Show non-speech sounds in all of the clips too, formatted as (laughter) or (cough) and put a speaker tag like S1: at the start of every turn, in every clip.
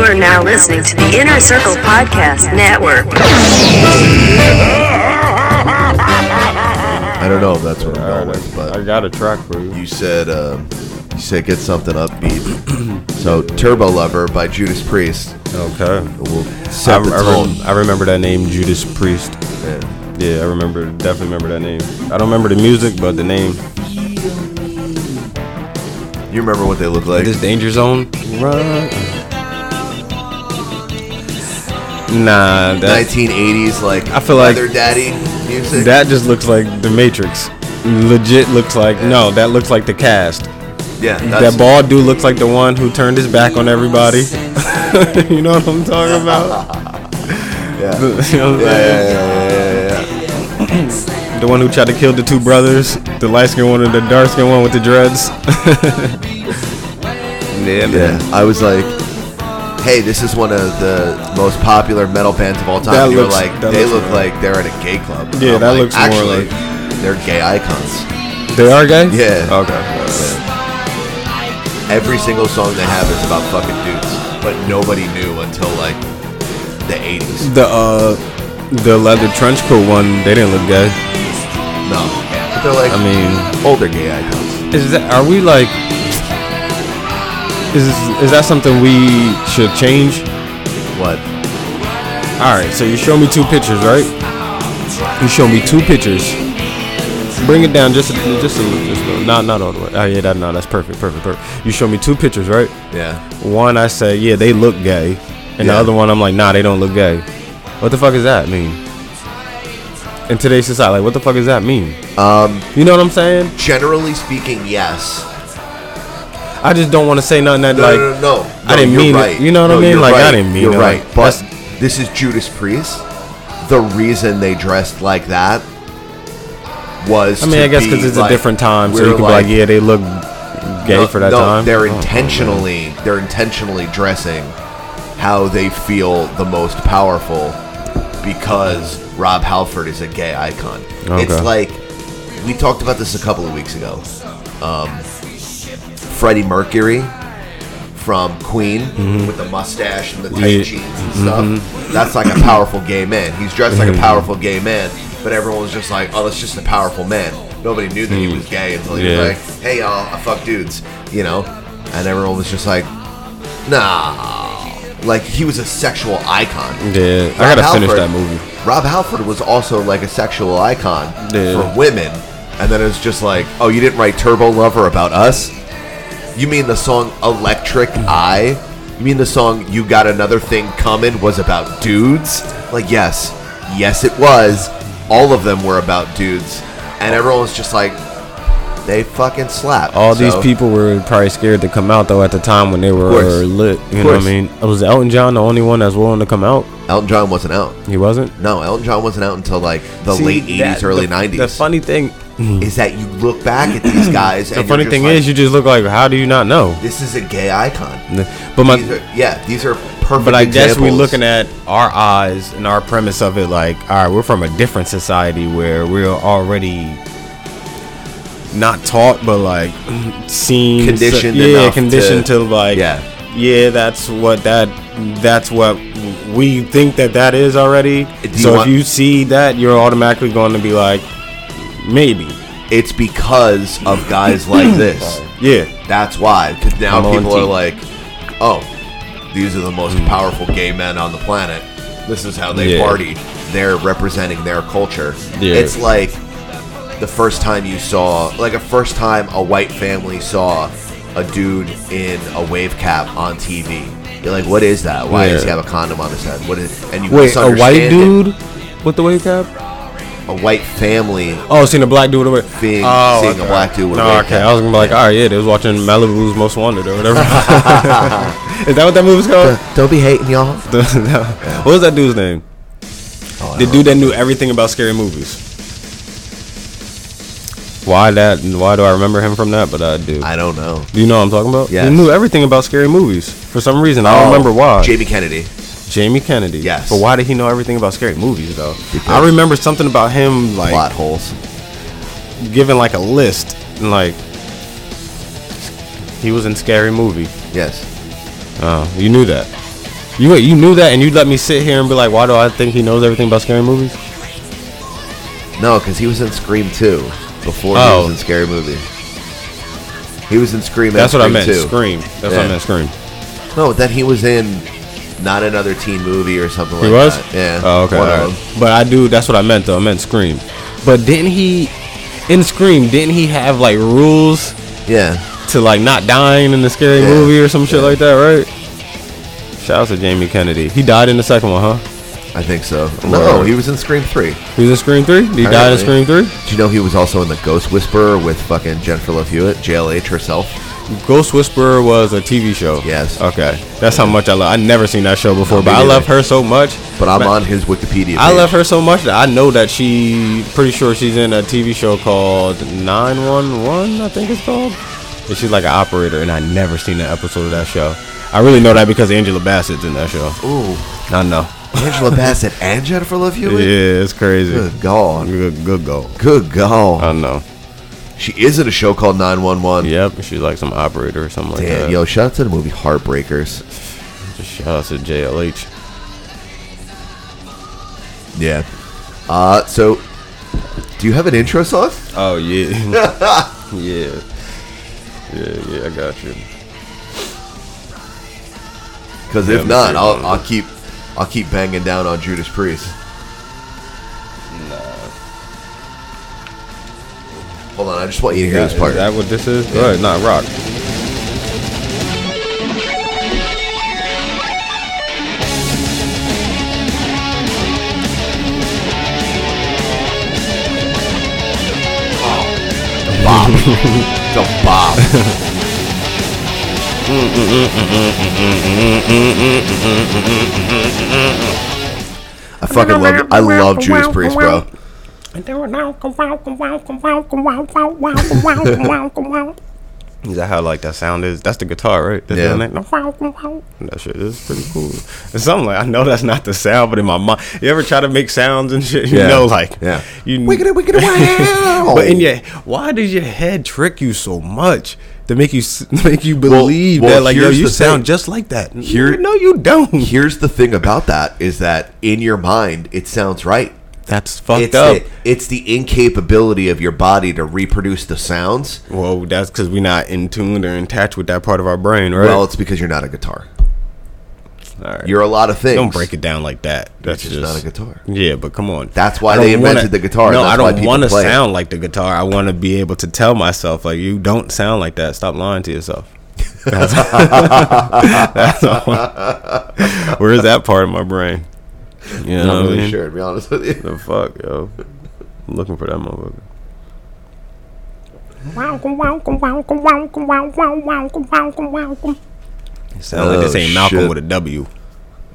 S1: are now listening to the Inner Circle Podcast Network.
S2: I don't know if that's what I'm
S3: All
S2: going
S3: right,
S2: with, but
S3: I got a track for you.
S2: you said um, you said get something upbeat. (clears throat) so Turbo Lover by Judas Priest
S3: Okay.
S2: will set
S3: I,
S2: the
S3: I,
S2: tone.
S3: rem- I remember that name, Judas Priest.
S2: Yeah.
S3: Yeah, I remember. Definitely remember that name. I don't remember the music, but the name.
S2: You remember what they look like?
S3: This Danger Zone. Run. Nah, that
S2: 1980s like
S3: I feel like-
S2: Leather Daddy music.
S3: that just looks like the Matrix. Legit looks like no, that looks like the cast.
S2: yeah, that's,
S3: That bald dude looks like the one who turned his back on everybody. (laughs) you know what I'm talking about?
S2: (laughs) Yeah.
S3: (laughs) You know what I'm
S2: Yeah,
S3: saying?
S2: yeah, yeah, yeah, yeah, yeah.
S3: The one who tried to kill the two brothers, the light skinned one and the dark skinned one with the dreads. (laughs) yeah,
S2: Yeah, I was like, hey, this is one of the most popular metal bands of all time.
S3: That
S2: you were
S3: looks-
S2: like,
S3: that
S2: they
S3: looks
S2: look
S3: more-
S2: like they're at a gay club.
S3: Yeah,
S2: I'm
S3: that
S2: like,
S3: looks more
S2: actually, they're gay icons.
S3: They are gay?
S2: Yeah.
S3: Okay.
S2: Every single song they have is about fucking dudes, but nobody knew until like the 80s.
S3: The uh the leather trench coat one, they didn't look gay.
S2: No, but they're like
S3: I mean
S2: older gay icons.
S3: Is that are we like is is that something we should change?
S2: What?
S3: Alright, so you show me two pictures, right? You show me two pictures. Bring it down just a, just a little, just a little. Not, not all the way. Oh, yeah, that, no, that's perfect, perfect, perfect. You show me two pictures, right?
S2: Yeah.
S3: One, I say, yeah, they look gay. And the
S2: Yeah.
S3: other one, I'm like, nah, they don't look gay. What the fuck does that mean? In today's society, like, what the fuck does that mean?
S2: Um,
S3: You know what I'm saying?
S2: generally speaking, yes.
S3: I just don't want to say nothing that,
S2: No,
S3: like,
S2: no, no, no.
S3: I didn't
S2: No, you're
S3: mean it. You know what I
S2: No,
S3: mean?
S2: you're
S3: Like, I
S2: right.
S3: didn't mean
S2: You're
S3: it.
S2: right.
S3: Like,
S2: But
S3: that's-
S2: this is Judas Priest. The reason they dressed like that was.
S3: I mean,
S2: to
S3: I guess
S2: be,
S3: because it's
S2: like,
S3: a different time, so you
S2: we're
S3: could be like, yeah, they look gay
S2: no,
S3: for that
S2: no,
S3: time.
S2: They're
S3: Oh.
S2: intentionally they're intentionally dressing how they feel the most powerful because Rob Halford is a gay icon. It's
S3: Okay.
S2: like we talked about this a couple of weeks ago. Um, Freddie Mercury from Queen
S3: Mm-hmm.
S2: with the mustache and the tight
S3: Yeah.
S2: jeans and stuff.
S3: mm-hmm.
S2: That's like a powerful gay man. He's dressed like a powerful gay man, but everyone was just like, "Oh, that's just a powerful man." Nobody knew that
S3: Mm.
S2: he was gay until he
S3: Yeah.
S2: was like, hey y'all, I fuck dudes, you know? And everyone was just like, nah. Like he was a sexual icon.
S3: Yeah, I
S2: Rob
S3: gotta finish
S2: Halford-
S3: that movie.
S2: Rob Halford was also like a sexual icon
S3: Yeah.
S2: for women. And then it was just like, oh, you didn't write Turbo Lover about us? You mean the song Electric Eye? You mean the song You Got Another Thing Coming was about dudes? Like, yes. Yes, it was. All of them were about dudes. And everyone was just like, they fucking slap.
S3: All these
S2: So-
S3: people were probably scared to come out though at the time when they were
S2: course.
S3: lit. You
S2: Of
S3: know what I
S2: course.
S3: mean? Oh, Was Elton John the only one that's willing to come out?
S2: Elton John wasn't out.
S3: He wasn't.
S2: No, Elton John wasn't out until like the
S3: See,
S2: late 80s,
S3: that-
S2: early
S3: the-
S2: 90s.
S3: The funny thing,
S2: is that you look back at
S3: (clears throat)
S2: these guys.
S3: the
S2: and
S3: funny
S2: you're just
S3: thing
S2: like,
S3: is, you just look like, how do you not know?
S2: this is a gay icon.
S3: But my,
S2: These are, yeah, these are perfect.
S3: but I guess we're
S2: examples.
S3: looking at our eyes and our premise of it like, all right, we're from a different society where we're already not taught, but like seen,
S2: Conditioned
S3: yeah,
S2: enough
S3: conditioned
S2: to-
S3: to, like,
S2: Yeah.
S3: yeah, that's what that, that's what we think that that is already.
S2: you
S3: So if
S2: want-
S3: you see that, you're automatically going to be like, maybe,
S2: it's because of guys
S3: (clears throat)
S2: like this.
S3: yeah,
S2: That's why. 'Cause now
S3: Come on,
S2: people are
S3: T. Mm.
S2: like, oh, these are the most powerful gay men on the planet. This is how they
S3: Yeah.
S2: party. They're representing their culture.
S3: Yeah.
S2: It's like the first time you saw, like a first time a white family saw a dude in a wave cap on TV. You're like, what is that? Why does he
S3: Yeah.
S2: have a condom on his head? What is? And you
S3: wait, a white
S2: misunderstand it.
S3: dude with the wave cap.
S2: a white family
S3: Oh, seeing a black dude with a
S2: Being-
S3: oh,
S2: seeing a black dude with a
S3: no,
S2: wig
S3: okay.
S2: cap.
S3: I was gonna be like, all right, yeah, they was watching Malibu's Most Wanted
S2: (laughs)
S3: or whatever. Is that what that movie's called? (laughs)
S2: Don't be hating, y'all.
S3: what was that dude's name?
S2: Oh,
S3: The dude that knew everything about scary movies. Why that? Why do I remember him from that? But I do.
S2: I don't know.
S3: do you know what I'm talking about?
S2: Yes.
S3: He knew everything about scary movies for some reason. I don't remember why.
S2: Jamie Kennedy.
S3: Jamie Kennedy.
S2: Yes.
S3: But why did he know everything about scary movies though?
S2: Because-
S3: I remember something about him like
S2: Plot holes.
S3: given like a list and like he was in scary movie
S2: Yes.
S3: oh you knew that You wait, you knew that, and you let me sit here and be like, why do I think he knows everything about scary movies?
S2: No, because he was in Scream 2 before he
S3: Oh.
S2: was in Scary Movie. He was in Scream.
S3: That's
S2: and
S3: what I
S2: Scream
S3: meant.
S2: 2.
S3: Scream. That's what
S2: Yeah.
S3: I meant. Scream.
S2: No, that he was in not another teen movie or something
S3: He
S2: like
S3: was.
S2: that. Yeah.
S3: Oh, okay.
S2: One of
S3: all right.
S2: them.
S3: But I do. That's what I meant though. I meant Scream. But didn't he in Scream? Didn't he have like rules
S2: Yeah.
S3: to like not dying in the scary
S2: Yeah.
S3: movie or some shit
S2: Yeah.
S3: like that, right? Shout out to Jamie Kennedy. He died in the second one, huh?
S2: I think so. No,
S3: Word.
S2: he was in Scream 3.
S3: He was in Scream Three. He died in Scream
S2: Apparently.
S3: Three.
S2: Do you know he was also in The Ghost Whisperer with fucking Jennifer Love Hewitt, JLH herself?
S3: Ghost Whisperer was a TV show.
S2: Yes.
S3: Okay. That's how much I love. I never seen that show before,
S2: No, me
S3: but I
S2: neither.
S3: love her so much.
S2: But I'm
S3: Ma-
S2: on his Wikipedia. Page.
S3: I love her so much that I know that she pretty sure she's in a TV show called 911, I think it's called. And she's like an operator and I never seen an episode of that show. I really know that because Angela Bassett's in that show.
S2: Ooh,
S3: I know.
S2: Angela Bassett and Jennifer Love Hewitt.
S3: (laughs) Yeah, it's crazy.
S2: Good God.
S3: Good, good goal.
S2: Good God.
S3: I know.
S2: she is in a show called 911.
S3: Yep, she's like some operator or something like
S2: Damn,
S3: that.
S2: yo, shout out to the movie Heartbreakers.
S3: Just shout out to JLH.
S2: Yeah. Uh, so, do you have an intro song? (laughs)
S3: Oh yeah, yeah, yeah, yeah. I got you.
S2: Because
S3: Yeah,
S2: if
S3: me
S2: not,
S3: too.
S2: I'll, I'll keep I'll keep banging down on Judas Priest. Hold on, I just want you to hear this part.
S3: Is that what this is? Go ahead, not rock.
S2: Bop. it's a
S3: (laughs)
S2: bop. I fucking love I love Judas Priest, bro.
S3: Is that how like that sound is? That's the guitar, right? That's
S2: Yeah.
S3: doing That, that shit is pretty cool. It's something like I know that's not the sound, but in my mind, you ever try to make sounds and shit, you
S2: Yeah.
S3: know, like
S2: Yeah.
S3: you.
S2: Wiggity, wiggity, wow.
S3: (laughs) But in your, why does your head trick you so much to make you s- (laughs) make you believe
S2: well,
S3: that like yo
S2: here's
S3: you
S2: the
S3: sound
S2: thing.
S3: just like that?
S2: Here-
S3: no, you don't.
S2: Here's the thing about that is that in your mind it sounds right.
S3: That's fucked
S2: It's
S3: up.
S2: the, it's the incapability of your body to reproduce the sounds.
S3: Well, that's because we're not in tune or in touch with that part of our brain, right?
S2: Well, it's because you're not a guitar.
S3: All right.
S2: You're a lot of things.
S3: don't break it down like that. That's
S2: just
S3: just,
S2: not a guitar.
S3: Yeah, but come on.
S2: That's why
S3: I don't
S2: they invented
S3: wanna-
S2: the guitar, and
S3: No,
S2: that's
S3: I
S2: why
S3: don't
S2: people
S3: want to
S2: play it.
S3: sound like the guitar. I want to be able to tell myself like you don't sound like that. Stop lying to yourself. (laughs) That's, that's all. Where is that part of my brain? You know
S2: I'm not
S3: what I
S2: really
S3: mean?
S2: sure, to be honest with
S3: (laughs)
S2: you.
S3: The fuck, yo. I'm looking for that motherfucker. It sounds like this
S2: Oh,
S3: ain't Malcolm
S2: shit.
S3: with a W.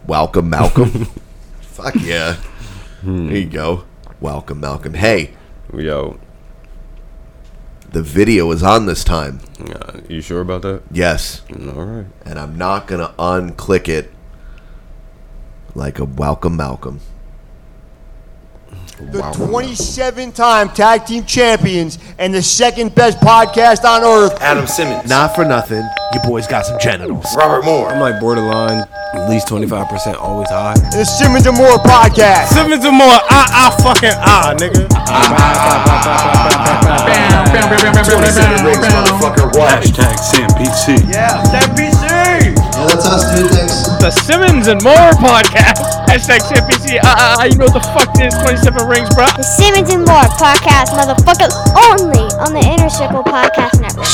S2: Welcome, Malcolm.
S3: (laughs)
S2: Fuck yeah.
S3: Hmm.
S2: There you go. Welcome, Malcolm. Hey,
S3: Yo,
S2: the video is on this time.
S3: uh, you sure about that?
S2: Yes.
S3: All right.
S2: And I'm not going to unclick it like a welcome, Malcolm.
S4: the 27 time tag team champions and the second best podcast on earth.
S5: Adam Simmons.
S2: Not for nothing.
S5: your boys got some genitals. Robert Moore.
S3: I'm like borderline, at least 25%, always high.
S4: The Simmons and Moore podcast.
S3: Simmons and more, ah, ah, fucking ah, nigga.
S2: Rigs, motherfucker, what?
S6: Hashtag Sam PC.
S7: That's us, dude. Thanks.
S8: the Simmons and More podcast. Hashtag CFPC. Ah, uh, you know the fuck this 27 rings, bro.
S9: The Simmons and More podcast, motherfuckers, only on the Inner Circle Podcast Network.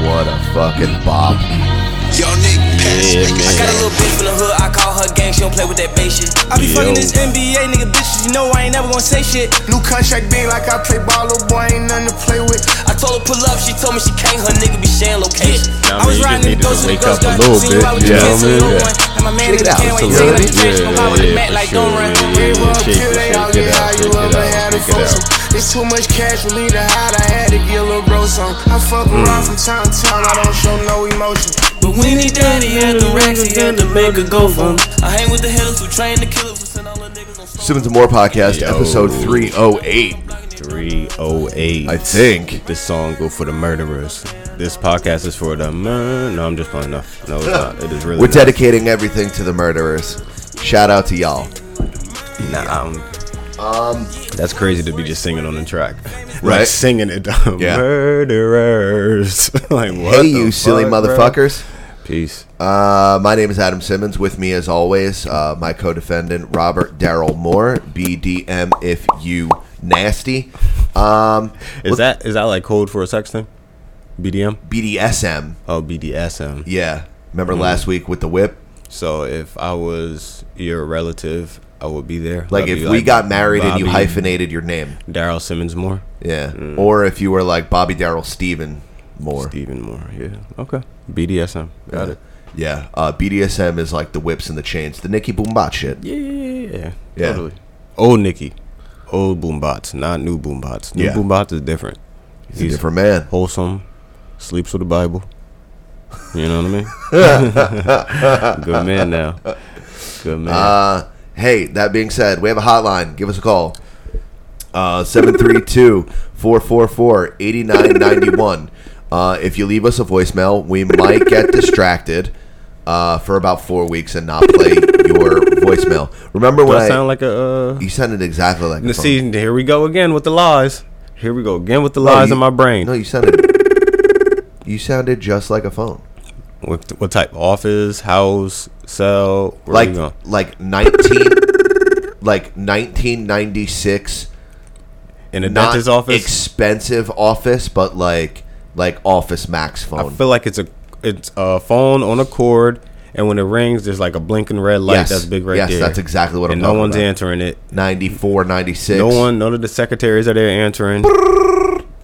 S2: What a fucking bop.
S10: Yo, Nick, pass yeah, I got a little bitch from the hood, I call her gang, she don't play with that bass shit. I be fucking this NBA nigga bitches, you know I ain't never gonna say shit.
S5: New contract being like I play ball, little boy ain't nothing to play with.
S10: I told her pull up, she told me she can't, her nigga be sharing location.
S3: I mean, you just needed to wake up a little bit, you know what I mean? Yeah.
S10: And my
S2: Check
S10: man
S2: it
S10: nigga
S2: out,
S10: can't wait
S2: it's
S10: to
S2: a little
S10: take like
S3: Yeah,
S10: the trench,
S3: yeah,
S10: I'm
S3: yeah,
S10: ride with the mat
S3: for
S10: like
S3: sure.
S10: don't run.
S3: Yeah, yeah, yeah. Shake it, shake it
S10: oh,
S3: out, shake it out, shake it out.
S5: It's too much cash for me to hide, I had to get a little bro some. I fuck around from town to town, I don't show no emotion.
S10: But when he daddy and the racks, he had to make a go for him. I hang with the hitters who train the killers who send out
S2: Simmons and More podcast,
S3: Yo.
S2: episode 308.
S3: 308.
S2: I think.
S3: This song go for the murderers. This podcast is for the mur. No, I'm just playing. No, no, it's not. It is really.
S2: We're
S3: not.
S2: dedicating everything to the murderers. Shout out to y'all.
S3: Nah, I'm-
S2: Um,
S3: that's crazy to be just singing on the track.
S2: Right.
S3: Like singing it. (laughs)
S2: Yeah.
S3: Murderers. (laughs) like what?
S2: hey,
S3: the
S2: you silly
S3: fuck, bro?
S2: motherfuckers.
S3: Peace.
S2: Uh, my name is Adam Simmons. With me, as always, uh, my co-defendant Robert Daryl Moore, BDM. If you nasty, um,
S3: Is that is that like code for a sex thing? BDM?
S2: BDSM.
S3: Oh, BDSM.
S2: Yeah, remember last week with the whip?
S3: So if I was your relative, I would be there.
S2: Like
S3: I'd
S2: if
S3: be
S2: we got married and you
S3: Bobby
S2: hyphenated your name,
S3: Daryl Simmons Moore,
S2: yeah, or if you were like Bobby Daryl Steven Moore.
S3: Stephen Moore. Yeah. Okay. BDSM. Got it.
S2: Yeah, uh, BDSM is like the whips and the chains, the Nicki Boom Bop shit.
S3: Yeah, yeah, yeah, yeah.
S2: Yeah.
S3: Totally. Old Nikki, old boom bots, not new boom bots. New
S2: Yeah.
S3: boom bots is different.
S2: He's a different man.
S3: wholesome, sleeps with the Bible. You know what I
S2: (laughs)
S3: mean? Good man now. Good man.
S2: Uh, hey, that being said, we have a hotline. Give us a call. Uh, 732 444 8991. Uh, If you leave us a voicemail, we might get distracted uh, for about four weeks and not play your voicemail. Remember
S3: Do
S2: when
S3: I
S2: I.
S3: sound like a? Uh,
S2: you sounded exactly like a
S3: Now,
S2: phone.
S3: see, here we go again with the lies. Here we go again with the
S2: No,
S3: lies
S2: you-
S3: in my brain.
S2: No, you sounded. You sounded just like a phone.
S3: What, what type? Office, house, cell. Where we
S2: Like
S3: going?
S2: like nineteen like nineteen ninety six
S3: in a
S2: not
S3: dentist's office.
S2: expensive office, but like like Office Max
S3: I
S2: phone.
S3: feel like it's a it's a phone on a cord, and when it rings, there's like a blinking red light
S2: Yes.
S3: that's big right
S2: Yes,
S3: there.
S2: that's exactly what I'm
S3: and no
S2: talking
S3: one's
S2: about.
S3: answering it.
S2: 94, 96.
S3: No one, none of the secretaries are there answering.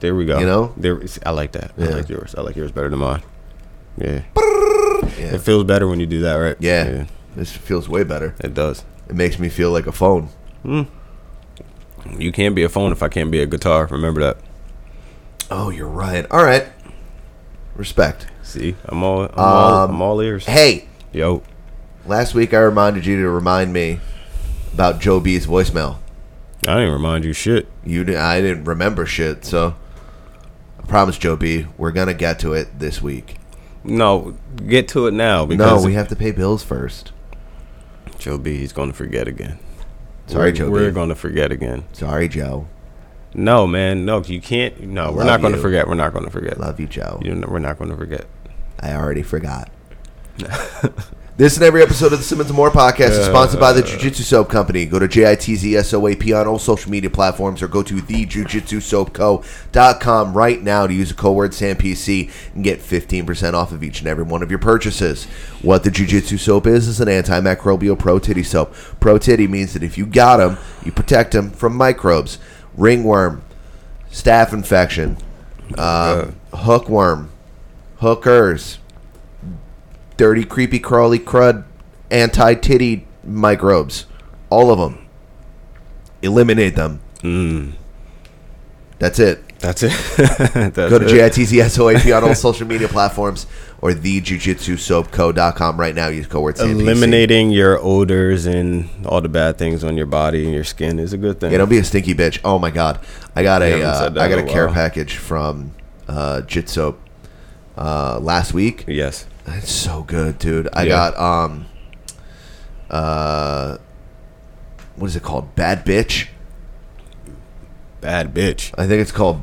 S3: There we go.
S2: You know?
S3: there is, I like that. I
S2: Yeah.
S3: like yours. I like yours better than mine. Yeah.
S2: Yeah.
S3: It feels better when you do that, right?
S2: Yeah. This feels way better.
S3: it does.
S2: It makes me feel like a phone.
S3: You can't be a phone if I can't be a guitar. Remember that.
S2: Oh, you're right. All right. Respect.
S3: See, I'm all, I'm, all,
S2: Um,
S3: I'm all ears.
S2: Hey,
S3: Yo,
S2: last week I reminded you to remind me about Joe B's voicemail.
S3: I didn't remind you shit.
S2: You, di- I didn't remember shit, so I promise, Joe B, we're gonna get to it this week.
S3: No, get to it now because
S2: No, we have to pay bills first.
S3: Joe B. He's gonna forget again.
S2: Sorry,
S3: we're,
S2: Joe
S3: We're
S2: B.
S3: gonna forget again.
S2: Sorry, Joe.
S3: No, man. No, you can't. No, we're
S2: Love
S3: not gonna
S2: you.
S3: forget. We're not gonna forget.
S2: Love you, Joe.
S3: You know, we're not gonna forget.
S2: I already forgot. (laughs) this and every episode of the Simmons and More podcast is sponsored by the Jiu Jitsu Soap Company. Go to JITZSOAP on all social media platforms or go to thejujitsusoapco.com right now to use the code word SAMPC and get 15% off of each and every one of your purchases. What the Jiu Jitsu Soap is, is an antimicrobial pro titty soap. Pro titty means that if you got them, you protect them from microbes, ringworm, staph infection, um, hookworm, hookers, dirty, creepy, crawly, crud, anti titty microbes. All of them. Eliminate them. Mm. That's it.
S3: That's it. (laughs) That's
S2: Go to
S3: it.
S2: JITZSOAP on
S3: (laughs)
S2: all social media platforms or thejujitsusoapco.com right now. Use code word SAMPC.
S3: Eliminating your odors and all the bad things on your body and your skin is a good thing.
S2: Yeah, don't be a stinky bitch. Oh my god, I got
S3: I
S2: a
S3: haven't
S2: uh,
S3: said that
S2: I got a
S3: in a
S2: care
S3: while.
S2: package from uh, Jitsoap uh, last week.
S3: yes.
S2: That's so good, dude. I
S3: Yeah.
S2: got um uh what is it called? Bad bitch.
S3: Bad bitch.
S2: I think it's called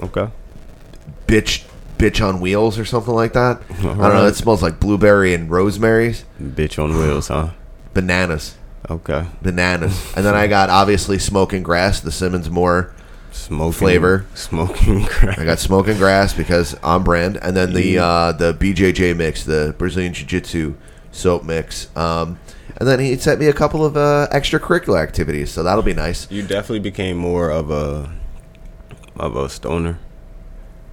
S3: Okay.
S2: bitch bitch on wheels or something like
S3: (laughs)
S2: that. I don't know.
S3: Alright.
S2: It smells like blueberry and rosemary's,
S3: Bitch on wheels, huh?
S2: bananas,
S3: Okay.
S2: bananas. and
S3: (laughs)
S2: then I got obviously smoking grass, the Simmons Moore.
S3: Smoking
S2: Flavor.
S3: (laughs) Smoking
S2: I
S3: crack.
S2: got smoking grass because I'm brand, and then the uh, the BJJ mix, the Brazilian Jiu Jitsu soap mix. Um, and then he sent me a couple of uh, extracurricular activities, so that'll be nice.
S3: You definitely became more of a of a stoner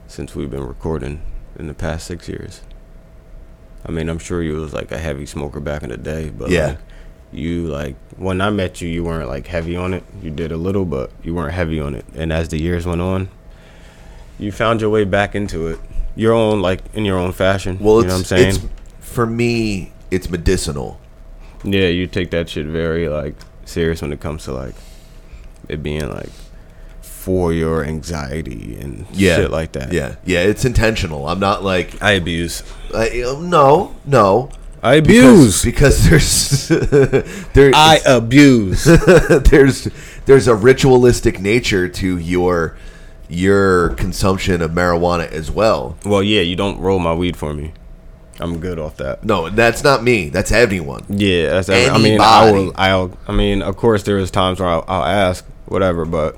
S3: since we've been recording in the past six years. I mean, I'm sure you was like a heavy smoker back in the day, but
S2: Yeah.
S3: like, you like when I met you, you weren't like heavy on it. You did a little, but you weren't heavy on it. And as the years went on, you found your way back into it, your own like in your own fashion.
S2: Well,
S3: you
S2: it's,
S3: know what I'm saying?
S2: it's for me, it's medicinal.
S3: Yeah, you take that shit very like serious when it comes to like it being like for your anxiety and
S2: Yeah.
S3: shit like that.
S2: Yeah. Yeah, it's intentional. I'm not like
S3: I abuse.
S2: I, um, no, no.
S3: I
S2: abuse because, there's (laughs) there
S3: I abuse.
S2: (laughs) there's there's a ritualistic nature to your your consumption of marijuana as well.
S3: (laughs) Well, yeah, you don't roll my weed for me. I'm good off that.
S2: No, that's not me. That's anyone.
S3: Yeah, that's every, I mean, I
S2: Anybody.
S3: will. I'll. I mean, of course, there is times where I'll, I'll ask whatever, but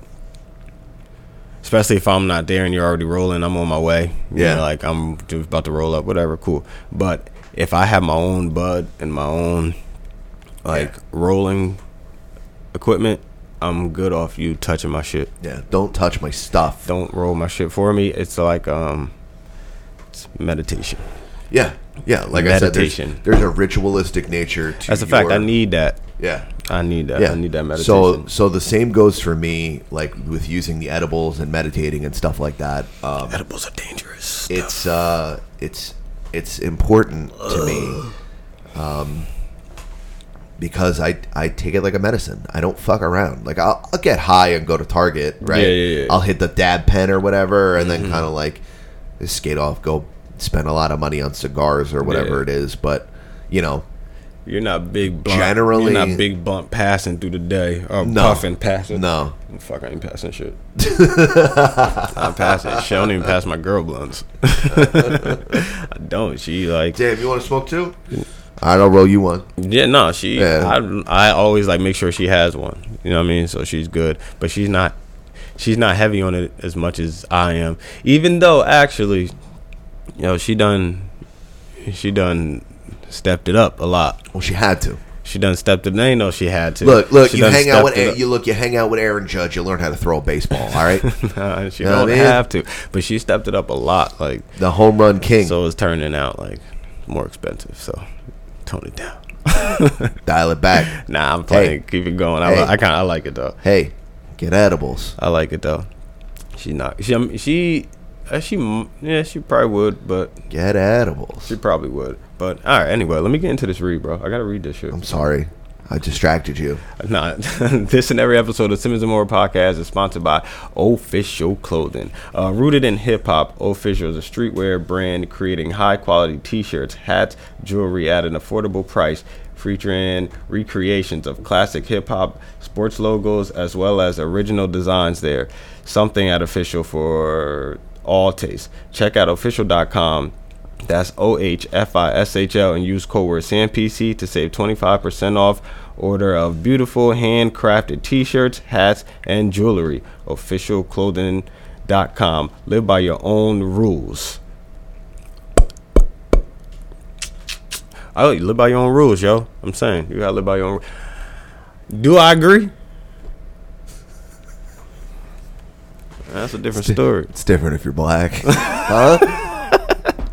S3: especially if I'm not there and you're already rolling, I'm on my way. You
S2: Yeah.
S3: know, like I'm just about to roll up, whatever. Cool. But if I have my own bud and my own like rolling equipment, I'm good off you touching my shit.
S2: Yeah, don't touch my stuff.
S3: Don't roll my shit for me. It's like um, it's meditation.
S2: Yeah, yeah. Like I
S3: Meditation.
S2: said, there's, there's a ritualistic nature to.
S3: That's a fact. I
S2: your-
S3: need that.
S2: Yeah.
S3: I need that.
S2: Yeah,
S3: I need that meditation.
S2: So, so the same goes for me, like with using the edibles and meditating and stuff like that. Um,
S3: edibles are dangerous.
S2: It's uh, it's it's important to me, um, because I I take it like a medicine. I don't fuck around. Like I'll, I'll get high and go to Target, right?
S3: Yeah, yeah, Mm-hmm. yeah.
S2: I'll hit the dab pen or whatever, and then kind of like skate off, go spend a lot of money on cigars or whatever
S3: Yeah.
S2: it is. But you know,
S3: You're not big blunt.
S2: Generally-
S3: you're not big blunt passing through the day or
S2: No.
S3: puffing passing.
S2: No.
S3: fuck, I ain't
S2: (laughs)
S3: passing shit. I'm passing. Shit. I don't even pass my girl blunts. (laughs) I don't. She like.
S2: Dave, you want to smoke too? I don't roll you one.
S3: Yeah, no, she.
S2: Yeah.
S3: I I always like make sure she has one. You know what I mean? So she's good, but she's not. She's not heavy on it as much as I am. Even though actually, you know, she done. She done stepped it up a lot.
S2: Well, she had to.
S3: She done stepped it. I ain't know she had to.
S2: Look, look,
S3: She
S2: you
S3: done
S2: hang out with
S3: stepped it
S2: Aaron,
S3: up. (laughs)
S2: you look, you hang out with Aaron Judge, you learn how to throw a baseball, all right?
S3: Nah, she
S2: You know what
S3: don't
S2: I mean?
S3: have to, but she stepped it up a lot. Like
S2: the home run king.
S3: so, it's turning out like more expensive. So tone it down.
S2: Dial it back.
S3: (laughs) Nah, I'm playing. Keep it going. I,
S2: Hey.
S3: li- I kind of I like it though.
S2: Hey, get edibles.
S3: I like it though. She not. She I mean, she uh, she m- yeah. She probably would, but
S2: Get edibles.
S3: she probably would. But all right. Anyway, let me get into this read, bro. I gotta read this shit.
S2: I'm sorry. I distracted you.
S3: Nah, (laughs) this and every episode of Simmons and More podcast is sponsored by Official Clothing. Uh, rooted in hip hop, Official is a streetwear brand creating high quality t shirts, hats, jewelry at an affordable price, featuring recreations of classic hip hop, sports logos, as well as original designs there. Something at Official for all tastes. Check out official.com that's O H F I S H L and use code word SAMPC to save 25% off order of beautiful handcrafted t shirts, hats, and jewelry. Officialclothing.com. Live by your own rules. Oh, you live by your own rules, yo. I'm saying you gotta live by your own. ru- Do I agree? That's a different story.
S2: It's different if you're
S3: (laughs)
S2: black. huh?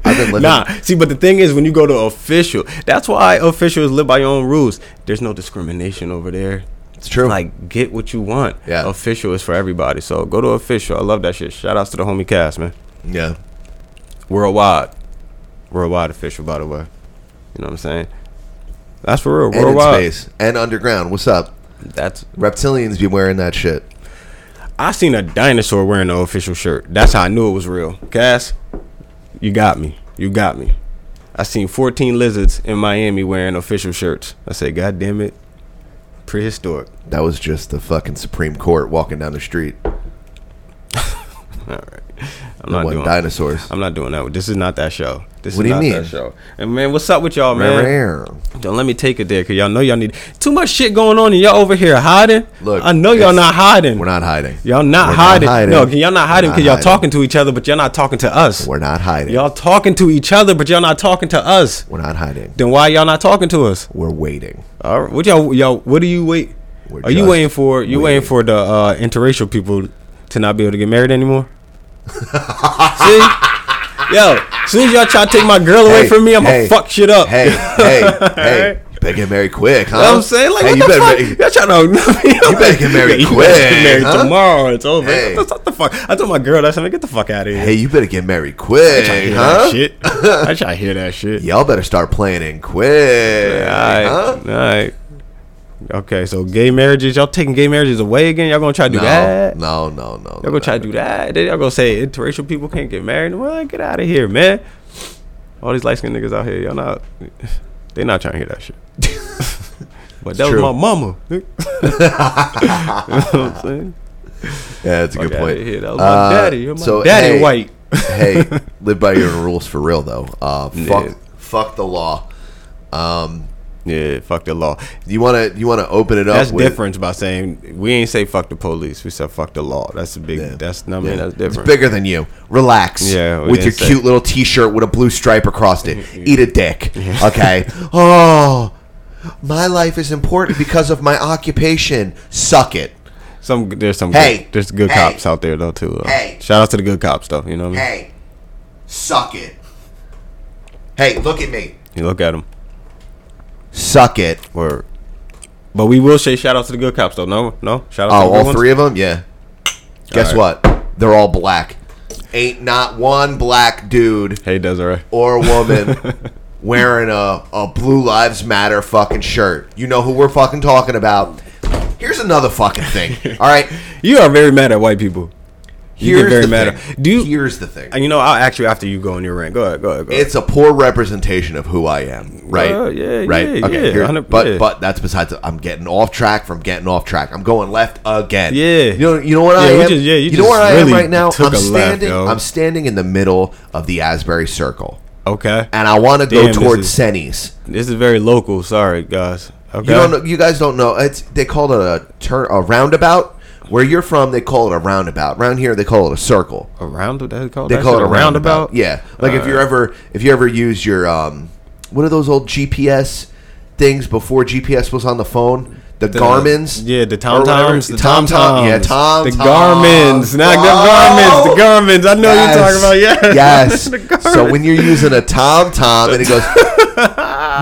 S2: I've been living.
S3: Nah, see, but the thing is, when you go to official, that's why official is live by your own rules. There's no discrimination over there.
S2: It's true.
S3: Like, get what you want.
S2: Yeah.
S3: Official is for everybody. So go to official. I love that shit. Shout outs to the homie cast, man.
S2: yeah.
S3: Worldwide. Worldwide official, by the way. You know what I'm saying? That's for real.
S2: And in
S3: Worldwide.
S2: space. And underground. What's up?
S3: That's.
S2: Reptilians be wearing that shit.
S3: I seen a dinosaur wearing the official shirt. That's how I knew it was real. Cass, you got me. You got me. I seen 14 lizards in Miami wearing official shirts. I said, God damn it. Prehistoric.
S2: That was just the fucking Supreme Court walking down the street.
S3: All right. I'm
S2: Not
S3: not
S2: one
S3: doing
S2: dinosaurs.
S3: I'm not doing that. This is not that show. This is
S2: What do you
S3: not
S2: mean?
S3: that show. And man, what's up with y'all, man?
S2: Rare.
S3: Don't let me take it there, cause y'all know y'all need too much shit going on, and y'all over here hiding.
S2: Look,
S3: I know y'all
S2: it's-
S3: not hiding.
S2: We're not hiding.
S3: Y'all not
S2: We're
S3: hiding. No,
S2: We're
S3: y'all not hiding because y'all
S2: hiding.
S3: talking to each other, but y'all not talking to us.
S2: We're not hiding.
S3: Y'all talking to each other, but y'all not talking to us.
S2: We're not hiding.
S3: Then why y'all not talking to us?
S2: We're waiting.
S3: All right, what y'all, y'all, what do you wait?
S2: We're
S3: Are you
S2: just
S3: waiting for you waiting
S2: waiting.
S3: for the uh, interracial people to not be able to get married anymore? (laughs) See, yo, as soon as y'all try to take my girl away
S2: Hey,
S3: from me, I'ma
S2: hey,
S3: fuck shit up.
S2: Hey,
S3: (laughs)
S2: hey, hey. You better get married quick, huh?
S3: You know what I'm saying? Like,
S2: Hey,
S3: what the fuck?
S2: better-
S3: Y'all trying to.
S2: (laughs)
S3: you
S2: better get married
S3: (laughs) you better
S2: quick,
S3: get married
S2: huh?
S3: tomorrow. It's over.
S2: Hey.
S3: What the fuck? I told my girl that. I said, get the fuck out of here.
S2: Hey, you better get married
S3: I try to
S2: quick,
S3: hear
S2: huh?
S3: that
S2: (laughs)
S3: shit. I try to hear that shit.
S2: Y'all better start planning quick,
S3: All right.
S2: huh?
S3: All right. Okay, so gay marriages, y'all taking gay marriages away again? Y'all gonna try to do
S2: No,
S3: that?
S2: No, no, no.
S3: Y'all gonna try to do that? Then y'all gonna say interracial people can't get married? Well, like, get out of here, man. All these light skinned niggas out here, y'all not, they not trying to hear that
S2: (laughs)
S3: shit. but that
S2: true.
S3: was my mama. (laughs) you know what I'm saying?
S2: Yeah, that's a
S3: Fuck
S2: good
S3: outta
S2: point. Uh,
S3: here. That was my daddy. You're my daddy white.
S2: hey,
S3: (laughs)
S2: live by your own rules for real though. Uh, fuck,
S3: Yeah.
S2: fuck the law. Um,
S3: yeah, fuck the law.
S2: You wanna you wanna open it up?
S3: That's
S2: with-
S3: different by saying we ain't say fuck the police. We said fuck the law. That's a big. That's I mean
S2: Yeah.
S3: that's different.
S2: It's bigger than you. Relax.
S3: Yeah, we
S2: With your
S3: didn't say-
S2: cute little T-shirt with a blue stripe across
S3: (laughs)
S2: it. Eat a dick. Okay. oh, my life is important because of my occupation. Suck it.
S3: Some there's some
S2: Hey.
S3: good, there's good
S2: Hey.
S3: cops out there though too. though.
S2: Hey.
S3: Shout out to the good cops though. You know what I mean?
S2: Hey, suck it. Hey, look at me.
S3: You look at them.
S2: Suck it.
S3: Word. But we will say shout out to the good cops though. No, no. Shout out.
S2: Oh,
S3: to the good
S2: all
S3: ones?
S2: three of them. Yeah. Guess
S3: right.
S2: what? They're all black. Ain't not one black dude
S3: Hey Desiree.
S2: or
S3: (laughs)
S2: woman wearing a, a Blue Lives Matter fucking shirt. You know who we're fucking talking about. Here's another fucking
S3: (laughs)
S2: thing. All right.
S3: You are very mad at white people. You
S2: Here's
S3: get very
S2: the
S3: mad.
S2: thing.
S3: At, do you?
S2: Here's the thing.
S3: and you know, I'll actually after you go on your rant. Go ahead. Go ahead. Go ahead.
S2: It's a poor representation of who I am, right?
S3: Yeah, Oh, yeah,
S2: right.
S3: yeah,
S2: okay,
S3: yeah,
S2: here-
S3: 100
S2: but
S3: yeah.
S2: but that's besides. I'm getting off track from getting off track. I'm going left again.
S3: Yeah.
S2: you know you know what
S3: Yeah,
S2: I
S3: we
S2: am.
S3: just- yeah, you
S2: know
S3: just
S2: where I am
S3: really
S2: right now.
S3: took
S2: I'm
S3: a left,
S2: standing.
S3: yo.
S2: I'm standing in the middle of the Asbury Circle,
S3: okay.
S2: and I want to go
S3: Damn, this
S2: towards
S3: is-
S2: Sennies.
S3: This is very local. Sorry guys. Okay.
S2: You don't. Know, you guys don't know. It's they call it a turn a roundabout. Where you're from, they call it a roundabout. Round here, they call it a circle.
S3: A round they call
S2: They
S3: that
S2: call
S3: shit
S2: it a roundabout. Yeah, like if
S3: Alright.
S2: you're ever if you ever use your um, what are those old GPS things before GPS was on the phone? The, Garmin's,
S3: yeah, the
S2: or whatever.
S3: TomToms, the
S2: Tom Tom, yeah,
S3: TomToms,
S2: Tom,
S3: the Garmin's, not the Garmin's, the Garmin's. I know you're talking about, yeah, (laughs)
S2: yes.
S3: The
S2: so
S3: Garmin's.
S2: when you're using a Tom Tom and it
S3: (laughs)
S2: goes,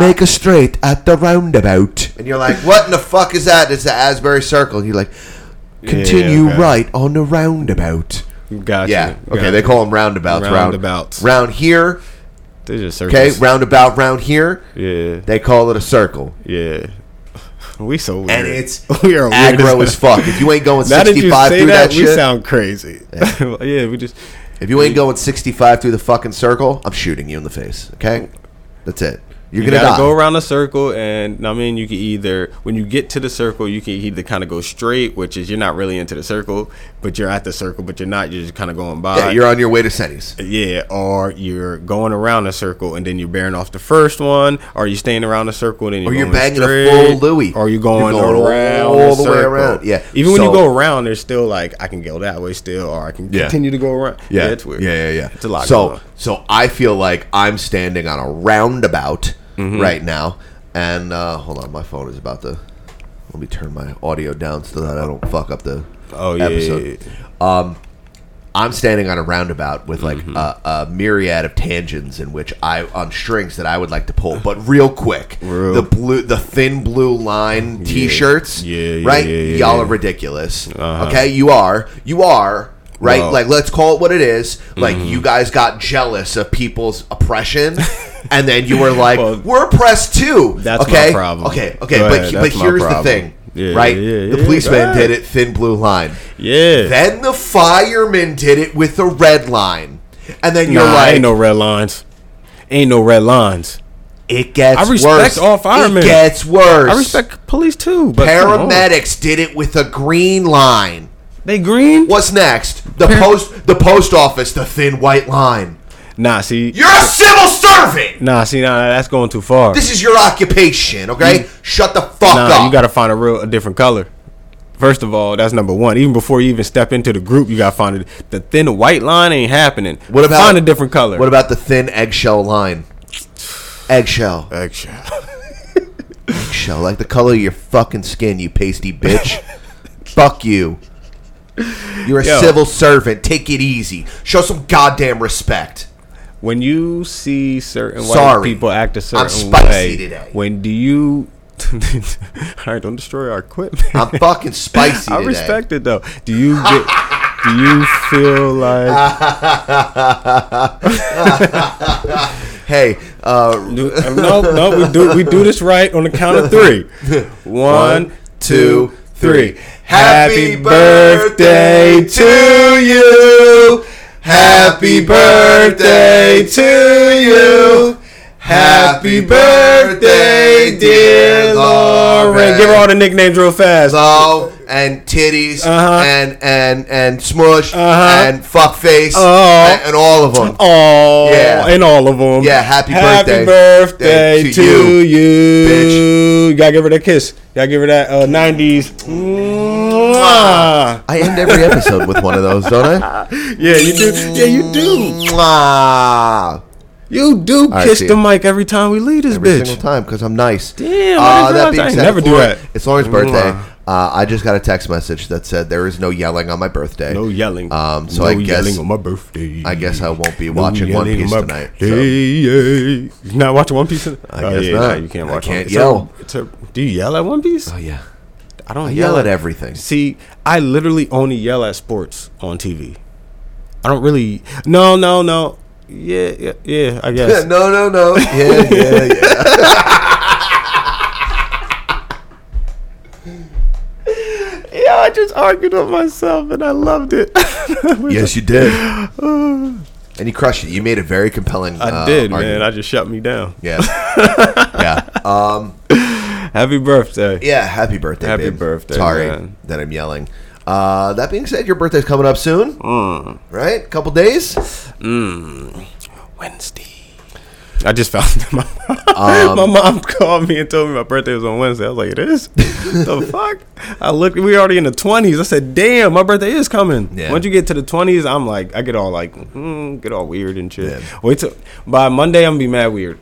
S2: make a straight at the roundabout, and you're like, what in the fuck is that? It's the Asbury Circle, and you're like, continue
S3: okay.
S2: right on the roundabout.
S3: gotcha,
S2: Yeah. Okay.
S3: gotcha.
S2: They call them roundabouts. round-
S3: Roundabouts.
S2: Round here.
S3: They just
S2: Okay.
S3: circles.
S2: Roundabout round here.
S3: yeah,
S2: They call it a circle.
S3: yeah. (laughs) We so weird,
S2: And it's
S3: (laughs) we are weird
S2: aggro as fuck. If you ain't going 65 through that,
S3: we
S2: shit,
S3: sound crazy. (laughs) Yeah. we just
S2: if you ain't going 65 through the fucking circle, I'm shooting you in the face. Okay. That's it. You're
S3: you
S2: gonna
S3: gotta
S2: die.
S3: go around a circle, and I mean, you can either when you get to the circle, you can either kind of go straight, which is you're not really into the circle, but you're at the circle, but you're not. You're just kind of going by.
S2: yeah, you're on your way to Sennies.
S3: Yeah, or you're going around a circle and then you're bearing off the first one, or you're staying around the circle and then you're
S2: Or you're
S3: going
S2: banging a
S3: straight,
S2: full Louis.
S3: or you're going,
S2: You're going
S3: around
S2: all
S3: the,
S2: the way
S3: circle.
S2: around, yeah.
S3: Even when
S2: So-
S3: you go around, there's still like I can go that way still, or I can
S2: Yeah.
S3: continue to go around. Yeah, it's weird.
S2: Yeah, yeah, yeah.
S3: It's a lot.
S2: So,
S3: going on.
S2: so I feel like I'm standing on a roundabout
S3: Mm-hmm.
S2: right now, and uh, hold on, my phone is about to. Let me turn my audio down so that I don't fuck up the
S3: Oh, yeah, yeah,
S2: Um, I'm standing on a roundabout with like
S3: Mm-hmm.
S2: a, a myriad of tangents in which I on strings that I would like to pull, but real quick,
S3: Real-
S2: the blue, the thin blue line T-shirts,
S3: Yeah, yeah,
S2: right?
S3: yeah, yeah,
S2: Y'all
S3: yeah. Uh-huh.
S2: are ridiculous. Okay, you are, you are. Right,
S3: Wow.
S2: like let's call it what it is. Like
S3: Mm-hmm.
S2: you guys got jealous of people's
S3: (laughs)
S2: oppression, and then you were like,
S3: Well,
S2: "We're oppressed too."
S3: that's my
S2: okay?
S3: problem.
S2: Okay, okay,
S3: Go
S2: but
S3: ahead,
S2: but
S3: that's my
S2: here's the
S3: problem.
S2: thing,
S3: Yeah,
S2: right?
S3: yeah,
S2: the
S3: yeah,
S2: policeman
S3: right.
S2: did it thin blue line.
S3: yeah.
S2: Then the firemen did it with the red line. And then you're
S3: nah,
S2: like,
S3: ain't no red lines. Ain't no red lines.
S2: it gets
S3: I respect
S2: worse.
S3: all firemen.
S2: It gets worse.
S3: I respect police too, but come on.
S2: Paramedics did it with a green line.
S3: They green?
S2: What's next? The post the post office, the thin white line.
S3: Nah, see,
S2: You're a civil servant!
S3: nah, see, nah, that's going too far.
S2: This is your occupation, okay? Shut the fuck
S3: Mm. nah,
S2: up.
S3: you gotta find a real a different color. First of all, that's number one. Even before you even step into the group, you gotta find it. The thin white line ain't happening.
S2: what about
S3: find a different color?
S2: What about the thin eggshell line? Eggshell.
S3: eggshell?
S2: Eggshell. Like the color of your fucking skin, you pasty bitch. Fuck you. You're a
S3: Yo.
S2: civil servant. Take it easy. Show some goddamn respect.
S3: when you see certain
S2: Sorry.
S3: white people act a certain
S2: spicy
S3: way,
S2: today.
S3: when do you? (laughs) all right, don't destroy our equipment.
S2: I'm fucking spicy
S3: (laughs) I
S2: today.
S3: respect it though. Do you get? do
S2: (laughs)
S3: you feel like?
S2: hey, uh,
S3: (laughs) no, no, we do we do this right on the count of three. (laughs) One, two, three. Happy birthday to you. Happy birthday to you. Happy birthday, dear Lauren. Give her all the nicknames real fast.
S2: Oh, and titties
S3: Uh-huh.
S2: and and and smush and fuckface
S3: Oh.
S2: and, and all of them.
S3: Oh,
S2: Yeah.
S3: and all of them.
S2: Yeah, happy birthday.
S3: Happy
S2: Day
S3: birthday to,
S2: to
S3: you.
S2: you,
S3: You gotta give her that kiss. Gotta give her that uh, 90s. Mwah.
S2: I end every episode with one of those, don't
S3: (laughs)
S2: I?
S3: Yeah, you do. Yeah, you do.
S2: Mwah.
S3: You do
S2: I
S3: kiss
S2: see.
S3: the mic every time we leave this
S2: Every
S3: bitch.
S2: single time because I'm nice.
S3: Damn,
S2: Uh,
S3: I didn't
S2: that
S3: realize
S2: being
S3: I
S2: said,
S3: never do
S2: Lauren-
S3: that.
S2: It's Lauren's birthday.
S3: Mwah.
S2: Uh, I just got a text message that said there is no yelling on my birthday.
S3: No yelling.
S2: Um, so
S3: no
S2: I guess
S3: yelling on my birthday.
S2: I guess I won't be watching One Piece tonight. so-
S3: Hey, Not watching One Piece. tonight?
S2: I guess
S3: nah,
S2: not.
S3: you can't
S2: I
S3: watch.
S2: can't
S3: One Piece.
S2: yell.
S3: It's a- it's a- do you yell at One Piece?
S2: Oh yeah,
S3: I don't
S2: I
S3: yell,
S2: yell at
S3: at
S2: everything. (laughs)
S3: See, I literally only yell at sports on TV. I don't really. No, no, no. Yeah, yeah, yeah I
S2: (laughs)
S3: guess.
S2: no, no,
S3: (laughs)
S2: no. Yeah, yeah, yeah.
S3: Yeah, I just argued with myself and I loved it. (laughs)
S2: yes, you did. And you crushed it. You made a very compelling.
S3: I
S2: uh,
S3: did, man.
S2: argument.
S3: I just shut me down. (laughs)
S2: yeah, yeah. Um,
S3: Happy birthday.
S2: yeah. Happy birthday.
S3: Happy
S2: babe.
S3: birthday,
S2: Sorry
S3: man.
S2: that I'm yelling. Uh, that being said, your birthday's coming up soon,
S3: Mm.
S2: right? Couple days.
S3: Wednesday. I just found (laughs) that my, my
S2: Um,
S3: mom called me and told me my birthday was on Wednesday. I was like, it
S2: (laughs)
S3: is? the fuck? I looked, we were already in the 20s. I said, damn, my birthday is coming.
S2: Yeah.
S3: Once you get to the 20s, I'm like, I get all like, mm, get all weird and shit.
S2: Yeah.
S3: Wait till, by Monday, I'm gonna be mad weird.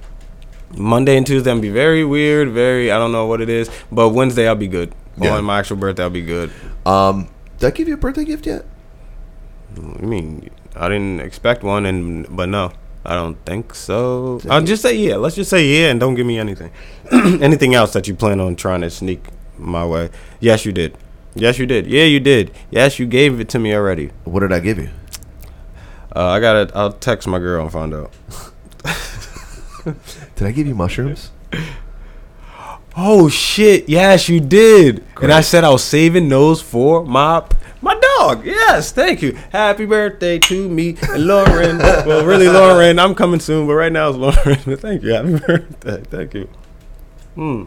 S3: Monday and Tuesday, I'm gonna be very weird, very, I don't know what it is. But Wednesday, I'll be good.
S2: Yeah.
S3: On my actual birthday, I'll be good.
S2: Um, did I give you a birthday gift yet?
S3: I mean, I didn't expect one, and but no, I don't think so. I'll just say yeah. Let's just say yeah, and don't give me anything, (clears throat) anything else that you plan on trying to sneak my way. Yes, you did. Yes, you did. Yeah, you did. Yes, you gave it to me already.
S2: What did I give you?
S3: Uh, I gotta. I'll text my girl and find out.
S2: Did I give you mushrooms?
S3: Oh shit! Yes, you did. And I
S2: Great.
S3: said I was saving those for my p- my dog. Yes, thank you. Happy birthday to me and
S2: (laughs)
S3: Lauren. well, really, Lauren, I'm coming soon, but right now it's Lauren. (laughs) But thank you. Happy birthday. Thank you. Hmm.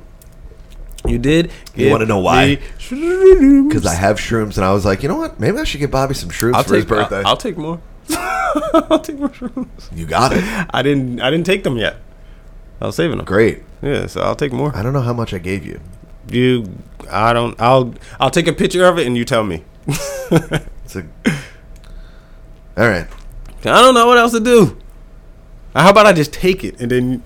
S3: You did.
S2: You
S3: give
S2: wanna know why?
S3: me-
S2: (laughs) Because I have shrooms, and I was like, you know what? Maybe I should give Bobby some shrooms
S3: I'll
S2: for his
S3: take.
S2: birthday.
S3: I'll, I'll take more. (laughs) I'll take more shrooms.
S2: you got it.
S3: I didn't. I didn't take them yet. I was saving them.
S2: Great.
S3: Yeah, so I'll take more.
S2: I don't know how much I gave you.
S3: You, I don't. I'll. I'll take a picture of it and you tell me. (laughs)
S2: It's a. All right.
S3: I don't know what else to do. Uh, How about I just take it and then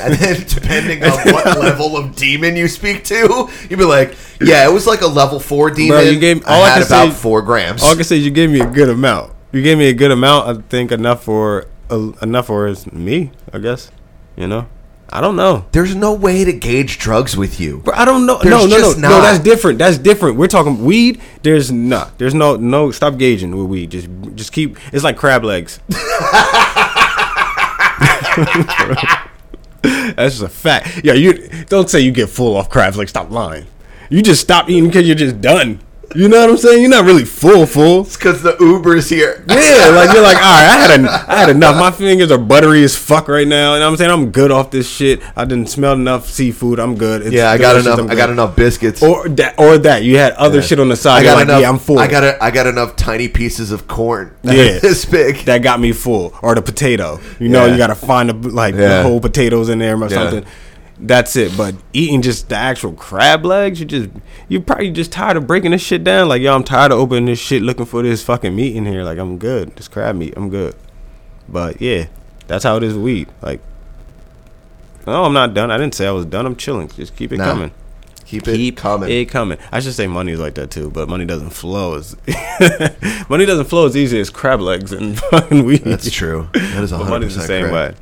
S2: And
S3: (laughs)
S2: then, depending on what level of demon you speak to, you'd be like, "Yeah, it was like a level four demon.
S3: you gave-
S2: I
S3: all I
S2: had
S3: can
S2: about
S3: say-
S2: four grams.
S3: all I can say is you gave me a good amount. You gave me a good amount. I think enough for uh, enough for is me. I guess you know. I don't know.
S2: There's no way to gauge drugs with you.
S3: Bro, I don't know.
S2: There's
S3: no, no, no,
S2: just
S3: no.
S2: not.
S3: That's different. That's different. We're talking weed. There's not. There's no. No. Stop gauging with weed. Just, just keep. It's like
S2: (laughs)
S3: crab legs. That's just a fact. Yeah, you don't say you get full off crabs. Like, stop lying. You just stop eating because you're just done. You know what I'm saying? You're not really full, full.
S2: It's because the Uber's here.
S3: Yeah, like you're like, all right, I had en- I had enough. My fingers are buttery as fuck right now, and I'm saying I'm good off this shit. I didn't smell enough seafood. I'm good. It's
S2: Yeah, I got
S3: delicious.
S2: enough.
S3: I'm
S2: I got
S3: good.
S2: enough biscuits.
S3: Or that, or that. You had other shit on the side.
S2: I
S3: You're
S2: got
S3: like,
S2: enough.
S3: yeah, I'm full.
S2: I got a, I got enough tiny pieces of corn. (laughs)
S3: Yeah.
S2: this big.
S3: that got me full, or the potato. You know,
S2: Yeah.
S3: you got to find the, like
S2: Yeah.
S3: the whole potatoes in there or
S2: Yeah.
S3: something. That's it. But eating just the actual crab legs, you just you probably just tired of breaking this shit down. Like yo, I'm tired of opening this shit looking for this fucking meat in here. Like I'm good, this crab meat, I'm good. But yeah, that's how it is with weed. Like, no, I'm not done. I didn't say I was done. I'm chilling. Just keep it
S2: Nah.
S3: coming.
S2: Keep it coming.
S3: It coming. I should say money's like that too, but money doesn't flow as (laughs) money doesn't flow as easy as crab legs and (laughs) fucking weed.
S2: That's true. That is
S3: But
S2: 100
S3: money's the
S2: percent
S3: same way.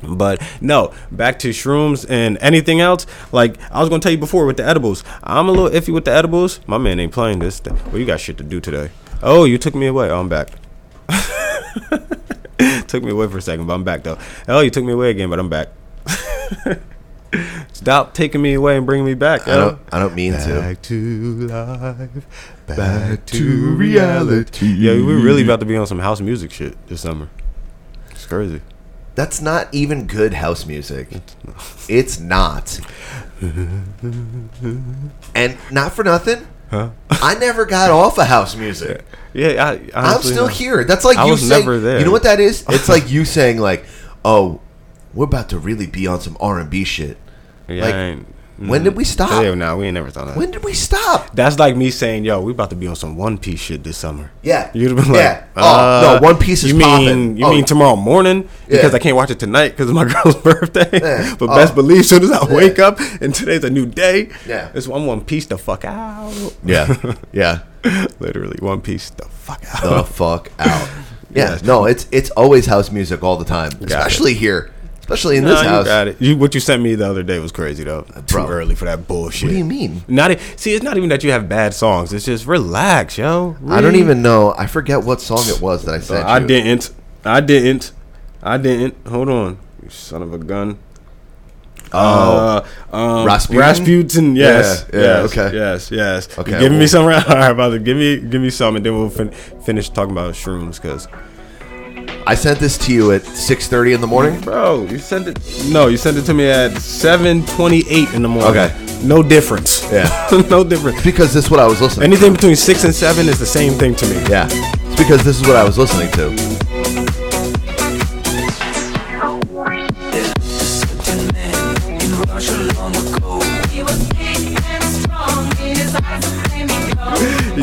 S3: But no, back to shrooms and anything else. Like I was gonna tell you before with the edibles, I'm a little iffy with the edibles. My man ain't playing this. Well, you got shit to do today. Oh, you took me away. Oh, I'm back. (laughs) took me away for a second, but I'm back though. Oh, you took me away again, but I'm back. (laughs) Stop taking me away and bringing me back.
S2: I don't. I don't mean to.
S3: Back to life. Back to reality. Yeah, we're really about to be on some house music shit this summer. It's crazy.
S2: That's not even good house music. It's
S3: (laughs)
S2: not. And not for nothing,
S3: Huh?
S2: I never got off of house music.
S3: Yeah, I,
S2: I'm
S3: honestly
S2: still
S3: not.
S2: here. That's like
S3: I
S2: you
S3: was
S2: saying,
S3: never there.
S2: You know what that is? It's
S3: (laughs)
S2: like you saying like, "Oh, we're about to really be on some R&B shit."
S3: Yeah,
S2: like,
S3: I ain't-
S2: when
S3: Mm.
S2: did we stop?
S3: Yeah, nah, we ain't never thought of that.
S2: When did we stop?
S3: That's like me saying, "Yo, we about to be on some One Piece shit this summer."
S2: Yeah.
S3: you'd have been like,
S2: Yeah. Oh,
S3: uh,
S2: no, One Piece is
S3: you mean
S2: poppin'.
S3: you
S2: Oh.
S3: mean tomorrow morning because
S2: Yeah.
S3: I can't watch it tonight because it's my (laughs) girl's birthday."
S2: Yeah.
S3: But
S2: Oh.
S3: best believe, soon as I wake up and today's a new day,
S2: Yeah.
S3: it's I'm One Piece the fuck out.
S2: (laughs) Yeah. Yeah.
S3: (laughs) literally One Piece the fuck out.
S2: the fuck
S3: (laughs)
S2: out. Yeah,
S3: Yes.
S2: no, it's it's always house music all the time, especially here, especially in this
S3: Nah,
S2: house.
S3: You got it. You, what you sent me the other day was crazy though. Too
S2: Bro.
S3: early for that bullshit.
S2: What do you mean?
S3: Not e- see, it's not even that you have bad songs. It's just relax, yo.
S2: I don't even know. I forget what song it was that I
S3: Uh,
S2: sent.
S3: Mm. I
S2: you.
S3: didn't. I didn't. I didn't. Hold on, you son of a gun.
S2: Oh.
S3: Uh, um,
S2: Rasputin?
S3: Rasputin. Yes.
S2: Yeah, yeah,
S3: yes,
S2: okay.
S3: Yes. Yes.
S2: Okay,
S3: Okay. giving me
S2: well-
S3: some. (laughs) All right, brother. Give me. Give me some, and then we'll fin- finish talking about shrooms, because.
S2: I sent this to you at six thirty in the morning.
S3: Bro, you sent it. No, you sent it to me at 7:28 in the morning.
S2: Okay.
S3: No difference.
S2: Yeah.
S3: (laughs) no difference.
S2: Because this is what I was listening.
S3: Anything between six and seven is the same thing to me.
S2: to. Yeah, it's because this is what I was listening to.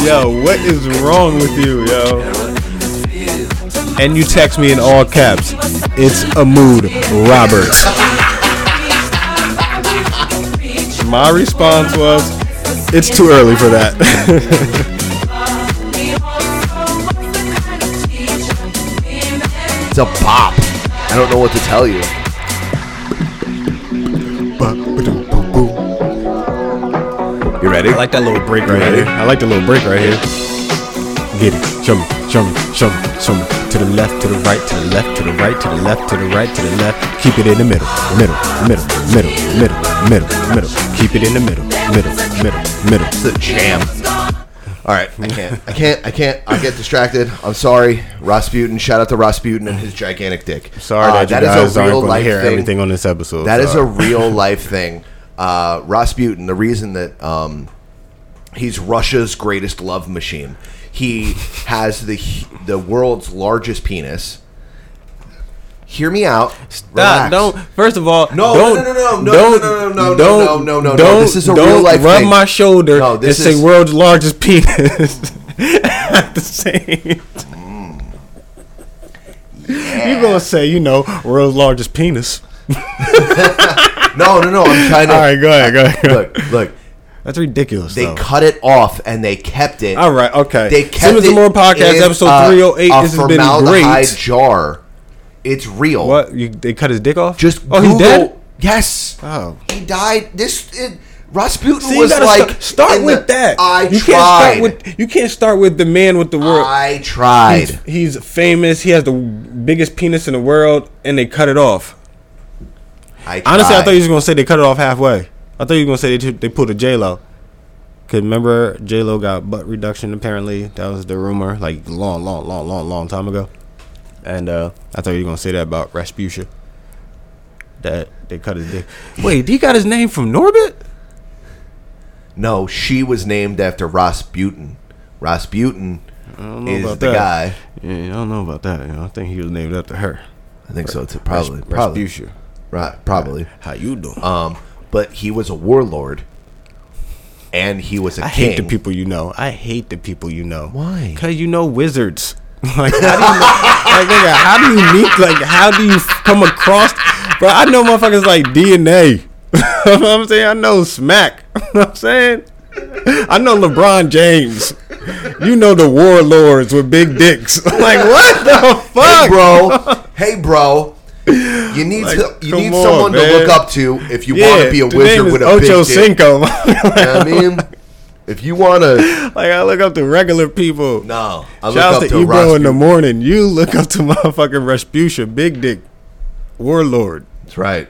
S3: Yo, what is wrong with you, yo? And you text me in all caps. It's a mood, Robert. My response was, it's too early for that. (laughs)
S2: It's a pop. I don't know what to tell you. You ready?
S3: I like that little break right here. I like the little break right here. Get it. Jump, jump, jump, jump. To the left, to the right, to the left, to the right, to the left, to the right, to the left. Keep it in the middle, middle, middle, middle, middle, middle, middle. Keep it in the middle, middle, middle, middle.
S2: It's a jam. All right, I can't. I can't. I can't. I get distracted. I'm sorry, Rasputin. Shout out to Rasputin and his gigantic dick.
S3: Sorry
S2: Uh,
S3: that Ah, you
S2: is a
S3: guys aren't going to
S2: real-life
S3: hear
S2: thing.
S3: everything on this episode.
S2: That is a
S3: Sorry. (laughs)
S2: real life thing. Uh, Rasputin, the reason that um, he's Russia's greatest love machine, he has the the world's largest penis. Hear me out.
S3: Nah,
S2: Relax.
S3: don't. First of all,
S2: No,
S3: don't,
S2: no, no, no, no,
S3: don't,
S2: no, no, no, no,
S3: don't,
S2: no, no, no, no.
S3: don't,
S2: This is a
S3: don't
S2: real-life
S3: Rub
S2: thing.
S3: my shoulder.
S2: No, this
S3: and say
S2: is-
S3: world's largest penis. (laughs) At the same.
S2: Mm.
S3: You gonna say you know world's largest penis?
S2: No, no, no. I'm trying to.
S3: (laughs) All right, go ahead, go ahead. go ahead.
S2: Look, look.
S3: That's ridiculous.
S2: They
S3: though.
S2: cut it off and they kept it.
S3: All right, okay.
S2: They
S3: Simmons
S2: kept it.
S3: and Moore podcast,
S2: in
S3: episode
S2: a-
S3: 308.
S2: a
S3: This has been
S2: formaldehyde
S3: great.
S2: jar. It's real.
S3: What? You, they cut his dick off?
S2: Just
S3: oh, he's
S2: Google-
S3: dead.
S2: Yes.
S3: Oh.
S2: He died. This it, Rasputin
S3: See, you
S2: was
S3: gotta
S2: like
S3: sta- start
S2: in
S3: with
S2: the-
S3: that.
S2: I
S3: you
S2: tried.
S3: Can't start with, you can't start with the man with the world.
S2: I tried.
S3: He's, he's famous. He has the biggest penis in the world, and they cut it off.
S2: I tried.
S3: Honestly, I thought you was gonna say they cut it off halfway. I thought you were gonna say they, they pulled a J Lo. Cause remember J Lo got butt reduction. Apparently, that was the rumor, like long, long, long, long, long time ago. And uh, I thought you were gonna say that about Rasputia. That they cut his dick. Wait, he got his name from Norbit?
S2: no, she was named after Rasputin. Rasputin
S3: don't know
S2: is the
S3: about that.
S2: guy.
S3: Yeah, I don't know about that. You know, I think he was named after her.
S2: I think so. It's
S3: Ras-
S2: probably probably
S3: Rasputia.
S2: right. Probably.
S3: How you doing?
S2: Um, but he was a warlord, and he was a
S3: I
S2: king.
S3: hate the people you know. I hate the people you know.
S2: Why?
S3: Because you know wizards. (laughs) like, how do you, like, nigga, how do you meet? Like, how do you come across? Bro, I know motherfuckers like DNA. (laughs) you know what I'm saying? I know Smack. (laughs) you know what I'm saying? I know LeBron James. You know the warlords with big dicks. (laughs) like, what the
S2: Hey,
S3: fuck? (laughs)
S2: bro. hey, bro. You need
S3: Like,
S2: to- you
S3: come
S2: need
S3: on,
S2: someone to look
S3: man.
S2: up to if you want to be a
S3: the name
S2: wizard
S3: is
S2: with a
S3: Ocho
S2: big dick.
S3: Cinco. (laughs)
S2: You know what I mean, If you wanna,
S3: like I look up to regular people.
S2: No, I look
S3: Shout
S2: up
S3: out to
S2: to
S3: Ebro in the
S2: Rasputin.
S3: morning. You look up to (laughs) motherfucking Rasputia, Big Dick, Warlord.
S2: That's right.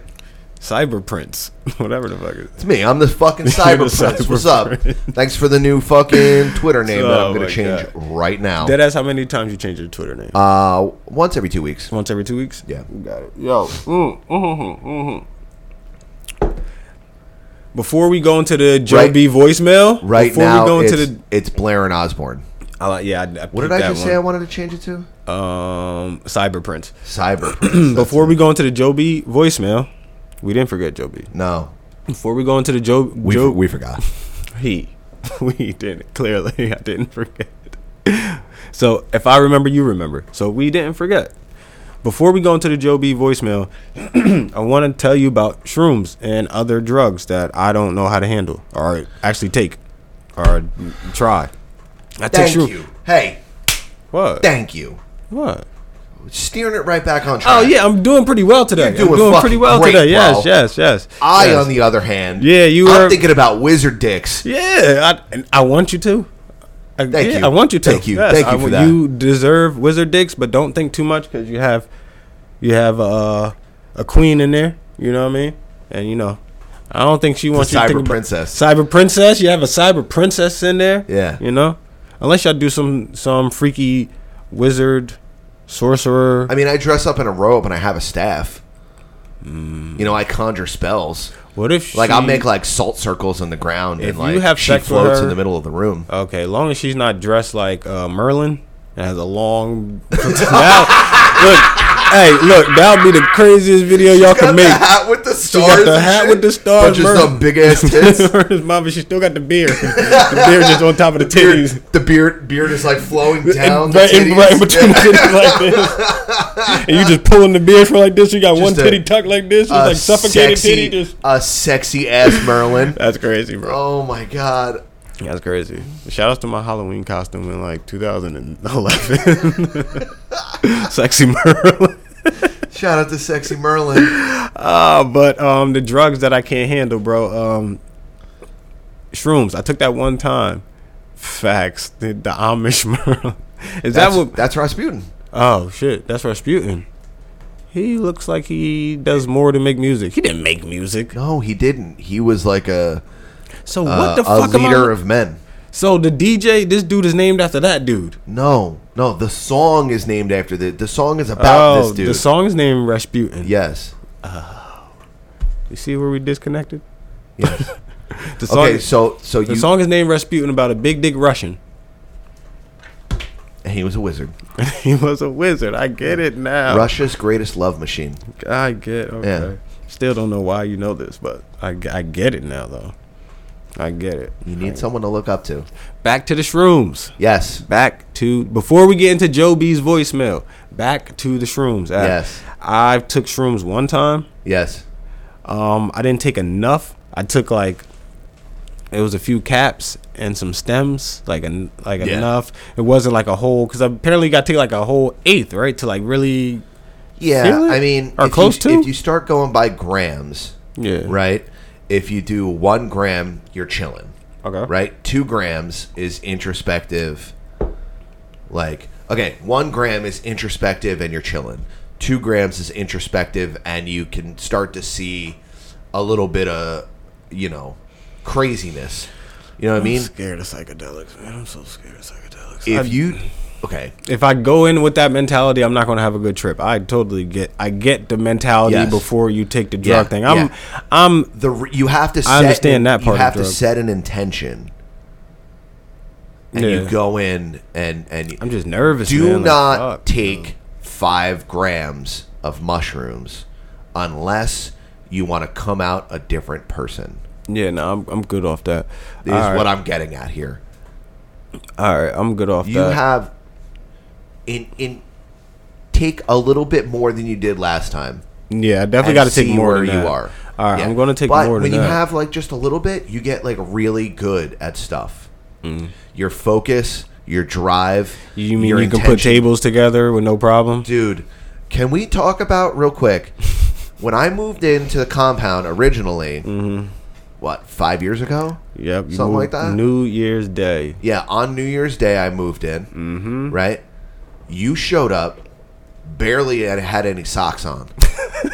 S3: Cyber Prince, (laughs) whatever the fuck it is.
S2: It's me. I'm the fucking
S3: (laughs) You're the
S2: cyber prince.
S3: cyber
S2: What's up?
S3: prince.
S2: Thanks for the new fucking Twitter name that
S3: Oh
S2: I'm gonna
S3: my
S2: change
S3: God.
S2: right now.
S3: Deadass, how many times you change your Twitter name?
S2: Oh. Uh, once every two weeks.
S3: Once every two weeks?
S2: Yeah.
S3: Got it. Yo. Mm, mhm, mhm. Before we go into the Joe
S2: Right-
S3: B voicemail,
S2: Right
S3: before
S2: now,
S3: we go into
S2: it's,
S3: the,
S2: it's Blair and Osborne.
S3: I like- yeah, I, I
S2: What did I just say? I wanted to change it to
S3: Um, Cyber Prince.
S2: cyber. (clears throat) prince. That's-
S3: Before we go into the Joe B voicemail, we didn't forget Joe B.
S2: no,
S3: Before we go into the Joe,
S2: we
S3: Joe
S2: we forgot.
S3: he, (laughs) we didn't clearly. (laughs) I didn't forget. So if I remember, you remember. So we didn't forget. Before we go into the Joe B voicemail, (clears throat) I want to tell you about shrooms and other drugs that I don't know how to handle or actually take or try. I take
S2: Thank
S3: shroom.
S2: you. Hey,
S3: What?
S2: thank you.
S3: What?
S2: Steering it right back on track.
S3: Oh yeah, I'm doing pretty well
S2: Uh,
S3: today.
S2: You're
S3: I'm
S2: doing
S3: doing pretty
S2: fucking
S3: well
S2: great,
S3: today. Yes,
S2: bro.
S3: yes, yes.
S2: I,
S3: yes.
S2: on the other hand,
S3: Yeah, you
S2: I'm
S3: are-
S2: thinking about wizard dicks.
S3: Yeah, I, and I want you to. I,
S2: Thank
S3: yeah,
S2: you.
S3: I want you to.
S2: Thank you. Thank you
S3: I
S2: for
S3: want-
S2: that.
S3: You deserve wizard dicks, but don't think too much because you have, you have uh, a queen in there. You know what I mean? And you know, I don't think she wants you to
S2: cyber
S3: think about-
S2: princess.
S3: cyber princess. You have a cyber princess in there.
S2: Yeah.
S3: You know, unless y'all do some some freaky wizard, sorcerer.
S2: I mean, I dress up in a robe and I have a staff. You know, I conjure spells.
S3: what if
S2: Like I'll
S3: Mm. she-
S2: make like salt circles in the ground,
S3: If
S2: and
S3: you
S2: like
S3: have
S2: she
S3: sex with
S2: floats
S3: her-
S2: in
S3: Oh.
S2: the middle of the room.
S3: Okay, as long as she's not dressed like uh, Merlin and has a long. (laughs) Now- look, hey, look, that would be the craziest video y'all
S2: Got
S3: can
S2: the
S3: make. (laughs)
S2: hat with the
S3: She
S2: stars.
S3: got the
S2: and
S3: hat
S2: shit,
S3: with the
S2: but
S3: stars,
S2: just
S3: Merlin.
S2: some big ass
S3: (laughs)
S2: tits.
S3: Merlin's mama, she still got the beard. The beard just on top of the
S2: beard,
S3: titties.
S2: the beard, beard is like flowing down.
S3: And
S2: the
S3: right, in,
S2: titties.
S3: right in between
S2: Yeah.
S3: the titties like this.
S2: (laughs)
S3: And you just pulling the beard from like this. You got one
S2: Just a-
S3: titty tucked like this. It's
S2: a
S3: like suffocated
S2: sexy,
S3: titty. Just.
S2: a sexy ass Merlin. (laughs)
S3: That's crazy, bro.
S2: Oh my god.
S3: That's crazy. Shout outs to my Halloween costume in like
S2: (laughs)
S3: 2011. (laughs) Sexy Merlin.
S2: Shout out to sexy Merlin.
S3: Uh, but um, the drugs that I can't handle, bro. Um, shrooms. I took that one time. Facts. The, the Amish (laughs) Merlin. Is
S2: That's,
S3: that what?
S2: that's Rasputin.
S3: Oh shit. That's Rasputin. He looks like he does more than make music. He didn't make music.
S2: No, he didn't. He was like a
S3: So
S2: uh,
S3: what the
S2: a
S3: fuck am I?
S2: leader of men.
S3: so the DJ, this dude is named after that dude.
S2: No, no. The song is named after the. The song is about this dude.
S3: Oh, the song is named Rasputin.
S2: Yes.
S3: You see where we disconnected?
S2: Yes.
S3: (laughs) The song,
S2: okay. So so
S3: the
S2: you.
S3: song is named Rasputin about a big dick Russian.
S2: He was a wizard.
S3: (laughs) he was a wizard. I get it now.
S2: Russia's greatest love machine.
S3: I get okay. Still don't know why you know this, but I, g- I get it now though. I get it.
S2: You need someone to look up to.
S3: Back to the shrooms.
S2: Yes.
S3: Back to before we get into Joe B's voicemail. Back to the shrooms. Uh,
S2: Yes.
S3: I took shrooms one time.
S2: Yes.
S3: Um, I didn't take enough. I took like it was a few caps and some stems, like an, like
S2: Yeah.
S3: enough. It wasn't like a whole because apparently you got to take like a whole eighth, right, to like really
S2: Yeah.
S3: Really?
S2: I mean,
S3: Or
S2: if
S3: close
S2: you,
S3: to?
S2: If you start going by grams,
S3: yeah
S2: right? If you do one gram, you're chilling.
S3: Okay.
S2: Right? Two grams is introspective. Like, okay, one gram is introspective and you're chilling. Two grams is introspective and you can start to see a little bit of, you know, craziness. You know what I mean?
S3: scared of psychedelics, man. I'm so scared of psychedelics.
S2: If you, okay,
S3: if I go in with that mentality, I'm not going to have a good trip. I totally get I get the mentality
S2: Yes.
S3: before you take the drug
S2: Yeah,
S3: thing. I'm
S2: yeah.
S3: I'm
S2: the re- you have to. Set
S3: I understand that part of
S2: You have to
S3: drugs.
S2: set an intention, and
S3: Yeah.
S2: you go in and and
S3: I'm just nervous.
S2: do
S3: man. Like,
S2: not
S3: fuck.
S2: take five grams of mushrooms unless you want to come out a different person.
S3: Yeah, no, I'm I'm good off that.
S2: Is
S3: all, right,
S2: what I'm getting at here.
S3: all right, I'm good off
S2: You
S3: that.
S2: have in in take a little bit more than you did last time.
S3: yeah, I definitely
S2: and
S3: got to take
S2: see
S3: more
S2: where
S3: than
S2: you
S3: that.
S2: are.
S3: All right,
S2: Yeah.
S3: I'm going to take
S2: but
S3: more than
S2: when you
S3: that.
S2: have like just a little bit, you get like really good at stuff. Your focus, your drive.
S3: Mm. you mean
S2: your
S3: you can put
S2: intention.
S3: tables together with no problem?
S2: dude? Can we
S3: (laughs)
S2: talk about real quick? when I moved into the compound originally, what five years ago?
S3: Mm-hmm. Yep. you
S2: something
S3: moved
S2: like that.
S3: New Year's Day.
S2: Yeah, on New Year's Day I moved in. Mm-hmm. Right, you showed up, barely had, had any socks
S3: (laughs)
S2: on.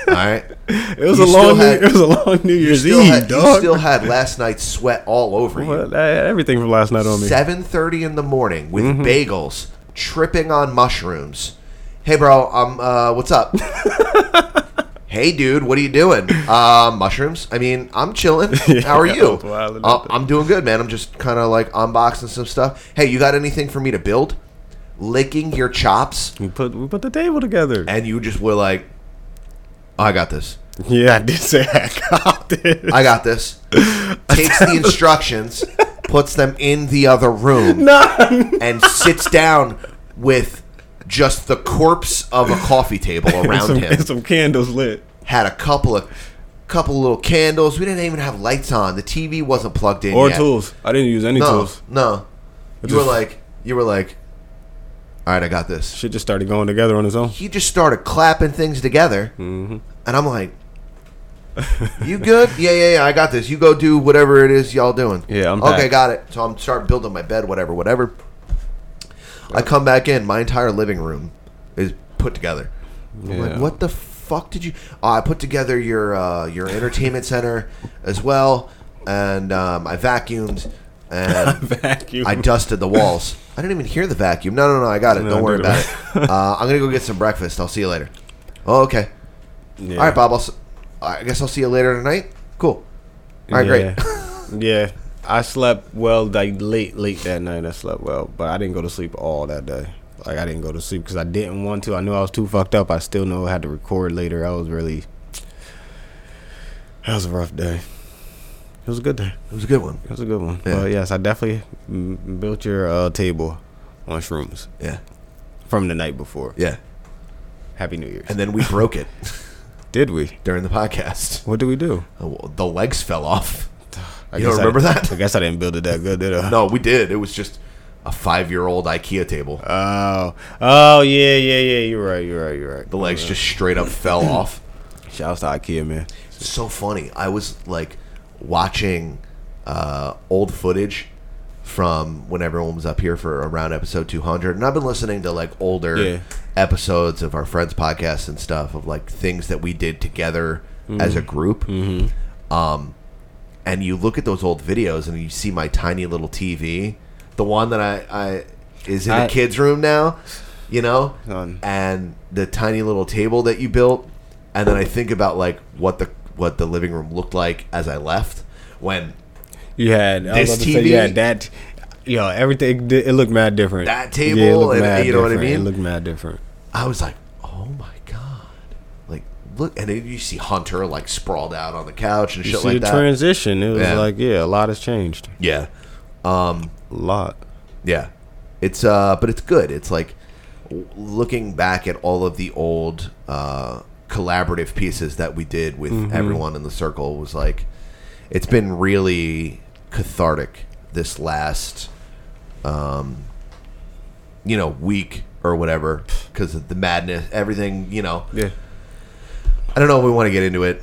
S2: All right, it
S3: was a long New- it was a long New Year's
S2: still
S3: Eve,
S2: had, You
S3: dog.
S2: still had last night's sweat all over you.
S3: Well, I had everything from last night on me. Mm-hmm.
S2: Seven thirty in the morning with bagels, tripping on mushrooms. Hey, bro. Um, uh, what's
S3: (laughs)
S2: up? hey, dude. What are you doing? Uh, mushrooms. I mean, I'm
S3: (laughs)
S2: chilling. How are
S3: Yeah,
S2: you?
S3: I'm wilding
S2: Uh, I'm doing good, man. I'm just kind of like unboxing some stuff. Hey, you got anything for me to build? Licking your chops,
S3: We put we put the table together.
S2: and you just were like, "I got this.
S3: Yeah, I did say I got (laughs) this.
S2: I got this." Takes the instructions, puts them in the other
S3: (laughs)
S2: room.
S3: Nah,
S2: and sits down with just the corpse of a coffee table
S3: and
S2: around
S3: some,
S2: him.
S3: and some candles lit.
S2: Had a couple of couple little candles. We didn't even have lights on. The TV wasn't plugged in
S3: Or
S2: yet.
S3: tools. I didn't use any
S2: No,
S3: tools.
S2: no.
S3: It's
S2: You were
S3: just-
S2: like, you were like, all right, I got this.
S3: Shit just started going together on its own. (laughs)
S2: He just started clapping things together,
S3: Mm-hmm.
S2: and I'm like. you
S3: (laughs)
S2: good? Yeah, yeah, yeah. I got this. You go do whatever it is y'all doing.
S3: Yeah, I'm
S2: okay.
S3: back.
S2: Got it. So I'm starting building my bed, whatever, whatever. I come back in. My entire living room is put together. I'm
S3: Yeah.
S2: like, what the fuck did you? Oh, I put together your uh, your entertainment center as well, and um, I vacuumed
S3: (laughs)
S2: and
S3: Vacuum.
S2: I dusted the walls. I didn't even hear the vacuum. No, no, no. I got it.
S3: No,
S2: Don't worry
S3: dude.
S2: about it.
S3: (laughs)
S2: Uh, I'm gonna go get some breakfast. I'll see you later. Oh, okay.
S3: Yeah.
S2: All right, Bob. I'll s- I guess I'll see you later tonight. Cool. All right, great.
S3: great. yeah. I slept well like late, late that night. I slept well, but I didn't go to sleep all that day. Like I didn't go to sleep because I didn't want to. I knew I was too fucked up. I still know I had to record later. I was really. That was a rough day. It was a good day.
S2: It was a good one.
S3: It was a good one.
S2: Yeah.
S3: But yes, I definitely mm, built your uh, table on shrooms
S2: Yeah.
S3: from the night before.
S2: Yeah.
S3: Happy New Year's.
S2: And then we broke it (laughs)
S3: Did we?
S2: during the podcast.
S3: What did we do?
S2: Oh, well, The legs fell off.
S3: (sighs) I
S2: You don't
S3: guess I-
S2: remember that?
S3: I guess I didn't build it that good, did (laughs)
S2: (laughs)
S3: I?
S2: No, we did. It was just a five-year-old IKEA table.
S3: Oh, oh yeah, yeah, yeah. You're right. You're right. You're right.
S2: The legs just straight up
S3: (clears throat)
S2: fell off.
S3: Shouts to IKEA, man.
S2: so funny. I was like watching uh, old footage from when everyone was up here for around episode 200, and I've been listening to like older
S3: Yeah.
S2: episodes of our friends' podcasts and stuff of like things that we did together
S3: Mm-hmm.
S2: as a group. Um, and you look at those old videos and you see my tiny little TV, the one that I, I is in
S3: I-
S2: the kids' room now, you know,
S3: Son.
S2: and the tiny little table that you built and then i think about like what the what the living room looked like as i left when
S3: You had I was
S2: This
S3: about to say, you
S2: TV?
S3: had that. Yo, everything di- it looked mad different.
S2: That
S3: Yeah, it
S2: table
S3: looked
S2: and-
S3: mad
S2: you know what I
S3: different.
S2: mean?
S3: It looked mad different.
S2: i was like oh my god like look and then you see hunter like sprawled out on the couch and
S3: You
S2: shit
S3: see
S2: like
S3: the
S2: that
S3: transition. It was
S2: Yeah.
S3: like yeah, a lot has changed.
S2: yeah um
S3: A lot.
S2: yeah it's uh but it's good it's like w- looking back at all of the old uh collaborative pieces that we did with
S3: Mm-hmm.
S2: everyone in the circle was like it's been really cathartic this last um, you know week or whatever because of the madness everything you know
S3: Yeah.
S2: i don't know if we want to get into it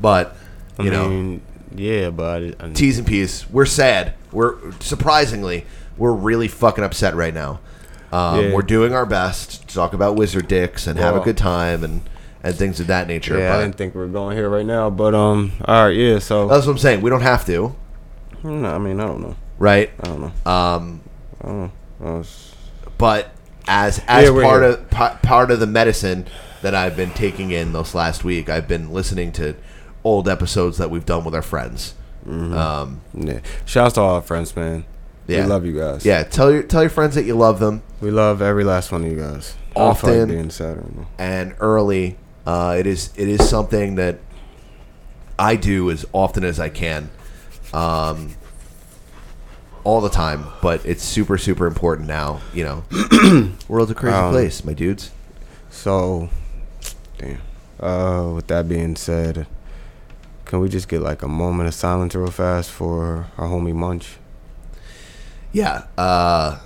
S2: but
S3: I
S2: you know
S3: mean, yeah, but I, I,
S2: T's and P's. We're sad. We're surprisingly, we're really fucking upset right now. Um,
S3: Yeah.
S2: We're doing our best to talk about wizard dicks and have a
S3: Well-
S2: good time and, and things of that nature.
S3: yeah, I
S2: but
S3: didn't think we were going here right now, but um, all right, yeah. So
S2: that's what I'm saying. We don't have to,
S3: no, I mean, I don't know.
S2: right?
S3: I don't know.
S2: Um,
S3: I Oh, was-
S2: but as as
S3: Yeah, we're
S2: part
S3: here.
S2: of pa- part of the medicine that I've been taking in this last week, I've been listening to old episodes that we've done with our friends.
S3: Mm-hmm.
S2: Um,
S3: yeah. Shouts to all our friends, man.
S2: Yeah.
S3: We love you guys.
S2: yeah, tell your tell your friends that you love them.
S3: We love every last one of you guys. I don't feel like
S2: Often.
S3: being sad right now.
S2: and early. Uh, it is it is something that I do as often as I can, um, all the time. But it's super super important now. You know, (clears throat) world's a crazy
S3: Um,
S2: place, my dudes.
S3: So, damn. Uh, with that being said, can we just get like a moment of silence real fast for our homie Munch?
S2: Yeah. Uh,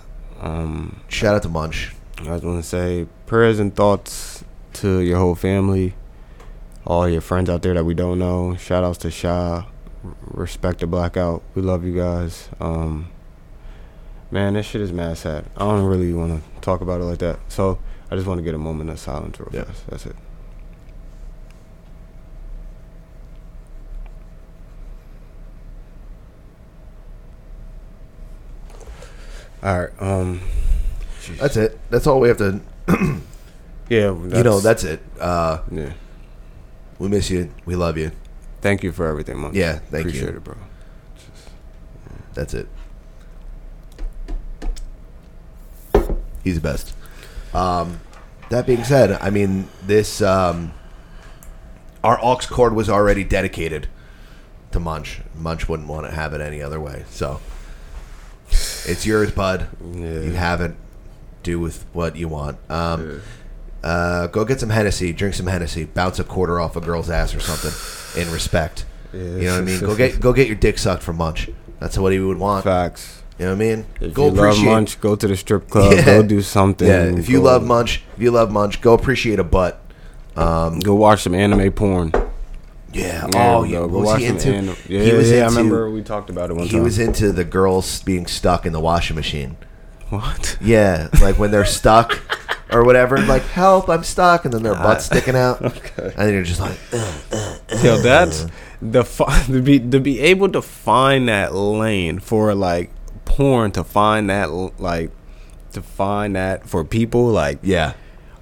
S2: shout out to Munch.
S3: I just want to say prayers and thoughts to your whole family, all your friends out there that we don't know. Shout outs to Sha, respect the blackout. We love you guys. Um, man, this shit is mad sad. I don't really want to talk about it like that. So I just want to get a moment of silence real fast. That's it. All right. Um,
S2: that's it. That's all we have to.
S3: yeah,
S2: you know, that's it. Uh,
S3: yeah.
S2: We miss you. We love you.
S3: Thank you for everything, man.
S2: Yeah, thank you.
S3: Appreciate it, bro.
S2: That's it. He's the best. Um, that being said, I mean this. Um, our aux cord was already dedicated to Munch. Munch wouldn't want to have it any other way. So it's yours, bud. You have it. Do with what you want. Um, uh, go get some Hennessy. Drink some Hennessy. Bounce a quarter off a girl's ass or something in respect. You know what I mean? Go get go get your dick sucked for Munch. That's what he would want.
S3: Facts.
S2: You know what I mean?
S3: If you love
S2: (laughs)
S3: Munch, go to the strip club. Go do something.
S2: Yeah, if you
S3: Go-
S2: love Munch, if you love Munch, go appreciate a butt. Um,
S3: go watch some anime porn.
S2: Yeah.
S3: Yeah,
S2: oh,
S3: we
S2: yeah.
S3: go.
S2: What
S3: Go
S2: was
S3: watch
S2: he
S3: some
S2: into?
S3: anime.
S2: He
S3: Yeah,
S2: was
S3: yeah, I
S2: into-
S3: remember we talked about it one
S2: He
S3: time.
S2: was into the girls being stuck in the washing machine. (laughs)
S3: What?
S2: Yeah, like when they're
S3: (laughs)
S2: stuck or whatever, like help, I'm stuck, and then their butt's sticking out, and then you're just like, "Ugh."
S3: Yo, that's the fi- (laughs) to be to be able to find that lane for like porn to find that l- like to find that for people like
S2: yeah.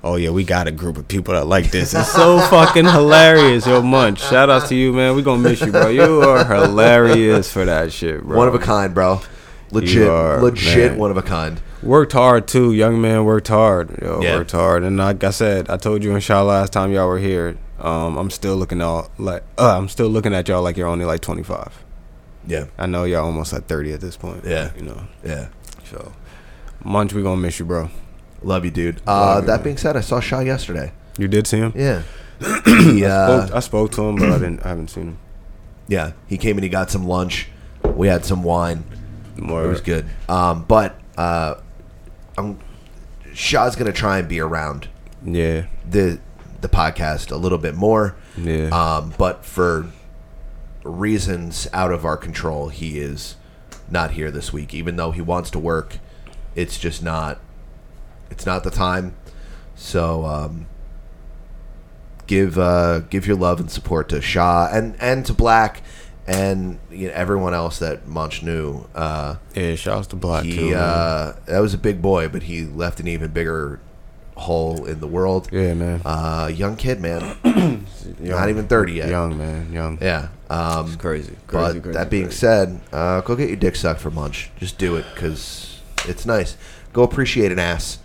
S3: Oh yeah, we got a group of people that like this.
S2: (laughs)
S3: It's so fucking hilarious, yo, Munch. Shout out to you, man. We gonna miss you, bro. You are hilarious for that shit, bro.
S2: one of a kind, bro. Legit,
S3: are,
S2: legit,
S3: man.
S2: one of a kind.
S3: Worked hard too, young man. Worked hard, yo.
S2: Yeah.
S3: Worked hard, and like I said, I told you and Shaw last time y'all were here. Um, I'm still looking all like uh, I'm still looking at y'all like you're only like 25.
S2: Yeah,
S3: I know y'all almost at 30 at this point.
S2: Yeah.
S3: you know.
S2: yeah.
S3: So, Munch, we gonna miss you, bro.
S2: Love you, dude. Uh,
S3: Love you,
S2: that
S3: man.
S2: being said, I saw Shaw yesterday.
S3: You did see him?
S2: Yeah, he, uh,
S3: Spoke- I spoke to him, but I didn't. I haven't seen him.
S2: yeah. He came and he got some lunch. We had some wine.
S3: More.
S2: It was good. Um, but uh, I'm Shaw's gonna try and be around
S3: Yeah.
S2: the the podcast a little bit more.
S3: Yeah.
S2: Um, but for reasons out of our control, he is not here this week. Even though he wants to work, it's just not it's not the time. So um, give uh, give your love and support to Shaw and and to Black and you know, everyone else that Munch knew. Uh,
S3: Yeah. Shouts to Black too.
S2: he
S3: man.
S2: uh, that was a big boy, but he left an even bigger hole in the world.
S3: yeah, man.
S2: Uh, young kid,
S3: (clears throat)
S2: man,
S3: Young.
S2: not even thirty yet.
S3: Young man. Young.
S2: Yeah. Um,
S3: Crazy. Crazy.
S2: but
S3: crazy,
S2: that being
S3: crazy.
S2: said, uh, go get your dick sucked for lunch. Just do it because it's nice. Go appreciate an ass,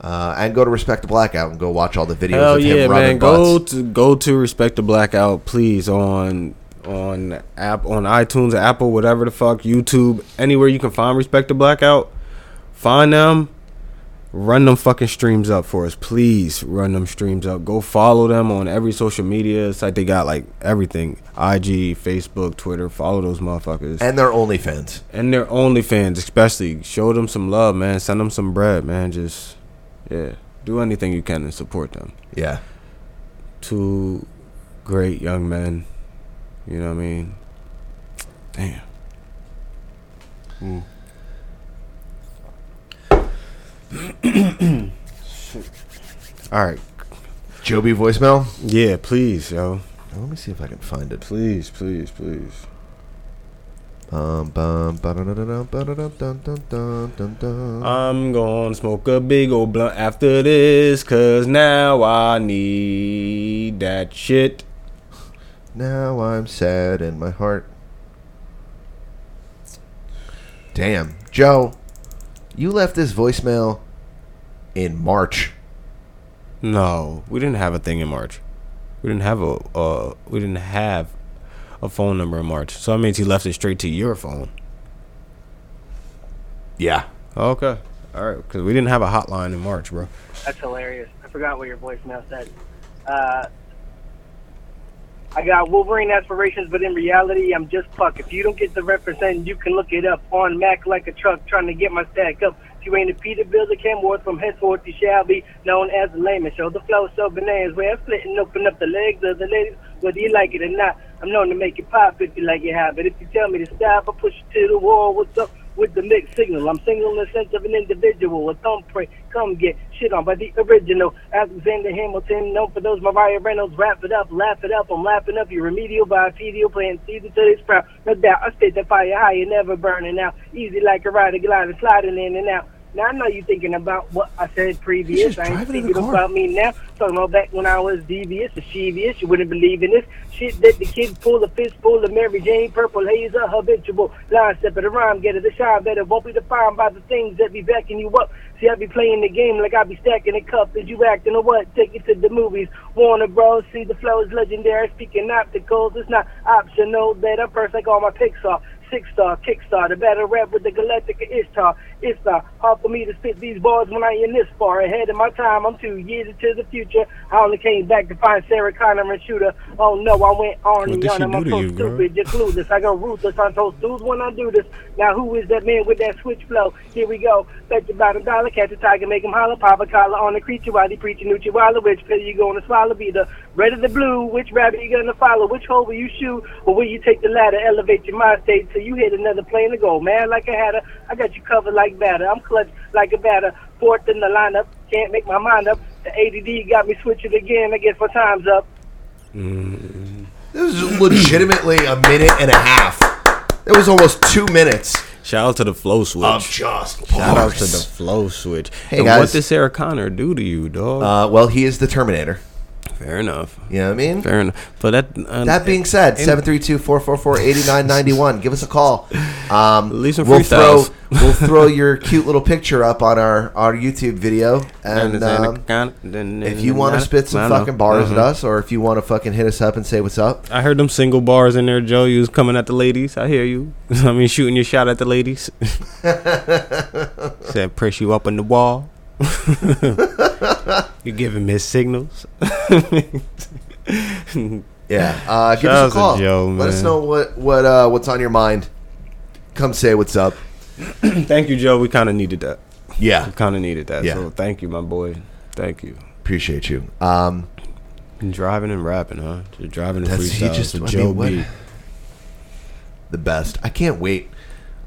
S2: uh, and go to respect the blackout and go watch all the videos
S3: Hell
S2: of
S3: yeah,
S2: him rubbing
S3: man! Go
S2: butts.
S3: to go to respect the blackout, please on on app on iTunes, Apple, whatever the fuck, YouTube, anywhere you can find respect the blackout. Find them, run them fucking streams up for us, please. Run them streams up. Go follow them on every social media site. They got like everything: IG, Facebook, Twitter. Follow those motherfuckers
S2: And they're OnlyFans.
S3: and their OnlyFans, especially. Show them some love, man. Send them some bread, man. Just yeah, do anything you can and support them
S2: Yeah.
S3: two great young men. You know what I mean? Damn. All right.
S2: Joby voicemail.
S3: Yeah, please, yo.
S2: Now, Let me see if I can find it.
S3: Please, please, please.
S2: Um, bum, ba-da-da-da-dum, ba-da-dum-dum-dum-dum-dum-dum.
S3: I'm gonna smoke a big old blunt after this, cause now I need that shit.
S2: Now I'm sad in my heart. Damn. Joe, you left this voicemail in March.
S3: No, we didn't have a thing in March. We didn't have a uh, we didn't have a phone number in March. So that means he left it straight to your phone.
S2: Yeah.
S3: Okay. All right, because we didn't have a hotline in March, bro.
S10: That's hilarious. I forgot what your voicemail said. Uh, I got Wolverine aspirations, but in reality, I'm just fuck. If you don't get the represent, you can look it up on Mac like a truck, trying to get my stack up. If you ain't a Peterbilt or Kenworth, from henceforth you shall be known as a layman. Show the flow so bananas, where I'm splitting, open up the legs of the ladies. whether you like it or not. I'm known to make it pop if you like it hot. But if you tell me to stop, I push you to the wall. What's up with the mixed signal? I'm single in the sense of an individual, a thumbprint. Come get shit on by the original Alexander Hamilton. Known for those Mariah Reynolds. Wrap it up, laugh it up. I'm laughing up your remedial by filial playing season to this proud. No doubt, I stayed the fire higher, never burning out. Easy like a rider, gliding, sliding in and out. Now I know you're thinking about what I said previous. I ain't thinking about me now. Talking about back when I was devious, mischievous. You wouldn't believe in this shit that the kids pull a fistful of Mary Jane, purple haze, a habitual line step of the rhyme. Get it, the shine better won't be defined by the things that be backing you up. See, I be playing the game like I be stacking the cup. Is you acting or what? Take it to the movies. Warner Bros. See, the flow is legendary. Speaking opticals, it's not optional. Better first, like all my Pixar six star, kickstar, the battle rap with the Galactica Ishtar. It's not hard for me to spit these bars when I ain't this far ahead of my time. I'm two years into the future. I only came back to find Sarah Connor and Shooter. Oh no, I went on
S3: What
S10: and
S3: did she
S10: on. and
S3: do
S10: I'm
S3: to
S10: so
S3: you, girl?
S10: stupid, you're clueless. I go ruthless on those dudes when I do this. Now who is that man with that switch flow? Here we go. Bet you about a dollar, catch a tiger, make him holler, pop a collar on the creature while he preaching new chihuahua. Which pill you gonna swallow? Be the red or the blue? Which rabbit you gonna follow? Which hole will you shoot? Or will you take the ladder, elevate your mind state till you hit another plane to go? Man, like a hatter, I got you covered like batter. I'm clutch like a batter, fourth in the lineup. Can't make my mind up. The ADD got me switching again. I guess my time's up.
S2: This
S3: (clears throat)
S2: is legitimately a minute and a half. It was almost two minutes.
S3: Shout out to the flow switch.
S2: Of just
S3: Shout out
S2: bars.
S3: to the flow switch.
S2: Hey,
S3: and
S2: guys.
S3: what did Sarah Connor do to you, dog?
S2: Uh, well, he is the Terminator.
S3: Fair enough.
S2: You know what I mean?
S3: Fair enough. But that uh,
S2: That being said,
S3: and-
S2: 732-444-8991. Give us a call. Um,
S3: leave some
S2: we'll throw
S3: freestyles.
S2: (laughs) we'll throw your cute little picture up on our, our YouTube video, and
S3: uh,
S2: um, if you want to spit some fucking bars at
S3: Mhm.
S2: us, or if you want to fucking hit us up and say what's up,
S3: I heard them single bars in there, Joe. You was coming at the ladies. I hear you. (laughs) I mean, shooting your shot at
S2: (laughs)
S3: the ladies. Said press you up on the wall. (laughs) you giving me signals.
S2: yeah, uh, give
S3: Shout
S2: us
S3: out to
S2: a call.
S3: Joe,
S2: Let us
S3: man.
S2: know what what uh, what's on your mind. Come say what's up.
S3: (laughs) thank you, Joe. We kind of needed that.
S2: Yeah.
S3: we kind of needed that.
S2: Yeah.
S3: So thank you, my boy. Thank you.
S2: Appreciate you. Um,
S3: And driving and rapping, huh? Just driving and
S2: That's- he
S3: freestyles.
S2: just-
S3: with
S2: I
S3: Joe
S2: mean, what-
S3: B.
S2: the best. I can't wait.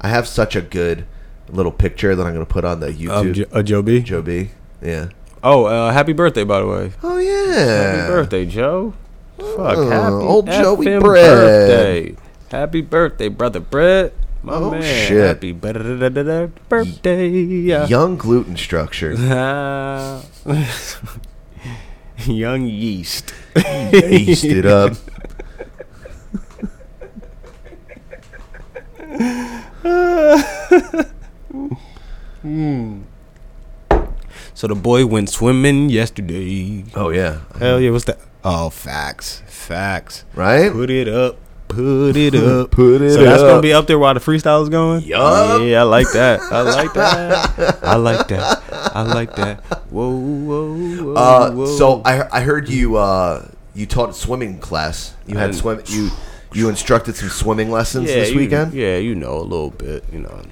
S2: I have such a good little picture that I'm going to put on the
S3: Of
S2: YouTube.
S3: Jo- uh, Joe B.
S2: Joe B. Yeah.
S3: Oh, uh, happy birthday, by the way.
S2: Oh yeah.
S3: Happy birthday, Joe. Fuck,
S2: Oh,
S3: happy
S2: old Joey
S3: effing
S2: Brett.
S3: birthday. Happy birthday, brother Brett. My
S2: Oh,
S3: man.
S2: shit.
S3: Happy brother birthday. Young.
S2: Young gluten structure.
S3: (laughs) Young yeast.
S2: Yeast it up.
S3: (laughs) So the boy went swimming yesterday.
S2: Oh yeah.
S3: Hell yeah, what's that? Oh, facts. Facts.
S2: Right?
S3: Put it up.
S2: (laughs)
S3: Put it up.
S2: Put it
S3: so that's
S2: up.
S3: gonna be up there while the freestyle is going.
S2: Yup.
S3: Yeah, I like that. I like
S2: (laughs)
S3: that. I like that. I like that. Whoa, whoa, whoa.
S2: Uh,
S3: whoa.
S2: so I I heard you uh you taught swimming class. You had
S3: And-
S2: swim you you instructed some swimming lessons this
S3: you-
S2: weekend.
S3: yeah, you know a little bit. You know,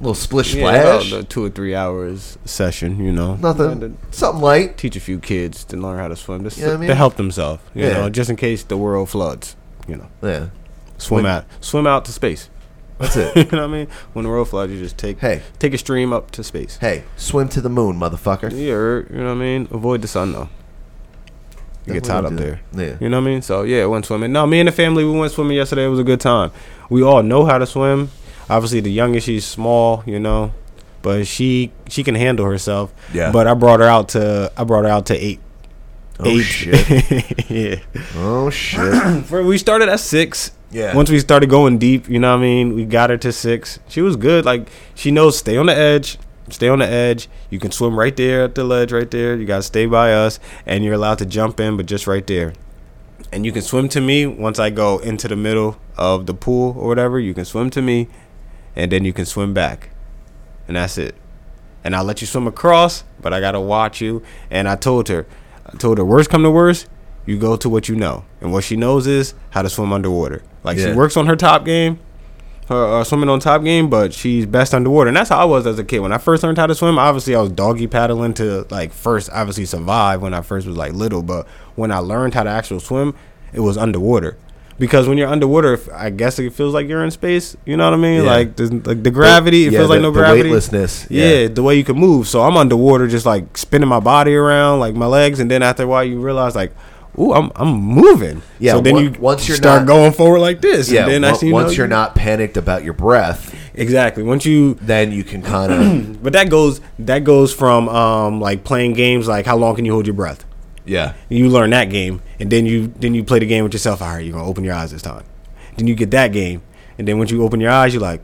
S2: little splish
S3: Yeah, oh, about
S2: splash.
S3: the two or three hours session. You know,
S2: Nothing.
S3: And then
S2: Something light.
S3: Teach a few kids to learn how to swim. Just
S2: You know what I
S3: to
S2: mean?
S3: help themselves. You
S2: Yeah.
S3: know, just in case the world floods. You know,
S2: Yeah.
S3: swim
S2: When-
S3: out. Swim out to space. (laughs)
S2: That's
S3: you
S2: it.
S3: know what I mean? When the world floods, you just take
S2: Hey.
S3: take a stream up to space.
S2: hey, swim to the moon, motherfucker.
S3: Yeah, or, you know what I mean? Avoid the sun though. You get
S2: Definitely
S3: tied
S2: don't
S3: up
S2: do
S3: there.
S2: that. Yeah.
S3: You know what I mean? So yeah, I went swimming. No, me and the family we went swimming yesterday. It was a good time. We all know how to swim. Obviously, the youngest she's small, you know, but she she can handle herself.
S2: Yeah.
S3: But I brought her out to I brought her out to eight.
S2: Oh
S3: Eight. (laughs)
S2: shit.
S3: yeah.
S2: Oh shit.
S3: For, we started at six.
S2: Yeah.
S3: Once we started going deep, you know what I mean? We got her to six. She was good. Like, she knows stay on the edge. Stay on the edge. You can swim right there at the ledge, right there. You got to stay by us. And you're allowed to jump in, but just right there. And you can swim to me once I go into the middle of the pool or whatever. You can swim to me, and then you can swim back. And that's it and I'll let you swim across, but I gotta watch you. And I told her, I told her, worst come to worst, you go to what you know, and what she knows is how to swim underwater. Like she
S2: Yeah.
S3: works on her top game, her uh, swimming on top game, but she's best underwater. And that's how I was as a kid. When I first learned how to swim, obviously I was doggy paddling to like first obviously survive when I first was like little, but when I learned how to actually swim. it was underwater. Because when you're underwater, if- I guess it feels like you're in space. You know what I mean?
S2: Yeah.
S3: Like, the, like the gravity, it
S2: yeah,
S3: feels like
S2: the-
S3: no
S2: the
S3: gravity.
S2: weightlessness,
S3: Yeah.
S2: yeah.
S3: the way you can move. So I'm underwater, just like spinning my body around, like my legs, and then after a while, you realize like, ooh, I'm I'm moving.
S2: Yeah,
S3: So then
S2: on-
S3: you
S2: once you're
S3: start
S2: not-
S3: going forward like this.
S2: Yeah,
S3: And then
S2: on-
S3: next thing you
S2: once
S3: know,
S2: you're not panicked about your breath,
S3: exactly. Once you
S2: then you can kind of
S3: (coughs) but that goes that goes from um like playing games like how long can you hold your breath?
S2: yeah.
S3: You learn that game, and then you then you play the game with yourself. All right, you're gonna open your eyes this time. Then you get that game, and then once you open your eyes, you're like,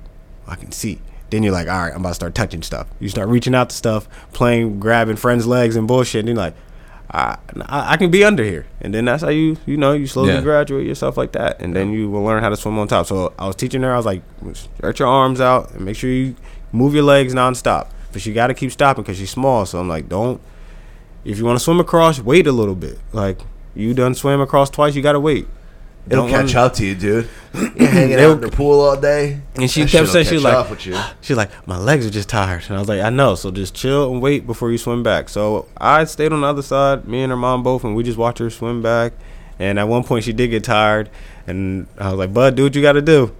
S3: I can see. Then you're like, all right, I'm about to start touching stuff. You start reaching out to stuff, playing, grabbing friends' legs and bullshit. And then you're like, I, I I can be under here, and then that's how you you know you slowly
S2: Yeah.
S3: graduate yourself like that, and then you will learn how to swim on top. So I was teaching her, I was like, stretch your arms out and make sure you move your legs nonstop, but you got to keep stopping because she's small. So I'm like, don't if you want to swim across, wait a little bit. Like you done swam across twice, you gotta wait.
S2: It'll
S3: Don't
S2: catch
S3: run-
S2: up to you, dude. (clears throat) You're hanging out
S3: It'll-
S2: in the pool all day,
S3: And she
S2: that shit'll
S3: kept saying she
S2: catch
S3: was like,
S2: up with you.
S3: she's like, my legs are just tired. And I was like, I know. So just chill and wait before you swim back. So I stayed on the other side, me and her mom both, and we just watched her swim back. And at one point, she did get tired, and I was like, Bud, do what you got to do.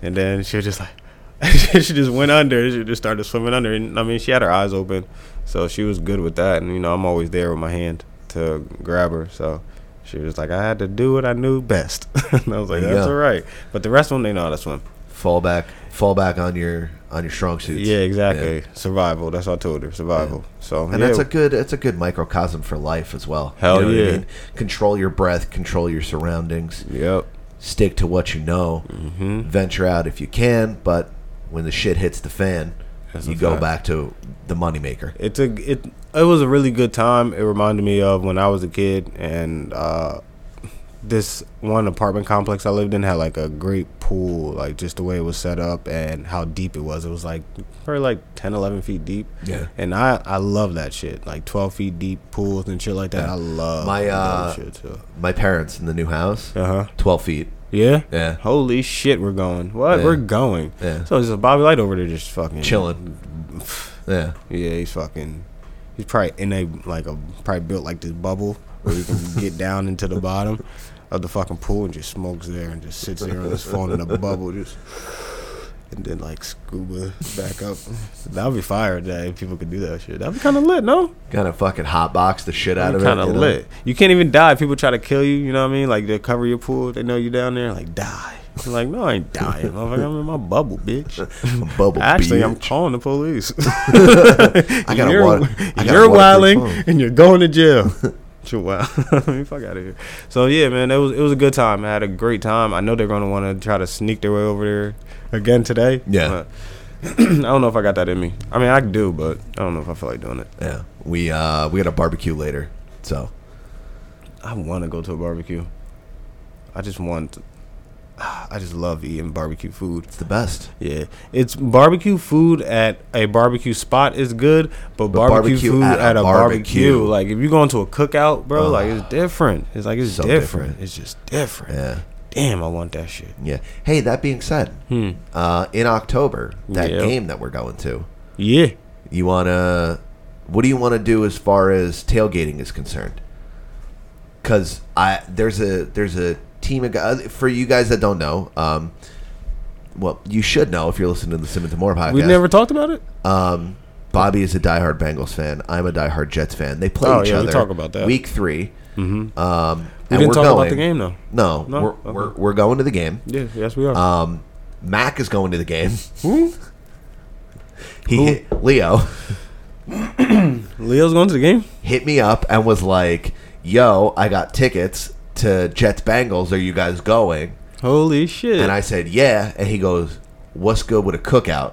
S3: And then she was just like, (laughs) she just went under. She just started swimming under. And I mean, she had her eyes open, so she was good with that. And you know, I'm always there with my hand to grab her. So she was like, I had to do what I knew best. (laughs) and I was like,
S2: There you
S3: that's
S2: go.
S3: all right. But the rest of them, they know how to swim.
S2: Fall back, fall back on your on your strong suits.
S3: Yeah, exactly. Survival. That's what I told her. Survival. So
S2: and
S3: yeah.
S2: that's a good that's a good microcosm for life as well.
S3: Hell
S2: what
S3: yeah.
S2: Control your breath, control your surroundings.
S3: Yep.
S2: Stick to what you know. Mm-hmm. Venture out if you can, but when the shit hits the fan,
S3: That's
S2: you
S3: a
S2: go
S3: fact.
S2: back to the moneymaker.
S3: It's a it. It was a really good time. It reminded me of when I was a kid, and uh, this one apartment complex I lived in had like a great pool, like just the way it was set up and how deep it was. It was like probably like 10, 11 feet deep.
S2: Yeah.
S3: And I I love that shit, like twelve feet deep pools and shit like that. I love
S2: My
S3: that
S2: uh,
S3: shit too.
S2: my parents in the new house,
S3: Uh-huh.
S2: twelve feet.
S3: Yeah.
S2: Yeah,
S3: Holy shit, we're going. What?
S2: Yeah.
S3: We're going.
S2: Yeah.
S3: So there's a Bobby Light over there just fucking (laughs)
S2: Chilling. Yeah.
S3: Yeah, he's fucking. He's probably in a like a probably built like this bubble where he can
S2: (laughs)
S3: get down into the bottom of the fucking pool and just smokes there and just sits there on his phone in a bubble just. And then like scuba back up. That would be fire that if people could do that shit. That would be kind of lit, no?
S2: kind of fucking hotbox the shit out of it.
S3: kind of
S2: you know?
S3: lit. You can't even die. If people try to kill you, you know what I mean? Like they cover your pool, they know you down there. Like die. You're like, no, I ain't dying. motherfucker. I'm in my bubble, bitch.
S2: (laughs) Bubble
S3: Actually, I'm
S2: bitch.
S3: calling the police. (laughs)
S2: I got a
S3: you're, (laughs)
S2: water- I got a
S3: you're
S2: waterproof
S3: wilding
S2: phone.
S3: and you're going
S2: (laughs)
S3: to jail. (laughs) Chill wild. Let me fuck out (laughs) of here. So yeah, man, it was it was a good time. I had a great time. I know they're gonna want to try to sneak their way over there again today.
S2: Yeah.
S3: but (clears throat) I don't know if I got that in me. I mean, I do, but I don't know if I feel like doing it.
S2: Yeah, we uh we got a barbecue later, so
S3: I want to go to a barbecue. I just want. (sighs) I just love eating barbecue food.
S2: it's the best.
S3: Yeah, it's barbecue food at a barbecue spot is good, but, barbecue,
S2: barbecue
S3: food
S2: at
S3: at
S2: a
S3: a, barbecue.
S2: barbecue.
S3: like if you go into a cookout, bro,
S2: Ugh.
S3: like it's different. It's like it's
S2: So
S3: different.
S2: different.
S3: It's just different.
S2: Yeah.
S3: Damn, I want that shit.
S2: Yeah. Hey, that being said,
S3: Hmm.
S2: uh, in October, that
S3: Yeah.
S2: game that we're going to,
S3: Yeah.
S2: you wanna, what do you want to do as far as tailgating is concerned? Because I there's a there's a team of guys for you guys that don't know. Um, well, you should know if you're listening to the Simmons and More podcast.
S3: We never talked about it.
S2: Um, Bobby is a diehard Bengals fan. I'm a diehard Jets fan. They play
S3: Oh,
S2: each
S3: yeah, we
S2: other.
S3: talk about that.
S2: Week 3 Mm-hmm. Um,
S3: We
S2: and
S3: didn't
S2: we're
S3: talk
S2: going.
S3: about the game though.
S2: No,
S3: No?
S2: We're,
S3: Okay.
S2: we're we're going to the game.
S3: Yeah. Yes, we are.
S2: Um, Mac is going to the game.
S3: Who?
S2: (laughs) He hit, Leo (laughs)
S3: Leo's going to the game.
S2: hit me up and was like, "Yo, I got tickets to Jets Bengals. Are you guys going?"
S3: Holy shit.
S2: And I said, "Yeah." And he goes, "What's good with a cookout?"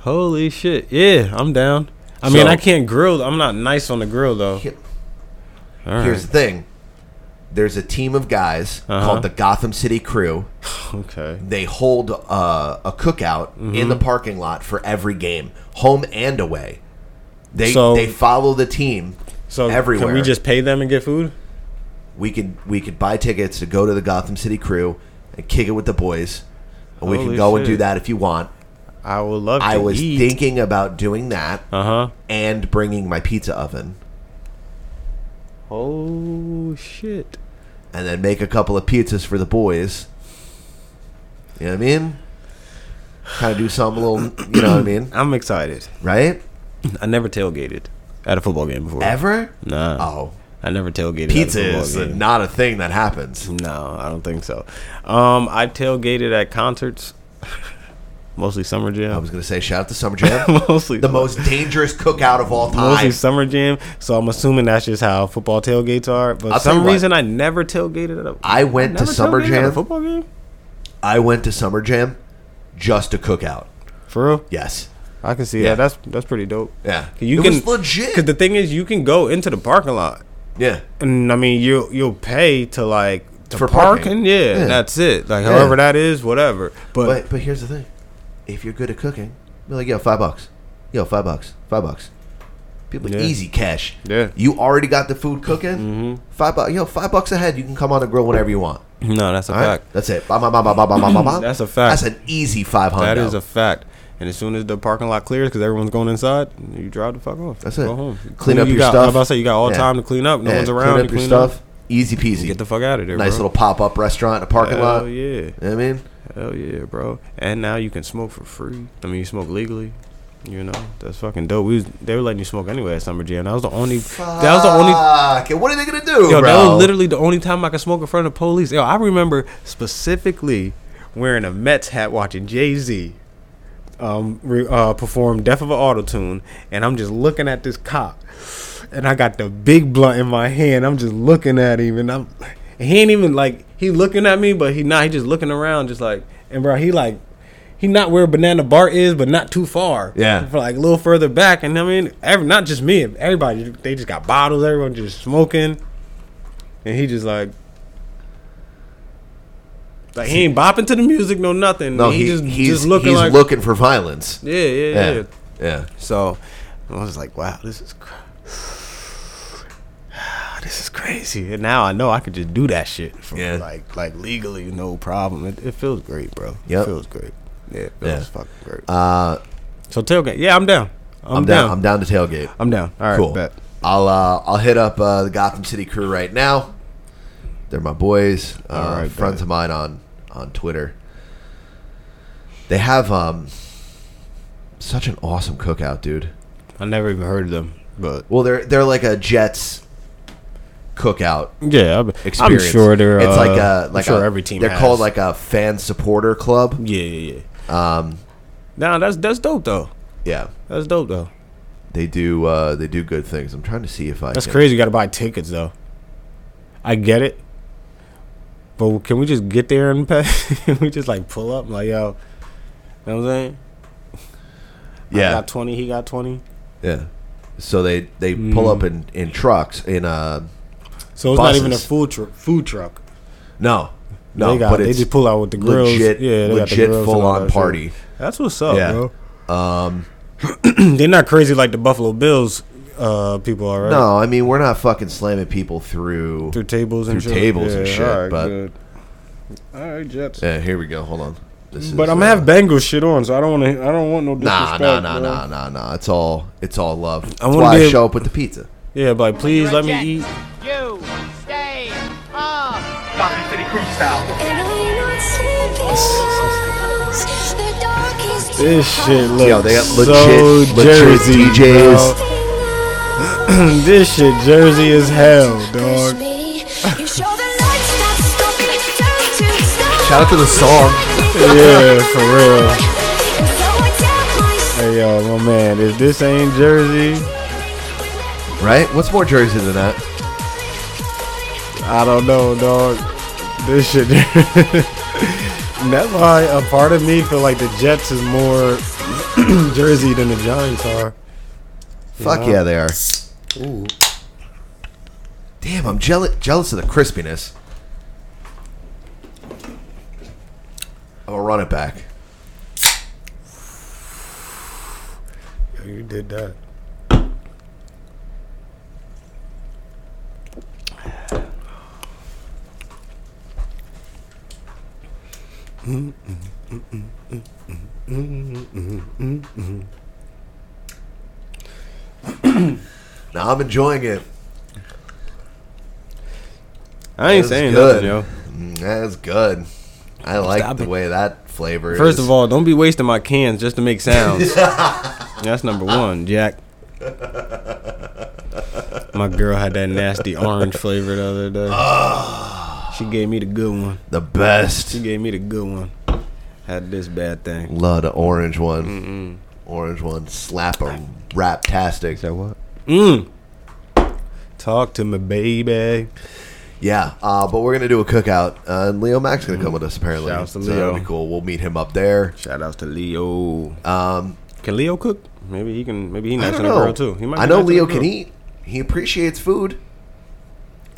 S3: Holy shit. Yeah, I'm down. I mean,
S2: So-
S3: I can't grill. I'm not nice on the grill though.
S2: Here-
S3: All right.
S2: Here's the thing. There's a team of guys
S3: Uh-huh.
S2: called the Gotham City Crew.
S3: okay.
S2: they hold uh, a cookout in
S3: Mm-hmm.
S2: the parking lot for every game, home and away. They
S3: So-
S2: they follow the team
S3: So
S2: everywhere.
S3: can we just pay them and get food?
S2: we could we could buy tickets to go to the Gotham City Crew and kick it with the boys, and we
S3: Holy
S2: can go and do
S3: shit.
S2: that if you want.
S3: I would love. to
S2: I was
S3: eat.
S2: thinking about doing that
S3: Uh huh.
S2: and bringing my pizza oven,
S3: Oh shit.
S2: and then make a couple of pizzas for the boys. You know what I mean? Kind of do something a little, you know what I
S3: (clears throat)
S2: mean?
S3: I'm excited.
S2: Right?
S3: I never tailgated at a football game before.
S2: Ever?
S3: Nah.
S2: Oh.
S3: I never tailgated.
S2: Pizza
S3: at a football
S2: is
S3: game.
S2: not a thing that happens.
S3: No, I don't think so. Um, I tailgated at concerts, (laughs) mostly summer jam. I
S2: was gonna say shout out to summer jam.
S3: (laughs) mostly
S2: The most dangerous cookout of all
S3: mostly
S2: time.
S3: summer jam. So I'm assuming that's just how football tailgates are. But
S2: I'll
S3: for
S2: tell you
S3: some
S2: what.
S3: reason, I never tailgated at a.
S2: I went to
S3: never
S2: summer
S3: tailgated at
S2: jam.
S3: a football game.
S2: I went to summer jam just to cook out.
S3: For real?
S2: Yes.
S3: I can see
S2: Yeah.
S3: that. That's that's pretty dope.
S2: Yeah.
S3: 'Cause You
S2: It
S3: can,
S2: was legit.
S3: Because the thing is, you can go into the parking lot.
S2: Yeah.
S3: And I mean, you you'll pay to like to
S2: For
S3: parking.
S2: parking.
S3: Yeah,
S2: Yeah.
S3: that's it. Like
S2: Yeah.
S3: however that is, whatever. But,
S2: But but here's the thing: if you're good at cooking, be like, yo, five bucks, yo, five bucks, five bucks. People
S3: Yeah.
S2: easy cash.
S3: Yeah. Mm-hmm.
S2: You already got the food cooking. Five bucks, yo, five bucks a head. You can come on the grill whenever you want.
S3: no, that's a
S2: All right?
S3: fact.
S2: That's it. Bah, bah, bah, bah, bah, bah, bah, bah, bah.
S3: That's a fact.
S2: That's an easy five hundred.
S3: That is a fact. And as soon as the parking lot clears, because everyone's going inside, you drive the fuck off.
S2: That's
S3: go
S2: it.
S3: home.
S2: Clean
S3: You
S2: up your
S3: got- I
S2: stuff.
S3: was about to say you got all
S2: Yeah.
S3: time to clean up. No
S2: Yeah,
S3: one's around.
S2: Clean
S3: to
S2: up your
S3: clean
S2: stuff. Easy peasy.
S3: Get the fuck out of there.
S2: nice
S3: bro.
S2: little pop up restaurant, in a parking
S3: Hell
S2: lot.
S3: Yeah.
S2: You know what I mean,
S3: Hell yeah, bro. And now you can smoke for free. I mean, you smoke legally. You know, that's fucking dope. We was, they were letting you smoke anyway at Summer Jam. That was the only. That was the only.
S2: Fuck, and Ah, what are they gonna do,
S3: Yo,
S2: bro?
S3: that was literally the only time I could smoke in front of the police. Yo, I remember specifically wearing a Mets hat watching Jay Z um, re, uh, perform "Death of an Auto Tune," and I'm just looking at this cop, and I got the big blunt in my hand. I'm just looking at him, and I'm and he ain't even like he looking at me, but he not. He just looking around, just like and bro, he like. He not where Banana Bart is, but not too far.
S2: Yeah.
S3: for like a little further back, and I mean, every, not just me, everybody. They just got bottles. Everyone just smoking. And he just like like he ain't bopping to the music, no nothing.
S2: no,
S3: he,
S2: he,
S3: just
S2: he's
S3: just looking
S2: he's
S3: like
S2: looking for violence.
S3: yeah, yeah, yeah,
S2: yeah, yeah.
S3: So I was like, wow, this is cra- (sighs) this is crazy. And now I know I could just do that shit for
S2: Yeah.
S3: like like legally, no problem. It, it feels great, bro.
S2: Yep.
S3: It feels great. Yeah, it feels
S2: Yeah.
S3: fucking great.
S2: Uh,
S3: so tailgate, yeah, I'm down. I'm,
S2: I'm, down.
S3: down.
S2: I'm down to tailgate.
S3: I'm down. All right,
S2: cool.
S3: bet.
S2: I'll uh, I'll hit up uh, the Gotham City crew right now. They're my boys, uh,
S3: right,
S2: friends of mine on on Twitter. They have um such an awesome cookout, dude.
S3: I never even heard of them, but
S2: Well, they're they're like a Jets cookout
S3: yeah, I'm,
S2: experience.
S3: I'm sure they're.
S2: It's
S3: uh,
S2: like a like
S3: I'm sure
S2: a-
S3: every team.
S2: They're
S3: has.
S2: called like a fan supporter club.
S3: Yeah, yeah, yeah.
S2: Um,
S3: Nah, that's that's dope though.
S2: yeah,
S3: That's dope though.
S2: they do uh, they do good things. I'm trying to see if I
S3: That's
S2: can-
S3: crazy. You got to buy tickets though. I get it, but can we just get there and (laughs) pay? Can we just like pull up, like yo. You know what I'm saying? I
S2: Yeah,
S3: got twenty. He got twenty.
S2: yeah. So they they pull
S3: Hmm.
S2: up in in trucks in uh
S3: So
S2: Buses.
S3: it's not even a food truck. Food truck.
S2: no no
S3: they got,
S2: but
S3: they
S2: it's
S3: just pull out with the grills.
S2: legit
S3: yeah, they got the
S2: legit
S3: grills and
S2: full
S3: all
S2: on
S3: that shit.
S2: party
S3: That's what's up,
S2: Yeah.
S3: bro.
S2: um
S3: (clears throat) They're not crazy like the Buffalo Bills uh, people are. Right?
S2: no I mean we're not fucking slamming people through
S3: through tables and
S2: Through
S3: shit.
S2: tables and shit,
S3: alright,
S2: but-
S3: good. all right, Jets.
S2: yeah here we go hold on this
S3: But
S2: is,
S3: I'm
S2: uh,
S3: gonna have Bengals shit on, so I don't want to. I don't want no
S2: nah
S3: disrespect.
S2: nah nah
S3: bro.
S2: nah nah nah it's all it's all love that's
S3: wanna
S2: why
S3: be
S2: I
S3: a-
S2: show up with the pizza
S3: Yeah, but like, please let me eat.
S11: You stay up.
S12: Gotham City crew style.
S3: This shit looks
S2: Yo, they got
S3: so
S2: legit- legit
S3: Jersey,
S2: DJs.
S3: bro. this shit Jersey as hell,
S5: (laughs)
S3: dog.
S2: shout out to the song
S3: Yeah, for real. Hey yo, my man, if this ain't Jersey,
S2: right what's more Jersey than that
S3: I don't know, dog. This shit. (laughs) And That's why a part of me feel like the Jets is more (clears throat) Jersey than the Giants are.
S2: fuck yeah they are damn I'm jealous jealous of the crispiness I'm gonna run it back.
S3: You did that.
S2: Now I'm enjoying it.
S3: I ain't
S2: That's
S3: saying
S2: good.
S3: nothing, yo.
S2: Mm, That's good. I like the way that flavor is.
S3: First of all, don't be wasting my cans just to make (laughs) sounds. That's number one, Jack. My girl had that nasty orange flavor the other day. she gave me the good one.
S2: The best.
S3: She gave me the good one. Had this bad thing.
S2: Love the orange one. Orange one. Slap a rap tastic.
S3: Say what? Mm. Talk to me, baby.
S2: Yeah, uh, but we're gonna do a cookout, uh, and Leo Max gonna come with us apparently.
S3: Shouts Mm-hmm. to
S2: So that'll
S3: Leo.
S2: be cool. We'll meet him up there.
S3: Shout outs to Leo.
S2: Um,
S3: can Leo cook? Maybe he can. Maybe he
S2: I
S3: nice
S2: don't
S3: on the
S2: know.
S3: grill too. He might
S2: I
S3: be
S2: know
S3: nice on the
S2: Leo can
S3: grill.
S2: eat. He appreciates food.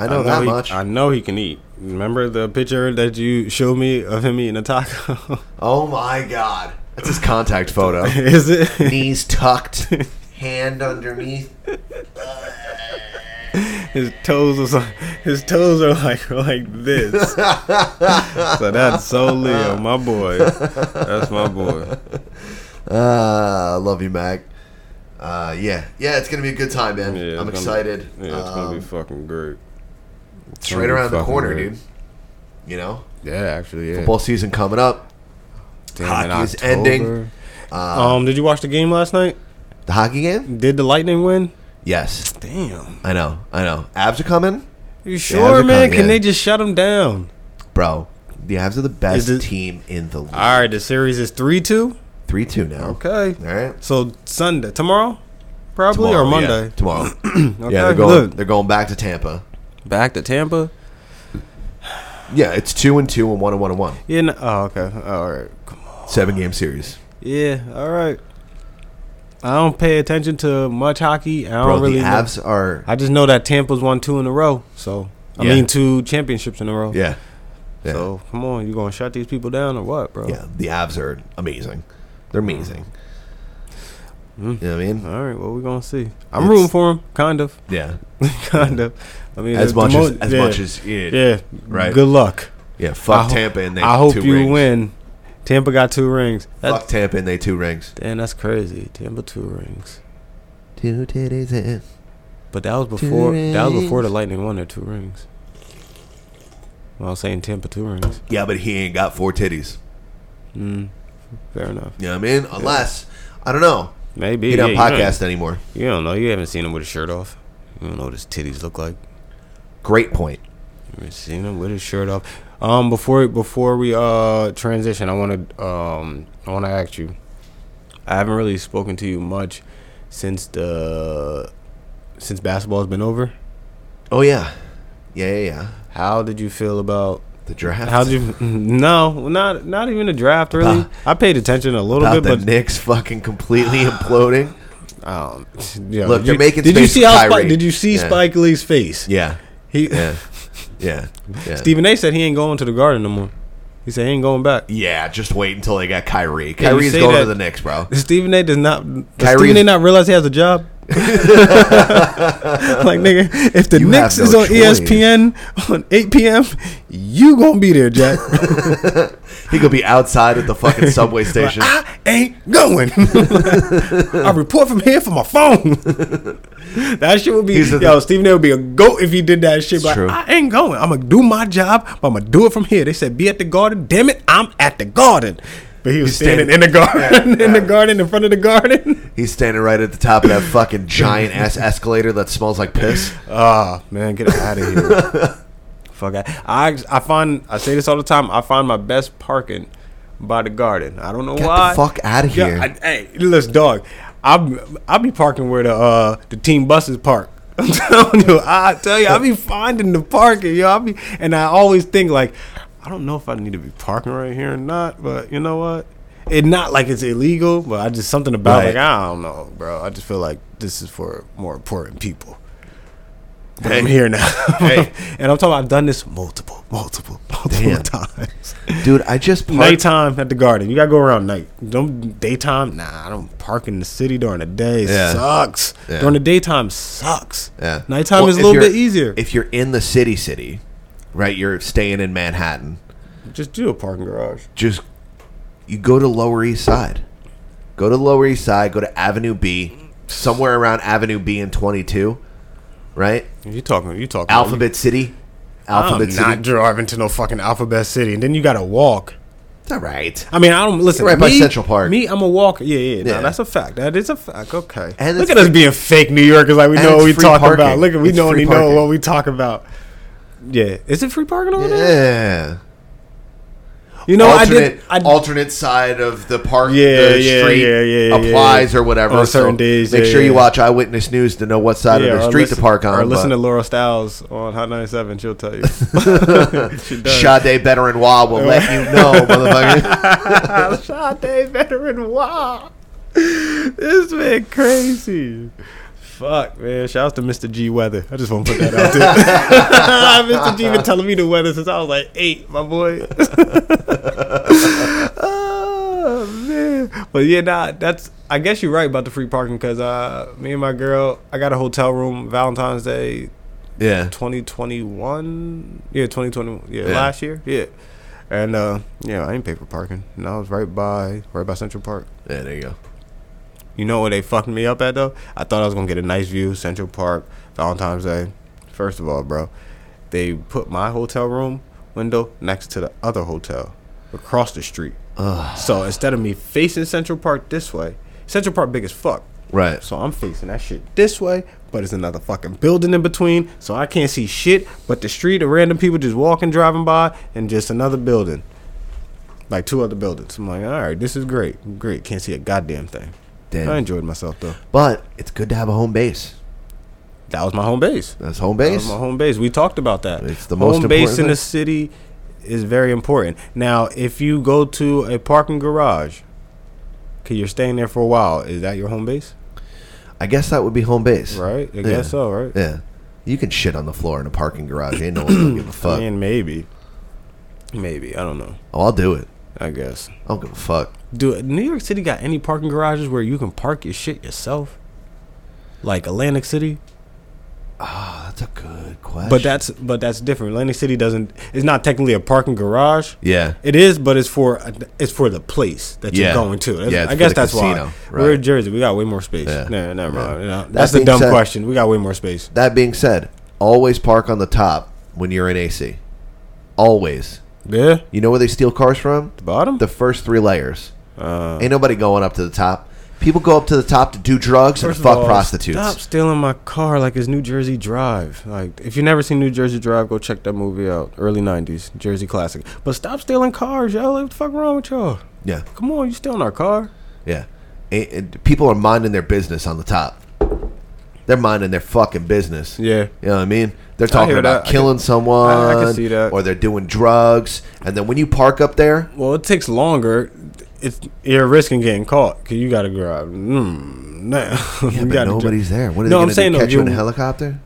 S2: I know, that
S3: he,
S2: much.
S3: I know he can eat. Remember the picture that you showed me of him eating a taco?
S2: oh my god, that's his contact photo.
S3: (laughs) Is it?
S2: Knees
S3: (laughs)
S2: tucked, hand underneath.
S3: his toes was like, his toes are like like
S2: (laughs)
S3: this. so that's so Leo, my boy. That's my boy.
S2: Ah, I love you, Mac. Uh, yeah, yeah, it's gonna be a good time, man.
S3: Yeah, it's
S2: I'm
S3: gonna be-
S2: excited.
S3: yeah, it's gonna be
S2: Um,
S3: fucking great.
S2: It's right around the corner,
S3: dude.
S2: dude. You know,
S3: Yeah, actually, yeah.
S2: football season coming up.
S3: Damn, in
S2: hockey is
S3: October.
S2: ending. Uh,
S3: um, did you watch the game last night?
S2: the hockey game?
S3: Did the Lightning win?
S2: Yes.
S3: Damn.
S2: I know. I know. Abs are coming,
S3: You
S2: they're
S3: sure, man?
S2: coming,
S3: Can
S2: yeah.
S3: they just shut them down?
S2: bro. The Avs are the best
S3: Is it-
S2: team in the league.
S3: All right, the series is three two.
S2: Three two now.
S3: Okay.
S2: All right.
S3: So Sunday, tomorrow, probably
S2: Tomorrow,
S3: or
S2: yeah.
S3: Monday.
S2: Tomorrow.
S3: (clears throat) Okay,
S2: yeah, they're going.
S3: look.
S2: They're going back to Tampa.
S3: Back to Tampa.
S2: Yeah, it's two and two and one and one and one.
S3: Yeah. No, oh, okay. All right. Come on.
S2: Seven game series.
S3: Yeah. All right. I don't pay attention to much hockey. I don't
S2: Bro,
S3: really.
S2: the
S3: know.
S2: Avs are.
S3: I just know that Tampa's won two in a row. So I
S2: Yeah.
S3: mean, two championships in a row.
S2: Yeah. Yeah.
S3: So come on, you gonna shut these people down or what, bro?
S2: Yeah. The Avs are amazing. They're amazing.
S3: Hmm.
S2: You know what I mean?
S3: All right. Well, we're gonna see. I'm
S2: It's-
S3: rooting for him, kind of. (laughs)
S2: Yeah.
S3: kind of. I mean,
S2: As
S3: the
S2: much as-
S3: mo-
S2: as
S3: yeah.
S2: much as- yeah.
S3: yeah,
S2: Right.
S3: Good luck.
S2: Yeah, fuck
S3: I ho-
S2: Tampa and they
S3: I hope
S2: two
S3: you
S2: rings.
S3: win. Tampa got two rings. That's,
S2: Fuck Tampa and they two rings.
S3: damn, that's crazy. Tampa two rings.
S2: Two titties in.
S3: But that was before. That was before the
S2: rings.
S3: Lightning won their two rings. Well, I was saying Tampa two rings.
S2: Yeah, but he ain't got four titties.
S3: Mm, fair enough.
S2: You know what I mean? Unless I don't know.
S3: Maybe
S2: He don't
S3: yeah, you
S2: podcast
S3: don't-
S2: anymore.
S3: You don't know. You haven't seen him with his shirt off. You don't know what his titties look like.
S2: Great point.
S3: You haven't seen him with his shirt off. Um, before before we uh transition, I want to um I want to ask you. I haven't really spoken to you much since the since basketball's been over.
S2: Oh yeah, yeah, yeah. yeah.
S3: How did you feel about
S2: The draft.
S3: how did you no not not even a draft really?
S2: About-
S3: I paid attention a little
S2: about
S3: bit, but
S2: the Knicks fucking completely
S3: (sighs)
S2: imploding?
S3: um, yeah,
S2: Look,
S3: did
S2: they're
S3: you,
S2: making
S3: Did you
S2: space
S3: see
S2: for
S3: how Spike,
S2: Kyrie.
S3: did you see
S2: Yeah.
S3: Spike Lee's face?
S2: Yeah,
S3: He
S2: yeah, yeah, yeah.
S3: Stephen A. said he ain't going to the Garden no more. He said he ain't going back.
S2: Yeah, just wait until they got Kyrie.
S3: Yeah, you
S2: Kyrie's
S3: say
S2: going
S3: that-
S2: to the Knicks, bro.
S3: Does Stephen A. does not. Does
S2: Kyrie's-
S3: Stephen A. not realize he has
S2: (laughs)
S3: a job. like nigga, if the
S2: You have
S3: Knicks
S2: no
S3: is on E
S2: choice.
S3: ESPN on 8 p.m., you gonna be
S2: (laughs)
S3: there, Jack.
S2: He could be outside at the
S3: (laughs)
S2: fucking subway station.
S3: I
S2: (laughs)
S3: ain't going. I report from here from my phone. that shit would be
S2: He's a-
S3: yo. Stephen A. would be a goat if he did that shit. But
S2: true.
S3: I ain't going. I'm gonna do my job. But I'm gonna do it from here. They said be at the garden. Damn it, I'm at the garden. But he was standing,
S2: standing-
S3: in the garden,
S2: Yeah,
S3: (laughs) in the
S2: yeah.
S3: garden, in front of the garden.
S2: He's standing right at the top of that fucking giant ass escalator that smells like piss.
S3: Ah man, get out of here. (laughs) Fuck. I, I I find I say this all the time. I find my best parking by the garden. I don't know
S2: Get
S3: why.
S2: the fuck out of
S3: Yeah,
S2: here.
S3: I, hey, listen, dog. I I be parking where the uh the team buses park. (laughs) I'm telling you, I tell you, I be finding the parking, yo. I be, and I always think like, I don't know if I need to be parking right here or not, but you know what? It not like it's illegal, but I just something about
S2: Right.
S3: like I don't know, bro. I just feel like this is for more important people. But I'm
S2: Hey.
S3: here now, (laughs)
S2: Hey.
S3: and I'm talking. I've done this multiple, multiple, (laughs) multiple
S2: Damn.
S3: times.
S2: Dude, I just parked.
S3: (laughs) Nighttime at the garden. You gotta go around night. Don't daytime. Nah, I don't park in the city during the day.
S2: Yeah.
S3: Sucks.
S2: Yeah.
S3: During the daytime sucks.
S2: Yeah.
S3: Nighttime
S2: Well,
S3: is a
S2: if
S3: little bit
S2: you're-
S3: easier.
S2: If you're in the city, city, right? You're staying in Manhattan.
S3: Just do a parking garage.
S2: Just you go to Lower East Side. Go to Lower East Side. Go to Avenue B. Somewhere around Avenue B and 22, right?
S3: You talking? You talking?
S2: Alphabet City. Alphabet
S3: I'm
S2: City.
S3: not driving to no fucking Alphabet City, and then you gotta walk.
S2: All right.
S3: I mean, I don't listen.
S2: Right by
S3: me-
S2: Central Park.
S3: Me, I'm a walker. Yeah, yeah.
S2: Yeah.
S3: No, that's a fact. That is a fact. Okay.
S2: And
S3: Look
S2: it's
S3: at us
S2: free-
S3: being fake New Yorkers, like we
S2: And
S3: know
S2: it's
S3: what we
S2: free
S3: talking
S2: parking.
S3: about. Look, we
S2: It's
S3: know
S2: free
S3: we know
S2: parking.
S3: what we talk about. Yeah. Is it free parking over there?
S2: Yeah.
S3: You know, I
S2: alternate,
S3: did. I,
S2: alternate side of the park,
S3: Yeah,
S2: the
S3: yeah,
S2: street
S3: yeah, yeah, yeah,
S2: applies
S3: yeah.
S2: or whatever.
S3: On certain days,
S2: make
S3: yeah,
S2: sure you
S3: yeah.
S2: watch Eyewitness News to know what side
S3: yeah,
S2: of the
S3: or
S2: street
S3: listen-
S2: to park on.
S3: Or listen
S2: but-
S3: to Laura Styles on Hot 97. She'll tell you. (laughs) She does.
S2: Sade Veteran Wah will let
S3: (laughs)
S2: you know, motherfucker.
S3: Sade veteran. Wow. This man crazy. Fuck, man. Shout out to Mr. G Weather. I just want to put that out there. (laughs) Mr. G been telling me the weather since I was like eight, my boy. (laughs) oh, man. But yeah, nah, that's. I guess you're right about the free parking because uh, me and my girl, I got a hotel room Valentine's Day
S2: yeah.
S3: 2021 yeah 2021 yeah,
S2: Yeah.
S3: last year yeah and uh yeah i ain't pay for parking and i was right by right by central park
S2: Yeah, there you go.
S3: you know where they fucked me up at though i thought i was gonna get a nice view central park valentine's day first of all bro they put my hotel room window next to the other hotel across the street so instead of me facing central park this way central park big as fuck
S2: Right.
S3: so I'm facing that shit this way, but it's another fucking building in between, so I can't see shit but the street of random people just walking, driving by, and just another building. Like two other buildings. I'm like, all right, this is great. Great. Can't see a goddamn thing.
S2: Damn.
S3: I enjoyed myself, though.
S2: But it's good to have a home base.
S3: That was my home base.
S2: That's home
S3: That was
S2: base.
S3: my home base. We talked about that.
S2: It's the most
S3: home base
S2: important
S3: in
S2: thing.
S3: the city is very important. Now, if you go to a parking garage, okay, you're staying there for a while. Is that your home base?
S2: I guess that would be home base.
S3: Right? I
S2: Yeah.
S3: guess so, right?
S2: Yeah. You can shit on the floor in a parking garage. Ain't no one gonna
S3: (clears throat)
S2: give a
S3: I
S2: fuck.
S3: mean, maybe, maybe I don't know.
S2: Oh, I'll do it.
S3: I guess.
S2: I don't give a fuck.
S3: Do New York City got any parking garages where you can park your shit yourself? Like Atlantic City,
S2: Oh, that's a good question.
S3: but that's but that's different. Atlantic City doesn't. It's not technically a parking garage.
S2: Yeah.
S3: It is, but it's for a, it's for the place that
S2: Yeah.
S3: you're going to. That's-
S2: Yeah, it's
S3: I
S2: for
S3: guess
S2: the
S3: that's
S2: casino,
S3: why we're
S2: right.
S3: in Jersey. We got way more space.
S2: Yeah.
S3: Nah, never
S2: Yeah.
S3: mind. Nah,
S2: That
S3: that's a
S2: being
S3: dumb
S2: said-
S3: question. We got way more space.
S2: That being said, always park on the top when you're in AC. Always.
S3: Yeah,
S2: You know where they steal cars from? The
S3: bottom.
S2: The first three layers.
S3: Uh.
S2: Ain't nobody going up to the top. People go up to the top to do drugs and
S3: First of
S2: fuck
S3: all,
S2: prostitutes.
S3: Stop stealing my car like it's New Jersey Drive. Like if you never seen New Jersey Drive, go check that movie out. Early '90s Jersey classic. But stop stealing cars, y'all. Like, what the fuck wrong with y'all?
S2: Yeah,
S3: Come on, you stealing our car?
S2: yeah. And- and people are minding their business on the top. They're minding their fucking business.
S3: Yeah.
S2: You know what I mean? They're talking
S3: hear
S2: about
S3: that. I
S2: killing
S3: can-
S2: someone,
S3: I- I can see that.
S2: or they're doing drugs. And then when you park up there,
S3: Well, it takes longer. It's you're risking getting caught because you got to drive. Mm, nah.
S2: yeah,
S3: (laughs) You
S2: but
S3: gotta
S2: nobody's
S3: drive.
S2: there. What are
S3: no,
S2: they
S3: I'm
S2: going to
S3: saying
S2: do?
S3: though,
S2: Catch you in a
S3: you-
S2: helicopter?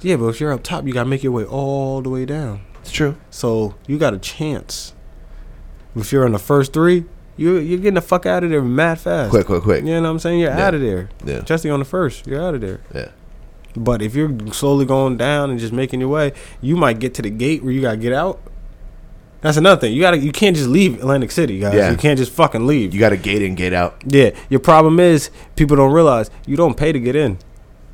S3: Yeah, but if you're up top, you got to make your way all the way down.
S2: It's true.
S3: So you got a chance. If you're in the first three, you you're getting the fuck out of there mad fast.
S2: Quick, quick, quick.
S3: You know what I'm saying? You're
S2: Yeah.
S3: out of there.
S2: Yeah.
S3: Chesty on the first, you're out of there.
S2: Yeah.
S3: But if you're slowly going down and just making your way, you might get to the gate where you gotta get out. That's another thing. You gotta you can't just leave Atlantic City, guys.
S2: Yeah.
S3: You can't just fucking leave.
S2: You got to gate in, gate out.
S3: yeah. Your problem is people don't realize you don't pay to get in.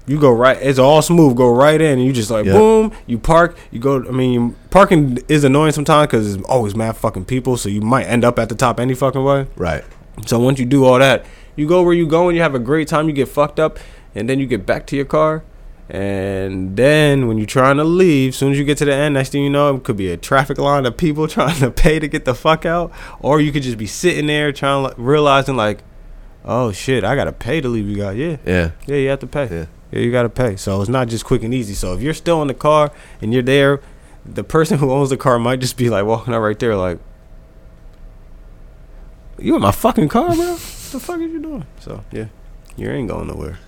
S3: You go right. It's all smooth. Go right in, and you just like
S2: Yeah.
S3: boom. You park. You go. I mean, you- parking is annoying sometimes because it's always mad fucking people. So you might end up at the top any fucking way.
S2: Right.
S3: So once you do all that, you go where you go and you have a great time. You get fucked up, and then you get back to your car. And then when you're trying to leave, soon as you get to the end, next thing you know, it could be a traffic line of people (laughs) trying to pay to get the fuck out, or you could just be sitting there trying, to, realizing like, oh shit, I gotta pay to leave. You got yeah,
S2: Yeah.
S3: yeah, you have to pay.
S2: Yeah.
S3: Yeah. you gotta pay. So it's not just quick and easy. So if you're still in the car and you're there, the person (laughs) who owns the car might just be like walking out right there, like, "You in my fucking car, bro? what the fuck are you doing?" So yeah, you ain't going nowhere.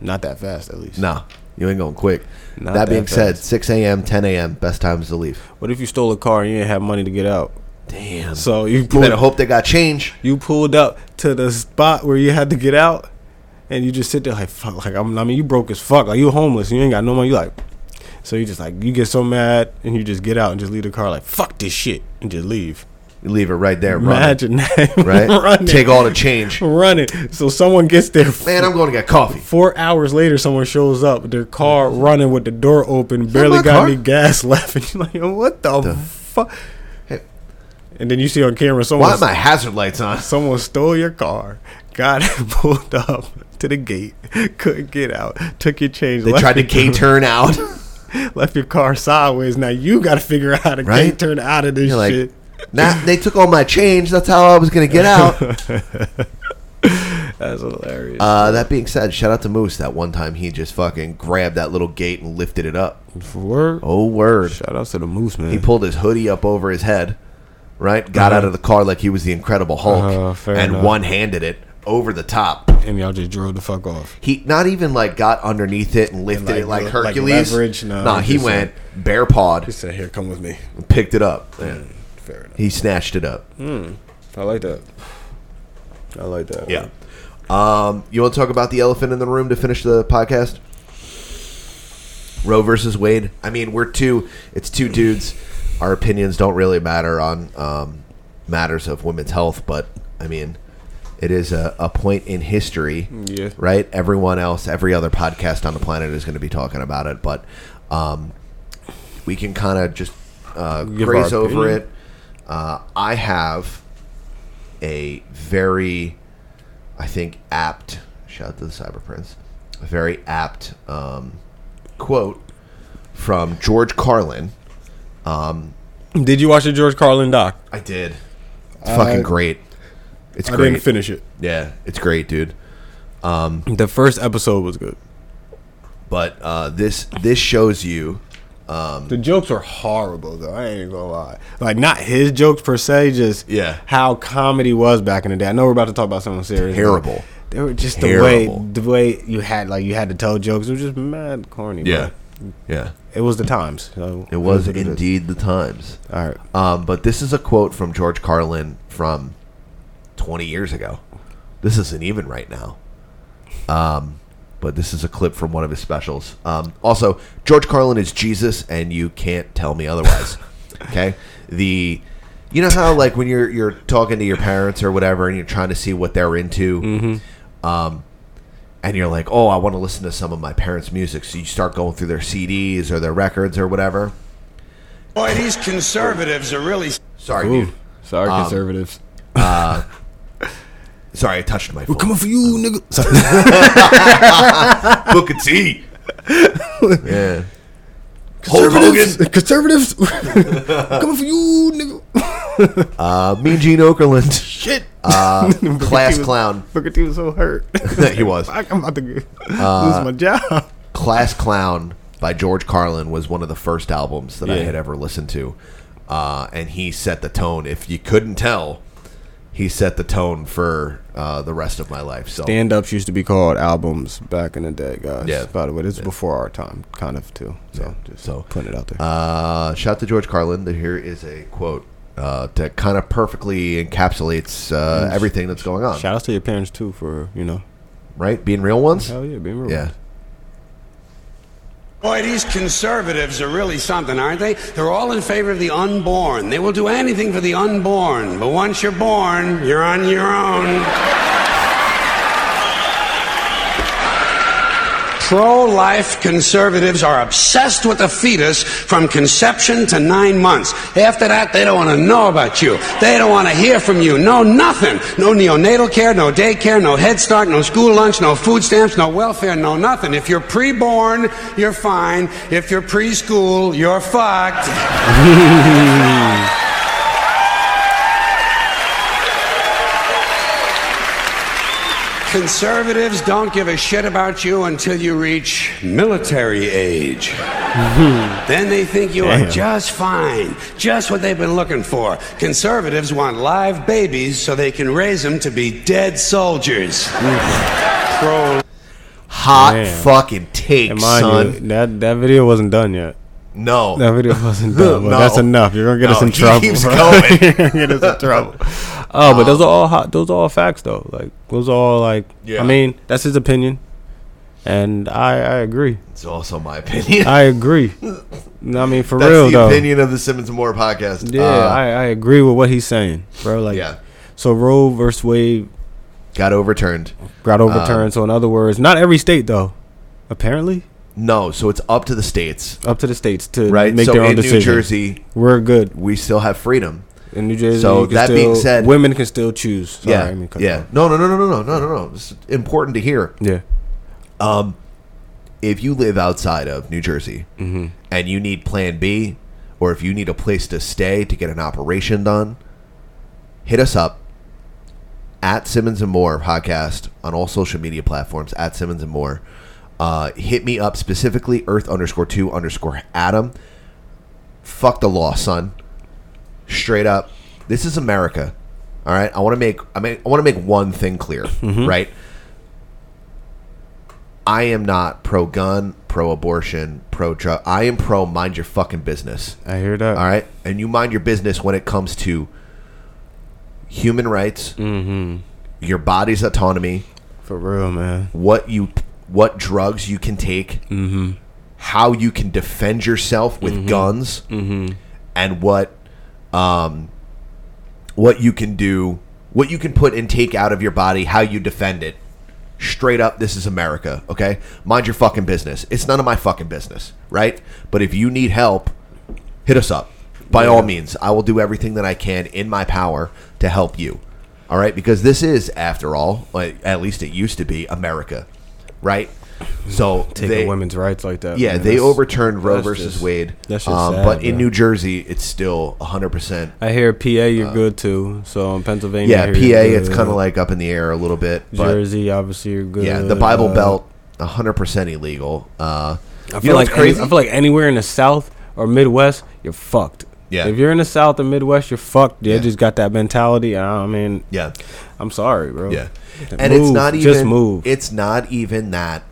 S3: Not that fast, at least.
S2: No, you ain't going quick.
S3: Not
S2: that
S3: that
S2: being said,
S3: fast.
S2: 6 a.m., 10 a.m., best times to leave.
S3: What if you stole a car and you didn't have money to get out?
S2: Damn.
S3: So you
S2: You
S3: pulled,
S2: better hope they got change.
S3: you pulled up to the spot where you had to get out, and you just sit there like fuck. Like I'm, I mean, you broke as fuck. Like you homeless. You ain't got no money. You like, so you just like you get so mad and you just get out and just leave the car. Like fuck this shit and just leave.
S2: You leave it right there. running.
S3: Imagine
S2: (laughs)
S3: that. (laughs)
S2: right?
S3: Running.
S2: Take all the
S3: (laughs)
S2: change.
S3: Run it. So someone gets there.
S2: (laughs) Man, I'm going to get coffee.
S3: Four hours later, someone shows up. Their car running with the door open, barely
S2: my
S3: got
S2: car?
S3: any gas (laughs) left, and you're like, "Yo, "What the, fuck?" And then you see on camera someone.
S2: Why are my hazard lights on?
S3: Someone stole your car, got it (laughs) pulled up to the gate, couldn't get out, took your change.
S2: They
S3: left
S2: tried to
S3: your-
S2: K-turn
S3: (laughs)
S2: out.
S3: left your car sideways. Now you got to figure out how to
S2: Right?
S3: K-turn out of this
S2: You're like,
S3: shit.
S2: Nah, they took all my change. That's how I was going to get
S3: (laughs)
S2: out.
S3: That's hilarious.
S2: Uh, that being said, shout out to Moose. That one time he just fucking grabbed that little gate and lifted it up.
S3: Word.
S2: Oh, word.
S3: Shout out to the Moose man.
S2: He pulled his hoodie up over his head, right? Got out
S3: Uh-huh.
S2: of the car like he was the Incredible Hulk
S3: Uh-huh, fair
S2: and
S3: enough.
S2: one handed it over the top.
S3: and y'all just drove the fuck off.
S2: He not even like got underneath it and lifted
S3: like,
S2: it like
S3: le- like
S2: Hercules.
S3: leverage? No,
S2: nah, he
S3: just
S2: went bare pawed,
S3: He said, "Here, come with me."
S2: picked it up. Yeah.
S3: Mm, Fair enough.
S2: He snatched it up.
S3: Hmm. I like that. I like that.
S2: Yeah. Um, you want to talk about the elephant in the room to finish the podcast? Roe versus Wade. I mean, we're two. It's two dudes. Our opinions don't really matter on um, matters of women's health, but I mean, it is a, a point in history,
S3: Yeah.
S2: right? Everyone else, every other podcast on the planet is going to be talking about it, but um, we can kind of just uh,
S3: Give
S2: graze
S3: our
S2: over
S3: opinion.
S2: it. Uh, I have a very, I think, apt shout out to the Cyber Prince, a very apt um, quote from George Carlin. Um,
S3: Did you watch the George Carlin doc?
S2: I did. It's fucking
S3: I-
S2: great. It's
S3: Uh, I
S2: great.
S3: didn't finish it.
S2: Yeah, it's great, dude. Um,
S3: The first episode was good.
S2: but uh, this this shows you. Um,
S3: The jokes are horrible though. I ain't gonna lie. Like not his jokes per se, just
S2: Yeah.
S3: how comedy was back in the day. I know we're about to talk about something serious. but
S2: Terrible.
S3: They were just
S2: Terrible.
S3: the way the way you had like you had to tell jokes. It was just mad corny. bro.
S2: yeah, yeah.
S3: It was the times. so
S2: It was
S3: what is. Uh,
S2: indeed the times.
S3: All right.
S2: Um, but this is a quote from George Carlin from 20 years ago. This isn't even right now. Um, but this is a clip from one of his specials. Um, also, George Carlin is Jesus, and you can't tell me otherwise. okay. The, you know how like when you're you're talking to your parents or whatever, and you're trying to see what they're into. Um, and you're like, oh, I want to listen to some of my parents' music. So you start going through their CDs or their records or whatever.
S6: Boy, these conservatives are really.
S2: Sorry,
S3: Ooh,
S2: dude.
S3: sorry,
S2: Um,
S3: conservatives.
S2: Uh, sorry, I touched my phone.
S3: coming for you, nigga.
S2: Booker T. (laughs) Yeah. Hulk
S3: (laughs) Conservatives.
S2: Hogan. (laughs)
S3: (laughs) Conservatives. coming for you, nigga. (laughs)
S2: Uh, mean Gene Okerlund. Shit. Uh,
S3: Booker
S2: class
S3: T was-
S2: clown. (laughs)
S3: Booker T was so hurt. (laughs)
S2: he was.
S3: Fuck, I'm about to
S2: Uh,
S3: lose my job.
S2: Class Clown by George Carlin was one of the first albums that I
S3: Yeah.
S2: had ever listened to. Uh, and he set the tone. If you couldn't tell, he set the tone for uh, the rest of my life. So
S3: Stand ups used to be called albums back in the day, guys.
S2: Yeah.
S3: By the way, this is before our time, kind of too. So just
S2: So,
S3: putting it out there.
S2: Uh, shout out to George Carlin. That Here is a quote uh, that kind of perfectly encapsulates uh, everything that's going on.
S3: Shout out to your parents too for you know.
S2: Right? Being real ones?
S3: Hell yeah, being real.
S2: Yeah.
S6: Boy, these conservatives are really something, aren't they? They're all in favor of the unborn. They will do anything for the unborn. But once you're born, you're on your own. Pro life conservatives are obsessed with the fetus from conception to nine months. After that, they don't want to know about you. They don't want to hear from you. No, nothing. No neonatal care, no daycare, no Head Start, no school lunch, no food stamps, no welfare, no nothing. If you're preborn, you're fine. If you're preschool, you're fucked. (laughs) Conservatives don't give a shit about you until you reach military age. then they think you are
S3: Damn.
S6: just fine, just what they've been looking for. Conservatives want live babies so they can raise them to be dead soldiers. Pro-
S2: Hot
S3: Man.
S2: fucking take,
S3: and mind
S2: son.
S3: you, that that video wasn't done yet.
S2: No.
S3: That
S2: (laughs)
S3: video wasn't done. But
S2: No.
S3: That's enough. You're gonna get us
S2: No,
S3: in
S2: he
S3: trouble.
S2: keeps
S3: bro.
S2: (laughs) going.
S3: You're (laughs) gonna get us in trouble. Oh, but those are all hot. Those are all facts, though. Like those are all like.
S2: Yeah.
S3: I mean, that's his opinion. And I, I agree.
S2: It's also my opinion.
S3: I agree. No, I mean, for
S2: (laughs) That's
S3: Uh, real
S2: the
S3: though.
S2: opinion of the Simmons and Moore podcast.
S3: Yeah,
S2: Uh,
S3: I, I agree with what he's saying, bro. Like,
S2: Yeah.
S3: so Roe versus Wade
S2: got overturned.
S3: Got
S2: Um,
S3: overturned. so in other words, not every state though. Apparently,
S2: no. So it's up to the states.
S3: Up to the states to
S2: right?
S3: make
S2: so
S3: their own
S2: in
S3: decision.
S2: New Jersey,
S3: we're good.
S2: We still have freedom.
S3: In New Jersey,
S2: So
S3: you can
S2: that being
S3: still-
S2: said,
S3: women can still choose. Sorry,
S2: yeah,
S3: I mean, cut you
S2: yeah. No, no, no, no, no, no, no, no, no. It's important to hear.
S3: Yeah.
S2: Um, if you live outside of New Jersey
S3: Mhm.
S2: and you need Plan B, or if you need a place to stay to get an operation done, hit us up at Simmons and More podcast on all social media platforms at Simmons and More. Uh, hit me up specifically Earth underscore two underscore Adam. Fuck the law, son. Straight up, this is America. All right, I want to make I mean I want to make one thing clear,
S9: Mhm.
S2: right? I am not pro gun, pro abortion, pro drug. I am pro mind your fucking business.
S3: I hear that.
S2: All right. And you mind your business when it comes to human rights, your body's autonomy.
S3: For real, man.
S2: What you what drugs you can take, mm-hmm. how you can defend yourself with guns, and what um what you can do, what you can put and take out of your body, how you defend it. Straight up, this is America, okay? Mind your fucking business. It's none of my fucking business, right? But if you need help, hit us up. By all means, I will do everything that I can in my power to help you. All right? Because this is, after all, like, at least it used to be, America, right? So
S3: Taking
S2: they,
S3: women's rights like that,
S2: Yeah,
S3: man,
S2: they
S3: that's-
S2: overturned Roe
S3: that's
S2: versus
S3: just-
S2: Wade. um,
S3: that's just sad,
S2: but in
S3: bro.
S2: New Jersey, it's still 100%.
S3: I hear PA, you're good too. So in Pennsylvania,
S2: Uh, Yeah,
S3: I
S2: PA,
S3: hear you're
S2: it's
S3: good.
S2: kind of like up in the air a little bit. But
S3: Jersey, obviously, you're good.
S2: yeah, the Bible
S3: Uh,
S2: Belt, 100% illegal. Uh,
S3: I
S2: you
S3: feel
S2: know
S3: like
S2: what's crazy?
S3: Any, I feel like anywhere in the South or Midwest, you're fucked.
S2: Yeah.
S3: If you're in the South or Midwest, you're fucked. They just got that mentality. I mean,
S2: yeah.
S3: I'm sorry, bro.
S2: Yeah,
S3: Move,
S2: and it's not even
S3: just move.
S2: It's not even that.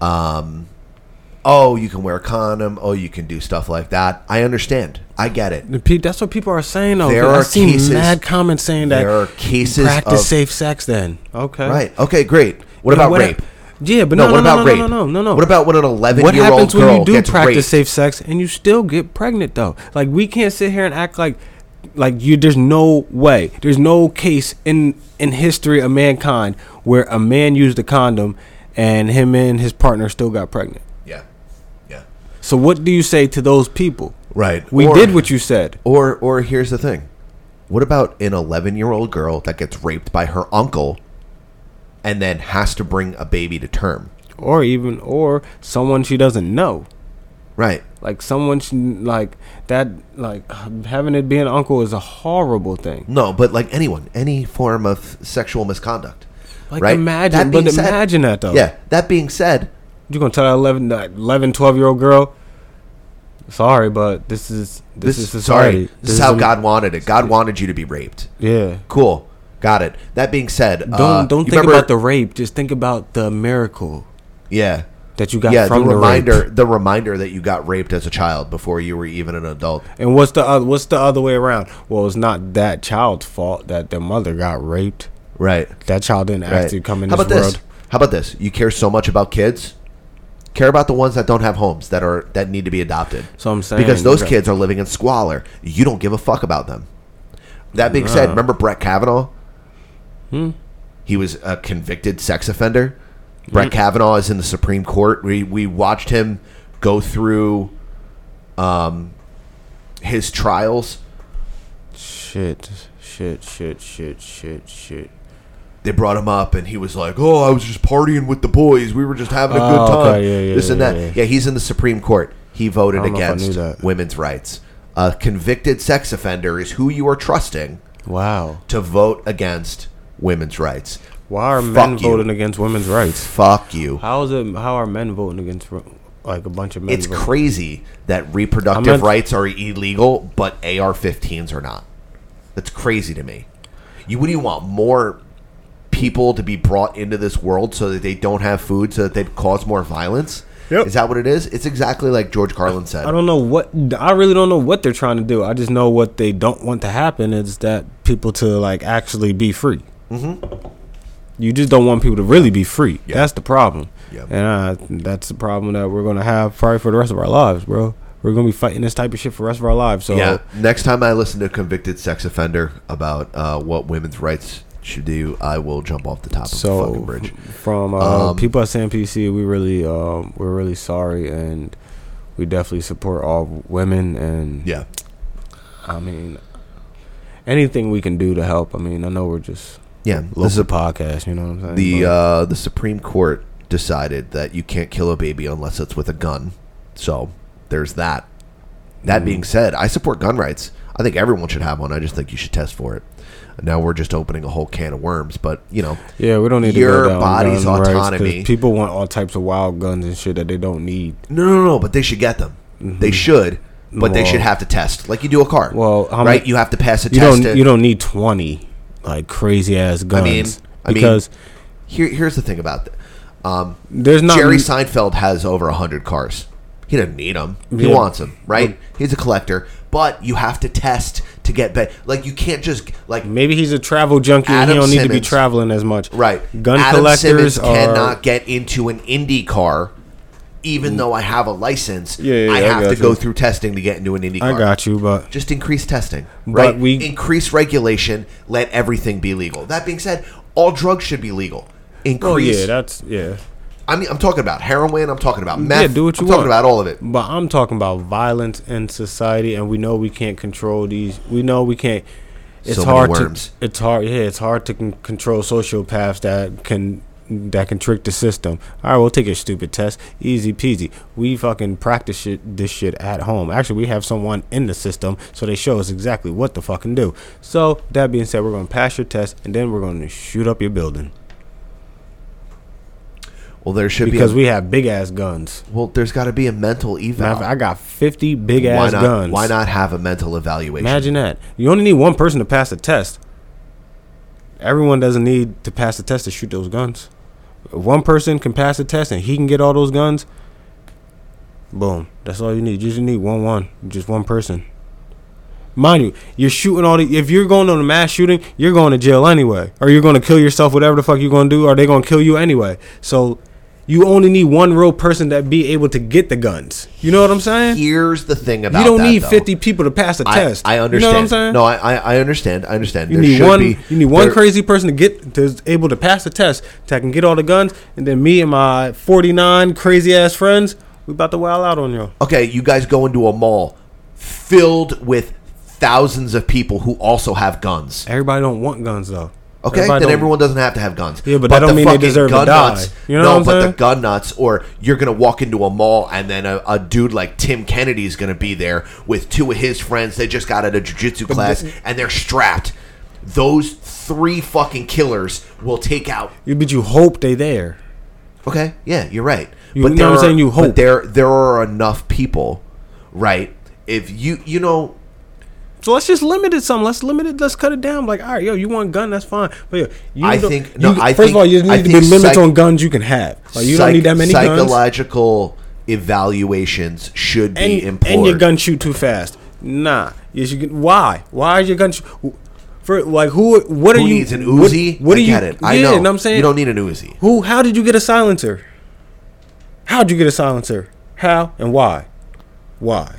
S2: Um, oh, you can wear a condom. Oh, you can do stuff like that. I understand. I get it.
S3: The pe- That's what people are saying though.
S2: There
S3: 'cause
S2: are
S3: I've seen
S2: cases-
S3: mad comments saying that
S2: there are cases
S3: practice
S2: of-
S3: safe sex. Then okay,
S2: Right. Okay. Great. What
S3: Yeah,
S2: about
S3: what-
S2: rape?
S3: Yeah, but no, no,
S2: what
S3: no,
S2: about
S3: no, no,
S2: rape?
S3: no, no, no, no.
S2: What about when an
S3: What
S2: eleven-year-old
S3: happens
S2: girl
S3: when you do
S2: gets
S3: practice
S2: raped?
S3: safe sex and you still get pregnant though? Like we can't sit here and act like like you there's no way. There's no case in in history of mankind where a man used a condom and him and his partner still got pregnant.
S2: Yeah. Yeah.
S3: So what do you say to those people?
S2: Right.
S3: We
S2: Or-
S3: did what you said.
S2: Or, or here's the thing. What about an 11 year old girl that gets raped by her uncle and then has to bring a baby to term?
S3: or even or someone she doesn't know.
S2: Right.
S3: Like someone she, like that like having it be an uncle is a horrible thing.
S2: No, but like anyone, any form of sexual misconduct.
S3: Like
S2: right?
S3: imagine,
S2: That
S3: but
S2: being said-
S3: imagine that though.
S2: Yeah. That being said,
S3: You're going to tell that 11 that 11 12 year old girl sorry but this is this,
S2: this,
S3: is society.
S2: sorry. This, is how
S3: am-
S2: God wanted it. God wanted you to be raped.
S3: Yeah.
S2: Cool. Got it. That being said,
S3: Don't
S2: uh,
S3: don't
S2: you
S3: think
S2: remember-
S3: about the rape, just think about the miracle.
S2: Yeah.
S3: That you got
S2: yeah,
S3: from
S2: the
S3: the
S2: reminder
S3: rape.
S2: the reminder that you got raped as a child before you were even an adult.
S3: And what's the other, what's the other way around? Well, it's not that child's fault that their mother got raped.
S2: Right.
S3: That child didn't
S2: Right.
S3: actually come in
S2: How
S3: this
S2: about
S3: world.
S2: this? How about this? You care so much about kids. Care about the ones that don't have homes that are that need to be adopted.
S3: So I'm saying
S2: because
S3: you
S2: those
S3: got-
S2: kids are living in squalor. You don't give a fuck about them. That being said,
S3: Nah.
S2: remember Brett Kavanaugh?
S3: Hmm.
S2: He was a convicted sex offender. Brett Kavanaugh is in the Supreme Court. We we watched him go through um his trials.
S3: Shit, shit, shit, shit, shit, shit.
S2: They brought him up and he was like, "Oh, I was just partying with the boys. We were just having a good
S3: Oh,
S2: time."
S3: okay, yeah, yeah,
S2: this and
S3: yeah,
S2: that.
S3: yeah.
S2: Yeah, he's in the Supreme Court. He voted
S3: I don't know if I knew
S2: against
S3: that.
S2: women's rights. A convicted sex offender is who you are trusting.
S3: Wow.
S2: To vote against women's rights.
S3: Why are men voting against women's rights?
S2: Fuck you.
S3: How is it? How are men voting against ro- like a bunch of men?
S2: It's
S3: voting?
S2: crazy that reproductive
S3: I meant-
S2: rights are illegal, but AR-15s are not. That's crazy to me. You would you want more people to be brought into this world so that they don't have food, so that they'd cause more violence? Is that what it is? It's exactly like George Carlin said.
S3: I don't know what. I really don't know what they're trying to do. I just know what they don't want to happen is that people to like actually be free.
S2: Mm-hmm.
S3: You just don't want people to really be free. That's the problem.
S2: Yeah.
S3: And uh, that's the problem that we're gonna have probably for the rest of our lives, bro. We're gonna be fighting this type of shit for the rest of our lives. So
S2: yeah. Next time I listen to a convicted sex offender about uh, what women's rights should do, I will jump off the top of the fucking bridge.
S3: from uh,
S2: Um,
S3: people at SamPC, we really um, we're really sorry, and we definitely support all women. And
S2: yeah,
S3: I mean, anything we can do to help. I mean, I know we're just
S2: Yeah,
S3: local
S2: this is a-
S3: podcast. You know what I'm saying?
S2: the
S3: But-
S2: uh, the Supreme Court decided that you can't kill a baby unless it's with a gun. So there's that.
S3: Hmm.
S2: That being said, I support gun rights. I think everyone should have one. I just think you should test for it. Now we're just opening a whole can of worms, but you know,
S3: yeah, we don't need to
S2: your
S3: go down
S2: body's
S3: gun rights 'cause
S2: autonomy.
S3: people want all types of wild guns and shit that they don't need.
S2: No, no, no. But they should get them. They should, but they should
S3: Mm-hmm. Well-
S2: have to test, like you do a car.
S3: Well, how
S2: right?
S3: many-
S2: you have to pass a
S3: you
S2: test.
S3: Don't,
S2: to-
S3: You don't need twenty like crazy ass guns.
S2: I mean, I
S3: because
S2: mean, here, here's the thing about that. Um,
S3: There's not-
S2: Jerry Seinfeld has over hundred cars. He doesn't need them. He
S3: Yeah. Mm-hmm.
S2: wants them, right? He's a collector, but you have to test to get better. Like you can't just like
S3: maybe he's a travel junkie. and
S2: Adam
S3: he don't need to be
S2: Simmons-
S3: traveling as much.
S2: right.
S3: Gun
S2: Adam
S3: collectors
S2: Simmons
S3: are.
S2: cannot get into an Indy car, even though I have a license.
S3: Mm. Yeah, yeah,
S2: I
S3: yeah, I
S2: have to
S3: got
S2: go
S3: you.
S2: through testing to get into an Indy car.
S3: I got you, but
S2: Just increase testing,
S3: But
S2: right?
S3: we-
S2: increase regulation. Let everything be legal. That being said, all drugs should be legal.
S3: oh
S2: Increase.
S3: yeah, that's yeah.
S2: I mean, I'm talking about heroin. I'm talking about meth.
S3: yeah, do what you
S2: I'm
S3: want.
S2: talking about all of it.
S3: But I'm talking about violence in society, and we know we can't control these. We know we can't. It's
S2: So many
S3: hard
S2: worms.
S3: to. It's hard. Yeah, it's hard to con- control sociopaths that can that can trick the system. All right, we'll take a stupid test. Easy peasy. We fucking practice shit, this shit at home. Actually, we have someone in the system, so they show us exactly what to fucking do. So that being said, we're gonna pass your test, and then we're gonna shoot up your building
S2: Well, there should
S3: because
S2: be
S3: we have big ass guns.
S2: Well, there's got to be a mental
S3: Matter of
S2: eval.
S3: fact, I got fifty big
S2: why
S3: ass
S2: not,
S3: guns.
S2: Why not have a mental evaluation?
S3: Imagine that. You only need one person to pass the test. Everyone doesn't need to pass the test to shoot those guns. If one person can pass the test and he can get all those guns. Boom. That's all you need. You just need one one. Just one person. Mind you, you're shooting all the. If you're going on a mass shooting, you're going to jail anyway, or you're going to kill yourself, whatever the fuck you're going to do, or they're going to kill you anyway. So, you only need one real person that be able to get the guns. You know what I'm saying?
S2: Here's the thing about
S3: you don't
S2: that,
S3: need
S2: though.
S3: 50 people to pass a
S2: I,
S3: test.
S2: I understand.
S3: You know what I'm saying?
S2: No, I, I, I understand. I understand.
S3: You
S2: There
S3: need
S2: should
S3: one.
S2: be-
S3: you need one
S2: there-
S3: crazy person to get to able to pass the test that can get all the guns, and then me and my forty nine crazy ass friends, we about to wild out on you.
S2: Okay, you guys go into a mall filled with thousands of people who also have guns.
S3: Everybody don't want guns though.
S2: Okay,
S3: Everybody
S2: then
S3: don't-
S2: everyone doesn't have to have guns.
S3: Yeah, but that don't
S2: the
S3: mean they
S2: fucking
S3: deserve to
S2: gun
S3: die.
S2: nuts-
S3: You know
S2: no,
S3: what I'm
S2: but
S3: saying?
S2: the gun nuts, or you're gonna walk into a mall and then a, a dude like Tim Kennedy is gonna be there with two of his friends. They just got out of jujitsu class and they're strapped. Those three fucking killers will take out.
S3: You but you hope they there.
S2: Okay, yeah, you're right.
S3: You know what I'm
S2: are,
S3: saying? You
S2: but
S3: hope.
S2: there there are enough people, right? If you you know
S3: So let's just limit it some. Let's limit it. Let's cut it down. Like all right, yo, you want gun? That's fine. But yo, you
S2: I
S3: don't-
S2: think- no,
S3: you-
S2: I
S3: first
S2: think-
S3: of all, you
S2: I
S3: need to be
S2: think
S3: limits
S2: psych-
S3: on guns you can have. Like you
S2: psych-
S3: don't need that many guns.
S2: psychological evaluations should be
S3: and,
S2: employed.
S3: and your gun shoot too fast. Nah, yes, you can, why? Why is your gun? Sh- for like who? What are
S2: Who
S3: you?
S2: needs an
S3: what-
S2: Uzi?
S3: What, are
S2: I
S3: you?
S2: get it. I
S3: yeah,
S2: know.
S3: and I'm saying
S2: you don't need an Uzi.
S3: Who? How did you get a silencer? How'd you get a silencer? How and why? Why?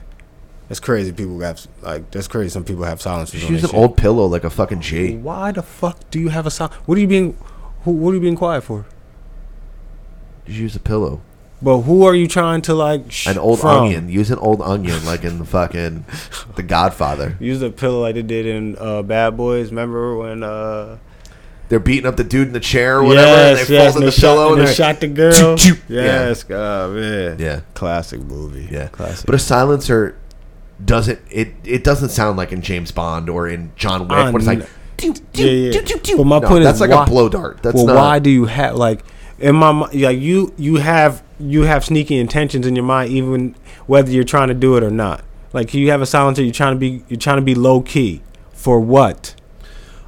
S3: That's crazy. People have like that's crazy. Some people have silencers.
S2: Just
S3: on
S2: use
S3: their
S2: an
S3: shit.
S2: old pillow like a fucking G.
S3: Why the fuck do you have a silencer? What are you being? Who, what are you being quiet for?
S2: Just use a pillow.
S3: But who are you trying to like? Sh-
S2: An old
S3: from?
S2: onion. Use an old onion like in the fucking The Godfather.
S3: Use a pillow like they did in uh, Bad Boys. Remember when? uh
S2: They're beating up the dude in the chair or whatever, and they fold in the
S3: and they
S2: pillow and
S3: shot, and
S2: they're-
S3: they shot the girl.
S2: Choo, choo.
S3: Yes, God, man.
S2: Yeah. yeah.
S3: Classic movie.
S2: Yeah.
S3: Classic.
S2: But a silencer doesn't it it doesn't sound like in James Bond or in John Wick
S3: I
S2: when it's
S3: kn-
S2: like "Doo, doo,
S3: yeah, yeah.
S2: doo, doo, doo."
S3: But my
S2: No,
S3: point
S2: that's
S3: is
S2: like
S3: why-
S2: a blow dart. That's
S3: well,
S2: not
S3: why do you have like in my mi- like you you have you have sneaky intentions in your mind even whether you're trying to do it or not. Like you have a silencer, you're trying to be you're trying to be low key for what?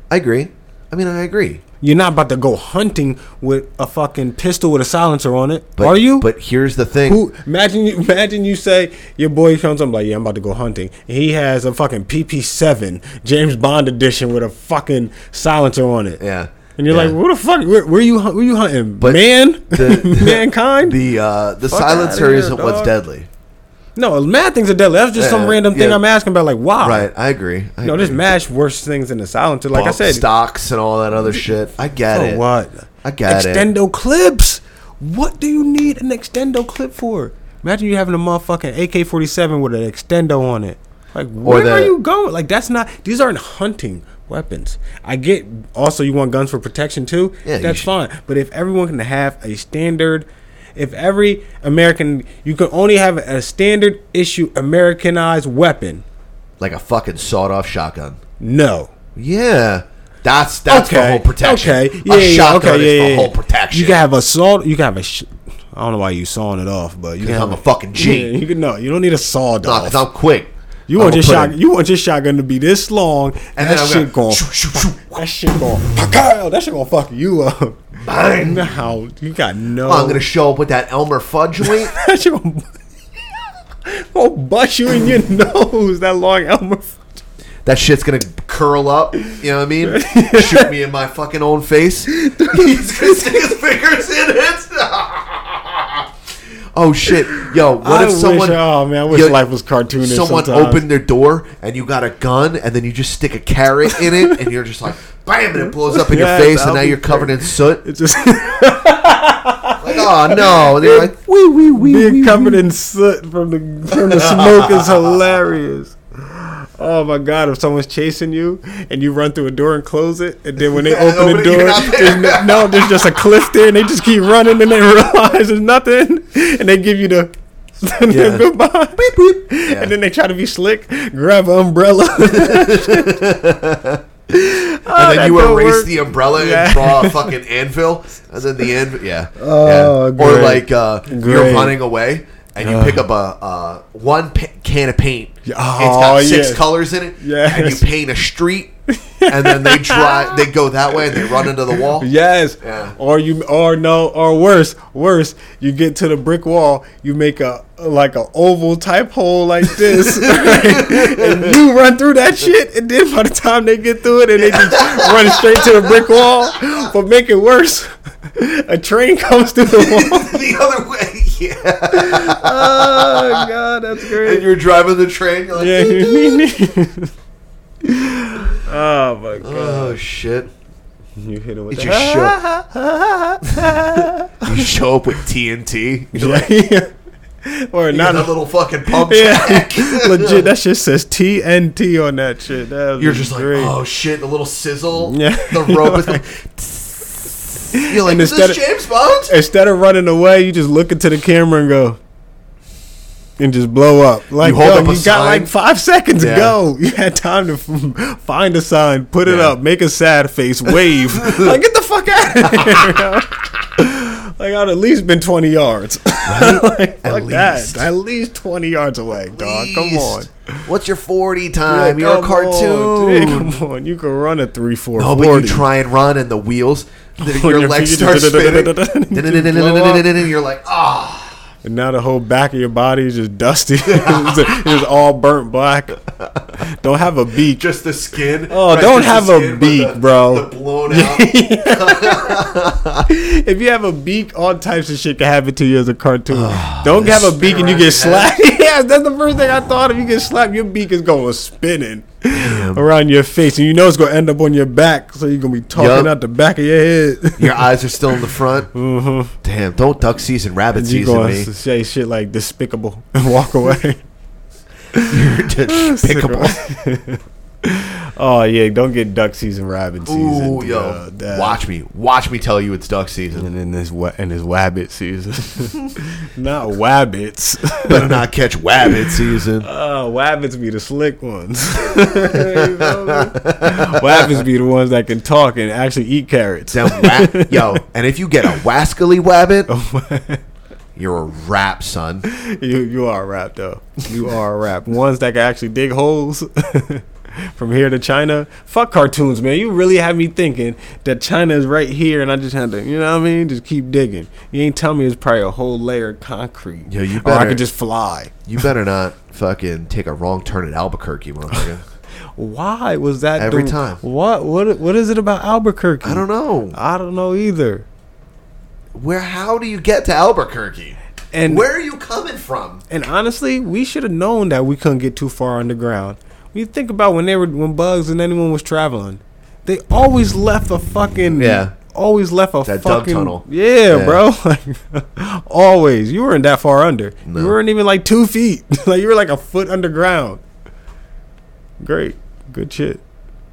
S2: I agree. I mean I agree.
S3: You're not about to go hunting with a fucking pistol with a silencer on it, are you?
S2: But here's the thing.
S3: Who imagine you imagine you say your boy comes up like yeah I'm about to go hunting and he has a fucking PP7 James Bond edition with a fucking silencer on it.
S2: Yeah.
S3: And you're like,
S13: Yeah.
S3: where the fuck? Where, where you? hu- Where you hunting?
S13: But
S3: man,
S2: (laughs)
S3: (laughs)
S13: the-
S3: mankind.
S2: The uh, the silencer isn't what's deadly.
S3: No, mad things are deadly. That's just some
S2: Yeah,
S3: random thing
S2: yeah.
S3: I'm asking about. Like, wow.
S2: Right, I agree. I
S3: Oh. no,
S2: agree.
S3: there's mash worse things than the silencer. Like
S2: Bump
S3: I said,
S2: stocks and all that other shit. I get
S3: For
S2: it.
S3: Oh, what?
S2: I get it.
S3: extendo clips. What do you need an extendo clip for? Imagine you having a motherfucking AK-47 with an extendo on it. Like, where are
S13: that-
S3: you going? Like, that's not. These aren't hunting weapons. I get. Also, you want guns for protection too.
S13: Yeah, you
S3: that's
S13: should-
S3: fine. But if everyone can have a standard, if every American, you can only have a standard issue Americanized weapon.
S2: Like a fucking sawed-off shotgun.
S3: No.
S2: Yeah. That's that's the whole protection.
S3: Okay.
S2: a
S3: yeah,
S2: shotgun
S3: okay, yeah,
S2: is
S3: yeah,
S2: the whole
S3: yeah.
S2: protection.
S3: You can have a saw. You can have a. Sh- I don't know why you sawing it off, but you
S2: 'Cause
S3: can have
S2: I'm a fucking G.
S3: Yeah, you can no. You don't need a saw
S2: Nah,
S3: off.
S2: 'cause I'm quick.
S3: You
S2: I'm
S3: want your
S2: gonna put
S3: shot.
S2: it-
S3: You want your shotgun to be this long, and,
S2: And
S3: that
S2: then I'm
S3: shit
S2: gonna-
S3: going. That shit going. Kyle, that shit gonna fuck you up. (laughs)
S2: Bang.
S3: No, you got no.
S2: I'm gonna show up with that Elmer Fudd joint.
S3: that shit gonna, (laughs) gonna bust you in your (laughs) nose. That long Elmer.
S2: That shit's gonna curl up. You know what I mean? Shoot me in my fucking own
S3: (laughs)
S2: face. He's gonna stick his fingers in it. (laughs) oh shit, yo! What
S3: I
S2: if someone?
S3: Wish, oh man, I wish
S2: yo,
S3: life was cartoonish.
S2: Someone
S3: sometimes.
S2: opened their door and you got a gun, and then you just stick a carrot in it, and you're just like, bam, and it blows up in
S3: (laughs)
S2: your
S3: Yes,
S2: face,
S3: I'll
S2: and now
S3: be
S2: you're covered in soot.
S3: It's just
S2: like, oh no! And they're like,
S3: wee wee wee. Being covered in soot from the from the smoke is hilarious. Oh my god! If someone's chasing you and you run through a door and close it, and then when they
S13: Yeah,
S3: (laughs) open,
S13: open
S3: the
S13: it, you're
S3: door,
S13: not there.
S3: there's no, no, there's just a cliff there, and they just keep running, and they (laughs) realize there's nothing, and they give you the. (laughs)
S13: Yeah.
S3: goodbye, beep, beep. and then they try to be slick, grab an umbrella, (laughs)
S2: and
S3: that
S2: then you
S3: don't
S2: erase
S3: work.
S2: the umbrella
S3: Yeah.
S2: and draw
S3: (laughs)
S2: a fucking anvil, and then the anvil, yeah, yeah.
S3: Oh,
S2: or
S3: great.
S2: like uh,
S3: Great.
S2: you're running away and you
S3: Ugh.
S2: pick up a uh, one pa- can of paint. it's got
S3: Oh,
S2: six
S3: yes.
S2: colors in it,
S3: Yes.
S2: and you paint a street,
S3: (laughs)
S2: and then they try, they go that way and they run into the wall.
S3: Yes.
S2: Yeah.
S3: Or you or no or worse, worse, you get to the brick wall, you make a like a oval type hole like this. (laughs) right? And you run through that shit and then by the time they get through it and they (laughs) just run straight to the brick wall. But make it worse, (laughs) a train comes through the wall.
S2: (laughs) the other way, (laughs) yeah.
S3: (laughs) oh god, that's great.
S2: And you're driving the train. You're like,
S3: Yeah. (laughs)
S2: oh my god. Oh shit.
S3: You hit him
S2: You just show,
S3: (laughs)
S2: you show up with TNT. You're like,
S3: (laughs) or
S2: you
S3: not
S2: got a little fucking pump
S3: (laughs)
S2: (laughs)
S3: Yeah.
S2: track.
S3: Legit, that shit says TNT on that shit. That was
S2: You're just
S3: great.
S2: like, oh shit, the little sizzle.
S3: Yeah.
S2: The rope
S3: (laughs)
S2: is like, you're like,
S3: And
S2: is
S3: instead
S2: this
S3: of-
S2: James Bond?
S3: Instead of running away, you just look into the camera and go, and just blow up. Like
S2: hold
S3: yo,
S2: up a
S3: you got
S2: sign.
S3: like five seconds
S2: Yeah.
S3: to go. (laughs) You had time to f- find a sign, put it up, make a sad
S2: (laughs)
S3: face, wave. like get the fuck out of (laughs) here. like I'd at least been twenty yards. (laughs) like, fuck
S2: least.
S3: that. At least twenty yards away, dog. Come on.
S2: What's your 40 time?
S3: Yeah,
S2: you're a
S3: come on,
S2: cartoon.
S3: dude, come on, you can run a three
S2: (laughs)
S3: four.
S2: No, but you try and run, and the
S3: (laughs)
S2: wheels, the- your legs start spinning. (laughs) And You're like, ah.
S3: And now the whole back of your body is just dusty. (laughs) it's, it's all burnt black. Don't have a beak.
S2: Just the skin.
S3: Oh,
S2: Right,
S3: don't
S2: just
S3: have
S2: the
S3: a
S2: skin with
S3: beak,
S2: the-
S3: bro.
S2: The blown
S3: (laughs)
S2: out.
S3: if you have a beak, all types of shit can happen to you as a cartoon.
S2: Ah,
S3: don't have a beak and you get slapped. (laughs) yes, that's the first thing I thought. If you get slapped, your beak is going spinning around your face, and you know it's going to end up on your back. So you're going to be talking
S2: Yup.
S3: out the back of your head.
S2: Your eyes are still in the front. Damn, don't duck season, rabbit
S3: (laughs) Mm-hmm. you
S2: season
S3: going
S2: me. (laughs)
S3: to say shit like despicable and walk away. (laughs)
S2: Despicable.
S3: oh yeah, don't get duck season, rabbit season.
S2: Ooh, yo.
S3: Uh, that-
S2: Watch me. Watch me tell you it's duck season.
S3: and then this wa- and this wabbit season, (laughs) not wabbits.
S2: (laughs)
S3: (laughs)
S2: Better not catch wabbit season.
S3: Uh, wabbits be the slick ones. (laughs) You know what I mean? wabbits be the ones that can talk and actually eat carrots.
S2: Then wa- yo, and if you get a wascally
S3: (laughs) Oh
S2: wabbit, you're a rap, son.
S3: you you are a rap though. You are a rap. Ones that can actually dig holes (laughs) from here to China. Fuck cartoons, man. You really have me thinking that China is right here, and I just had to, you know what I mean? Just keep digging. You ain't telling me it's probably a whole layer of concrete.
S2: Yo, you
S3: or I
S2: better-
S3: could just fly. (laughs)
S2: You better not fucking take a wrong turn at Albuquerque, motherfucker.
S3: why was that
S2: Every
S3: dude-
S2: time.
S3: What what what is it about Albuquerque? I
S2: don't know.
S3: I don't know either.
S2: Where? How do you get to Albuquerque?
S3: And
S2: Where are you coming from?
S3: And honestly, we should have known that we couldn't get too far underground. When you think about when they were when Bugs and anyone was traveling, they always left a fucking
S2: Yeah.
S3: Always left a
S2: That dug
S3: fucking
S2: tunnel.
S3: Yeah,
S2: Yeah.
S3: bro. (laughs) Like, always. You weren't that far under. You weren't even like two feet. (laughs) like you were like a foot underground. Great, good shit.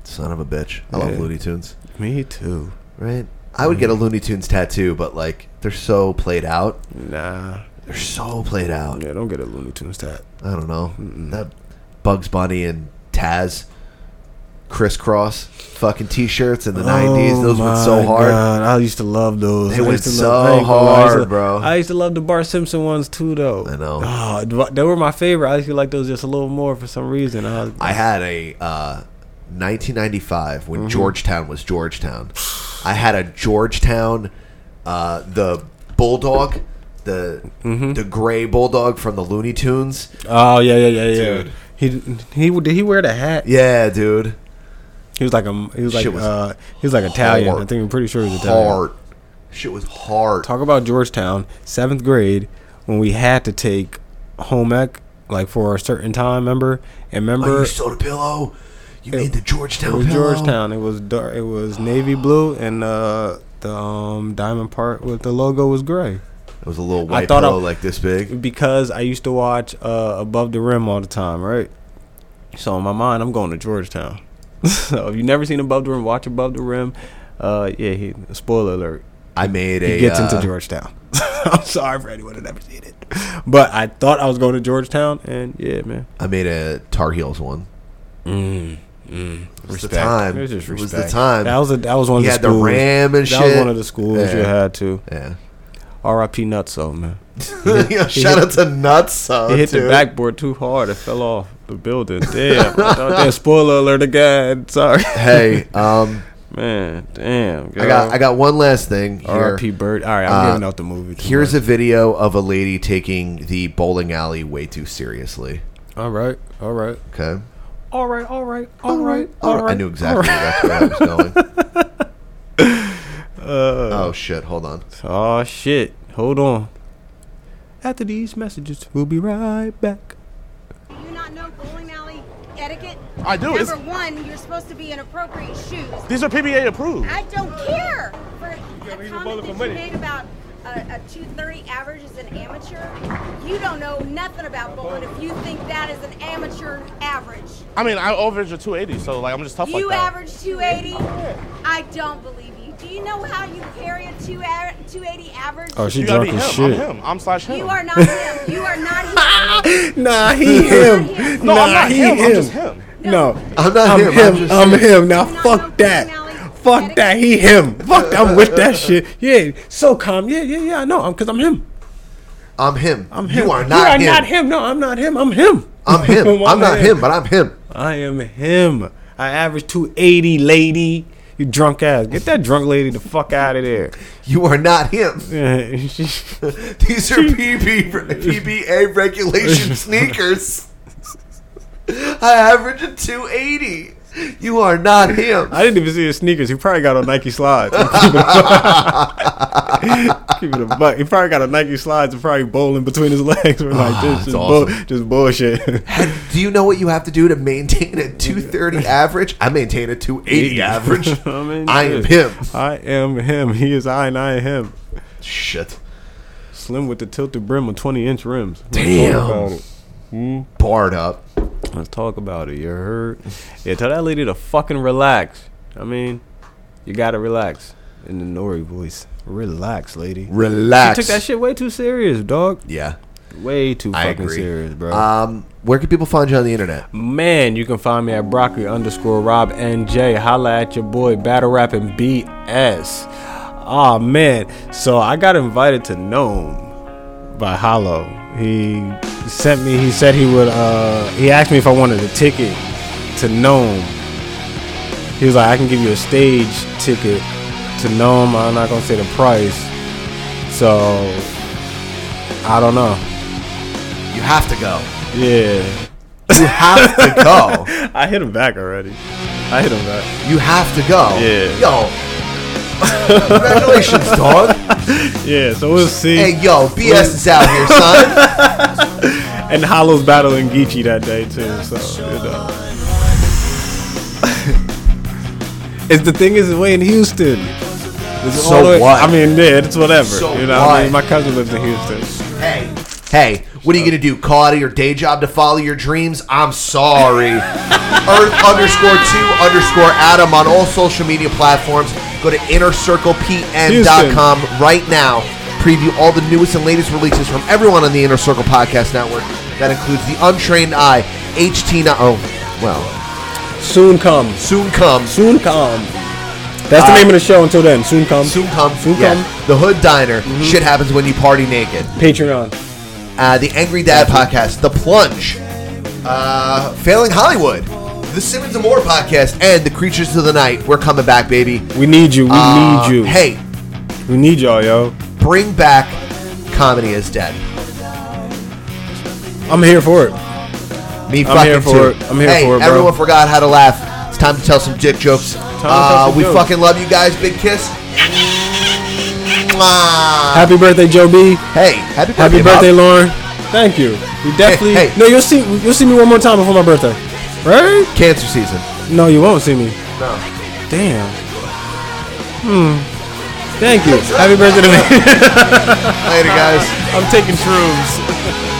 S2: Son of a bitch. I
S3: Yeah.
S2: love Looney Tunes.
S3: Me too.
S2: Right? I would get a Looney Tunes tattoo, but like they're so played out.
S3: Nah,
S2: they're so played out.
S3: Yeah, don't get a Looney Tunes tat.
S2: I don't know. That Bugs Bunny and Taz crisscross fucking t-shirts in the 90s. Those went so
S3: Oh my
S2: hard.
S3: God, I used to love those.
S2: They
S3: I
S2: went
S3: used to
S2: so
S3: I ain't gonna lie, I used
S2: hard,
S3: to-
S2: bro.
S3: I used to love the Bart Simpson ones too, though. I
S2: know.
S3: they were my favorite. I used to like those just a little more for some reason. I, was,
S2: I had a uh, 1995 when
S3: Mm-hmm.
S2: Georgetown was Georgetown. I had a Georgetown, uh, the bulldog, the
S3: Mm-hmm.
S2: the gray bulldog from the Looney Tunes.
S3: Oh yeah, yeah, yeah, yeah. He he did he wear the hat?
S2: Yeah, dude.
S3: He was like a he was like
S2: Shit was
S3: uh, he was like Italian. I
S2: hard.
S3: think I'm pretty sure he was Italian.
S2: Hard. Shit was hard.
S3: Talk about Georgetown, seventh grade, when we had to take home ec like for a certain time. Remember and remember.
S2: Oh, you stole the pillow. You made the
S3: It
S2: Georgetown
S3: was
S2: pillow.
S3: Georgetown. It was dark. It was navy blue, and uh, the um, diamond part with the logo was gray.
S2: It was a little
S3: I
S2: white
S3: thought I-
S2: pillow like this big.
S3: Because I used to watch uh, Above the Rim all the time, right? So in my mind, I'm going to Georgetown. (laughs) so if you never seen Above the Rim, watch Above the Rim. Uh, yeah, he, spoiler alert.
S2: I made
S3: He
S2: a,
S3: gets into
S2: uh,
S3: Georgetown. (laughs) I'm sorry for anyone that never seen it, but I thought I was going to Georgetown, and yeah, man.
S2: I made a Tar Heels one.
S3: Mm, mm. It
S2: was the time.
S3: It was, just
S2: It was the
S3: respect.
S2: time.
S3: That was a, that was one
S2: You
S3: of the
S2: had the
S3: schools.
S2: Ram and
S3: that was
S2: shit.
S3: one of the schools you
S2: Yeah.
S3: had to. (laughs)
S2: Yeah.
S3: R.I.P. Nutso, man.
S2: (laughs) Yeah, shout out to Nutso,
S3: He hit the
S2: dude.
S3: backboard too hard. It fell off the building. Damn. I thought that- spoiler alert again. Sorry. (laughs)
S2: Hey, um,
S3: man, damn.
S2: I got I got one last thing. here.
S3: R.I.P. Bird. All right, I'm giving out the movie too
S2: Here's a video of a lady taking the bowling alley way too seriously.
S3: All right. All right.
S2: Okay.
S3: All right. All right. All right. All right.
S2: I knew exactly where I was going.
S3: (laughs) Uh,
S2: oh shit! Hold on.
S3: Oh shit. Hold on. After these messages, we'll be right back.
S9: do not know bowling alley etiquette?
S14: I do.
S9: Number
S14: It's-
S9: one, you're supposed to be in appropriate shoes.
S14: These are PBA approved.
S9: I don't care for a
S14: leave a bowler for
S9: comment that
S14: money.
S9: you made about a, a 230 average as an amateur. You don't know nothing about bowling if you think that is an amateur average.
S14: I mean, I average a 280, so like I'm just tough
S9: you
S14: like that.
S9: average 280. I don't believe you. Do you know how you carry a two a- 280 average?
S3: Oh, she
S14: You gotta
S3: drunk
S14: be
S3: as
S14: him.
S3: shit.
S14: I'm him. I'm slash him.
S9: You are not him. You
S3: (laughs)
S9: are not him.
S3: Nah, he him.
S14: No,
S3: nah,
S14: I'm not
S3: he
S14: him. I'm just him.
S3: No,
S2: I'm not
S3: I'm
S2: him.
S3: him.
S2: I'm just
S3: I'm
S2: saying.
S3: him. Now fuck that. Fuck that. He him. Fuck. I'm with that shit. Yeah. So calm. Yeah. Yeah. Yeah. I know. I'm because I'm him.
S2: I'm him. I'm
S3: him.
S2: You are not
S3: you are
S2: him.
S3: not him. No, I'm not him. I'm him.
S2: I'm
S3: (laughs)
S2: him. I'm not him, but I'm him.
S3: I am him. I average 280, lady. You drunk ass. Get that drunk lady the fuck out
S2: (laughs)
S3: of there. (laughs)
S2: You are not him. These
S3: These
S2: are PB,
S3: (laughs)
S2: PBA regulation sneakers. (laughs) I average a 280. You are
S3: (laughs)
S2: not him.
S3: I didn't even see his sneakers. He probably got on Nike slides. Keep it (laughs) a buck. Keep it a buck. He probably got on Nike slides and probably bowling between his legs. We're like,
S2: Ah,
S3: this
S2: that's
S3: is
S2: awesome.
S3: bull- just bullshit. (laughs)
S2: Do you know what you have to do to maintain a 230 average? I maintain a 280 average.
S3: (laughs) I, mean,
S2: I am
S3: yeah.
S2: him.
S3: I am him. He is I and I am him.
S2: Shit.
S3: Slim with the tilted brim with 20 inch rims. Let's talk about
S2: Damn.
S3: it. Hmm?
S2: Barred up.
S3: Let's talk about it. You heard? Yeah, tell that lady to fucking relax. I mean, you gotta relax. In the Nori voice. Relax, lady.
S2: Relax.
S3: She took that shit way too serious, dog.
S2: Yeah.
S3: Way too
S2: I
S3: fucking
S2: agree.
S3: serious, bro.
S2: Um, where can people find you on the internet?
S3: Man, you can find me at broccoli underscore Rob NJ. Holla at your boy battle rapping BS. Aw man, so I got invited to Gnome by Hollow. He sent me. He said he would. uh He asked me if I wanted a ticket to Gnome. He was like, I can give you a stage ticket to Gnome. I'm not gonna say the price. So I don't know.
S2: You have to go.
S3: Yeah.
S2: You have to go.
S3: (laughs) I hit him back already. I hit him back.
S2: You have to go.
S3: Yeah.
S2: Yo. Congratulations, dog.
S3: (laughs) Yeah, so we'll see.
S2: Hey, yo, BS is out here, son.
S3: And Hollow's battling Geechee that day too, so you know. (laughs) it's the thing is way in Houston. It's
S2: So
S3: all the way-
S2: what?
S3: I mean, yeah, it's whatever.
S2: So
S3: you know, what I mean, my
S2: what?
S3: cousin lives in Houston.
S2: Hey, hey, what are you gonna do? Call out of your day job to follow your dreams? I'm
S3: (laughs)
S2: sorry. Earth underscore two underscore Adam on all social media platforms. Go to innercirclepn.com right now. Preview all the newest and latest releases from everyone on the Inner Circle Podcast Network. That includes the Untrained Eye, HT. Now, oh, well,
S3: soon come,
S2: soon come,
S3: soon come. That's the
S2: Uh,
S3: name of the show. Until then, soon come.
S2: Soon come,
S3: Soon
S2: yeah.
S3: come. Mm-hmm.
S2: The Hood Diner. Shit happens when you party naked.
S3: Patreon.
S2: Uh, the Angry Dad podcast, The Plunge, uh, Failing Hollywood, The Simmons and Moore podcast, and The Creatures of the Night. We're coming back, baby.
S3: We need you. We
S2: Uh,
S3: need you.
S2: Hey,
S3: we need y'all, yo.
S2: bring back Comedy is Dead.
S3: I'm here for it.
S2: Me
S3: I'm
S2: fucking
S3: here for
S2: too.
S3: it. I'm here
S2: hey,
S3: for it, bro.
S2: everyone forgot how to laugh. It's time to tell some dick jokes.
S3: tell
S2: Uh,
S3: some
S2: we
S3: jokes.
S2: fucking love you guys. Big kiss. Mwah.
S3: Happy birthday, Joe B.
S2: Hey, happy birthday,
S3: Happy birthday,
S2: Bob.
S3: Lauren. Thank you. You definitely.
S2: hey.
S3: No, you'll see. You'll see me one more time before my birthday, right?
S2: Cancer season.
S3: No, you won't see me.
S2: No.
S3: Damn. Hmm. Thank you. Happy birthday to me.
S2: Later, guys.
S3: I'm taking shrooms.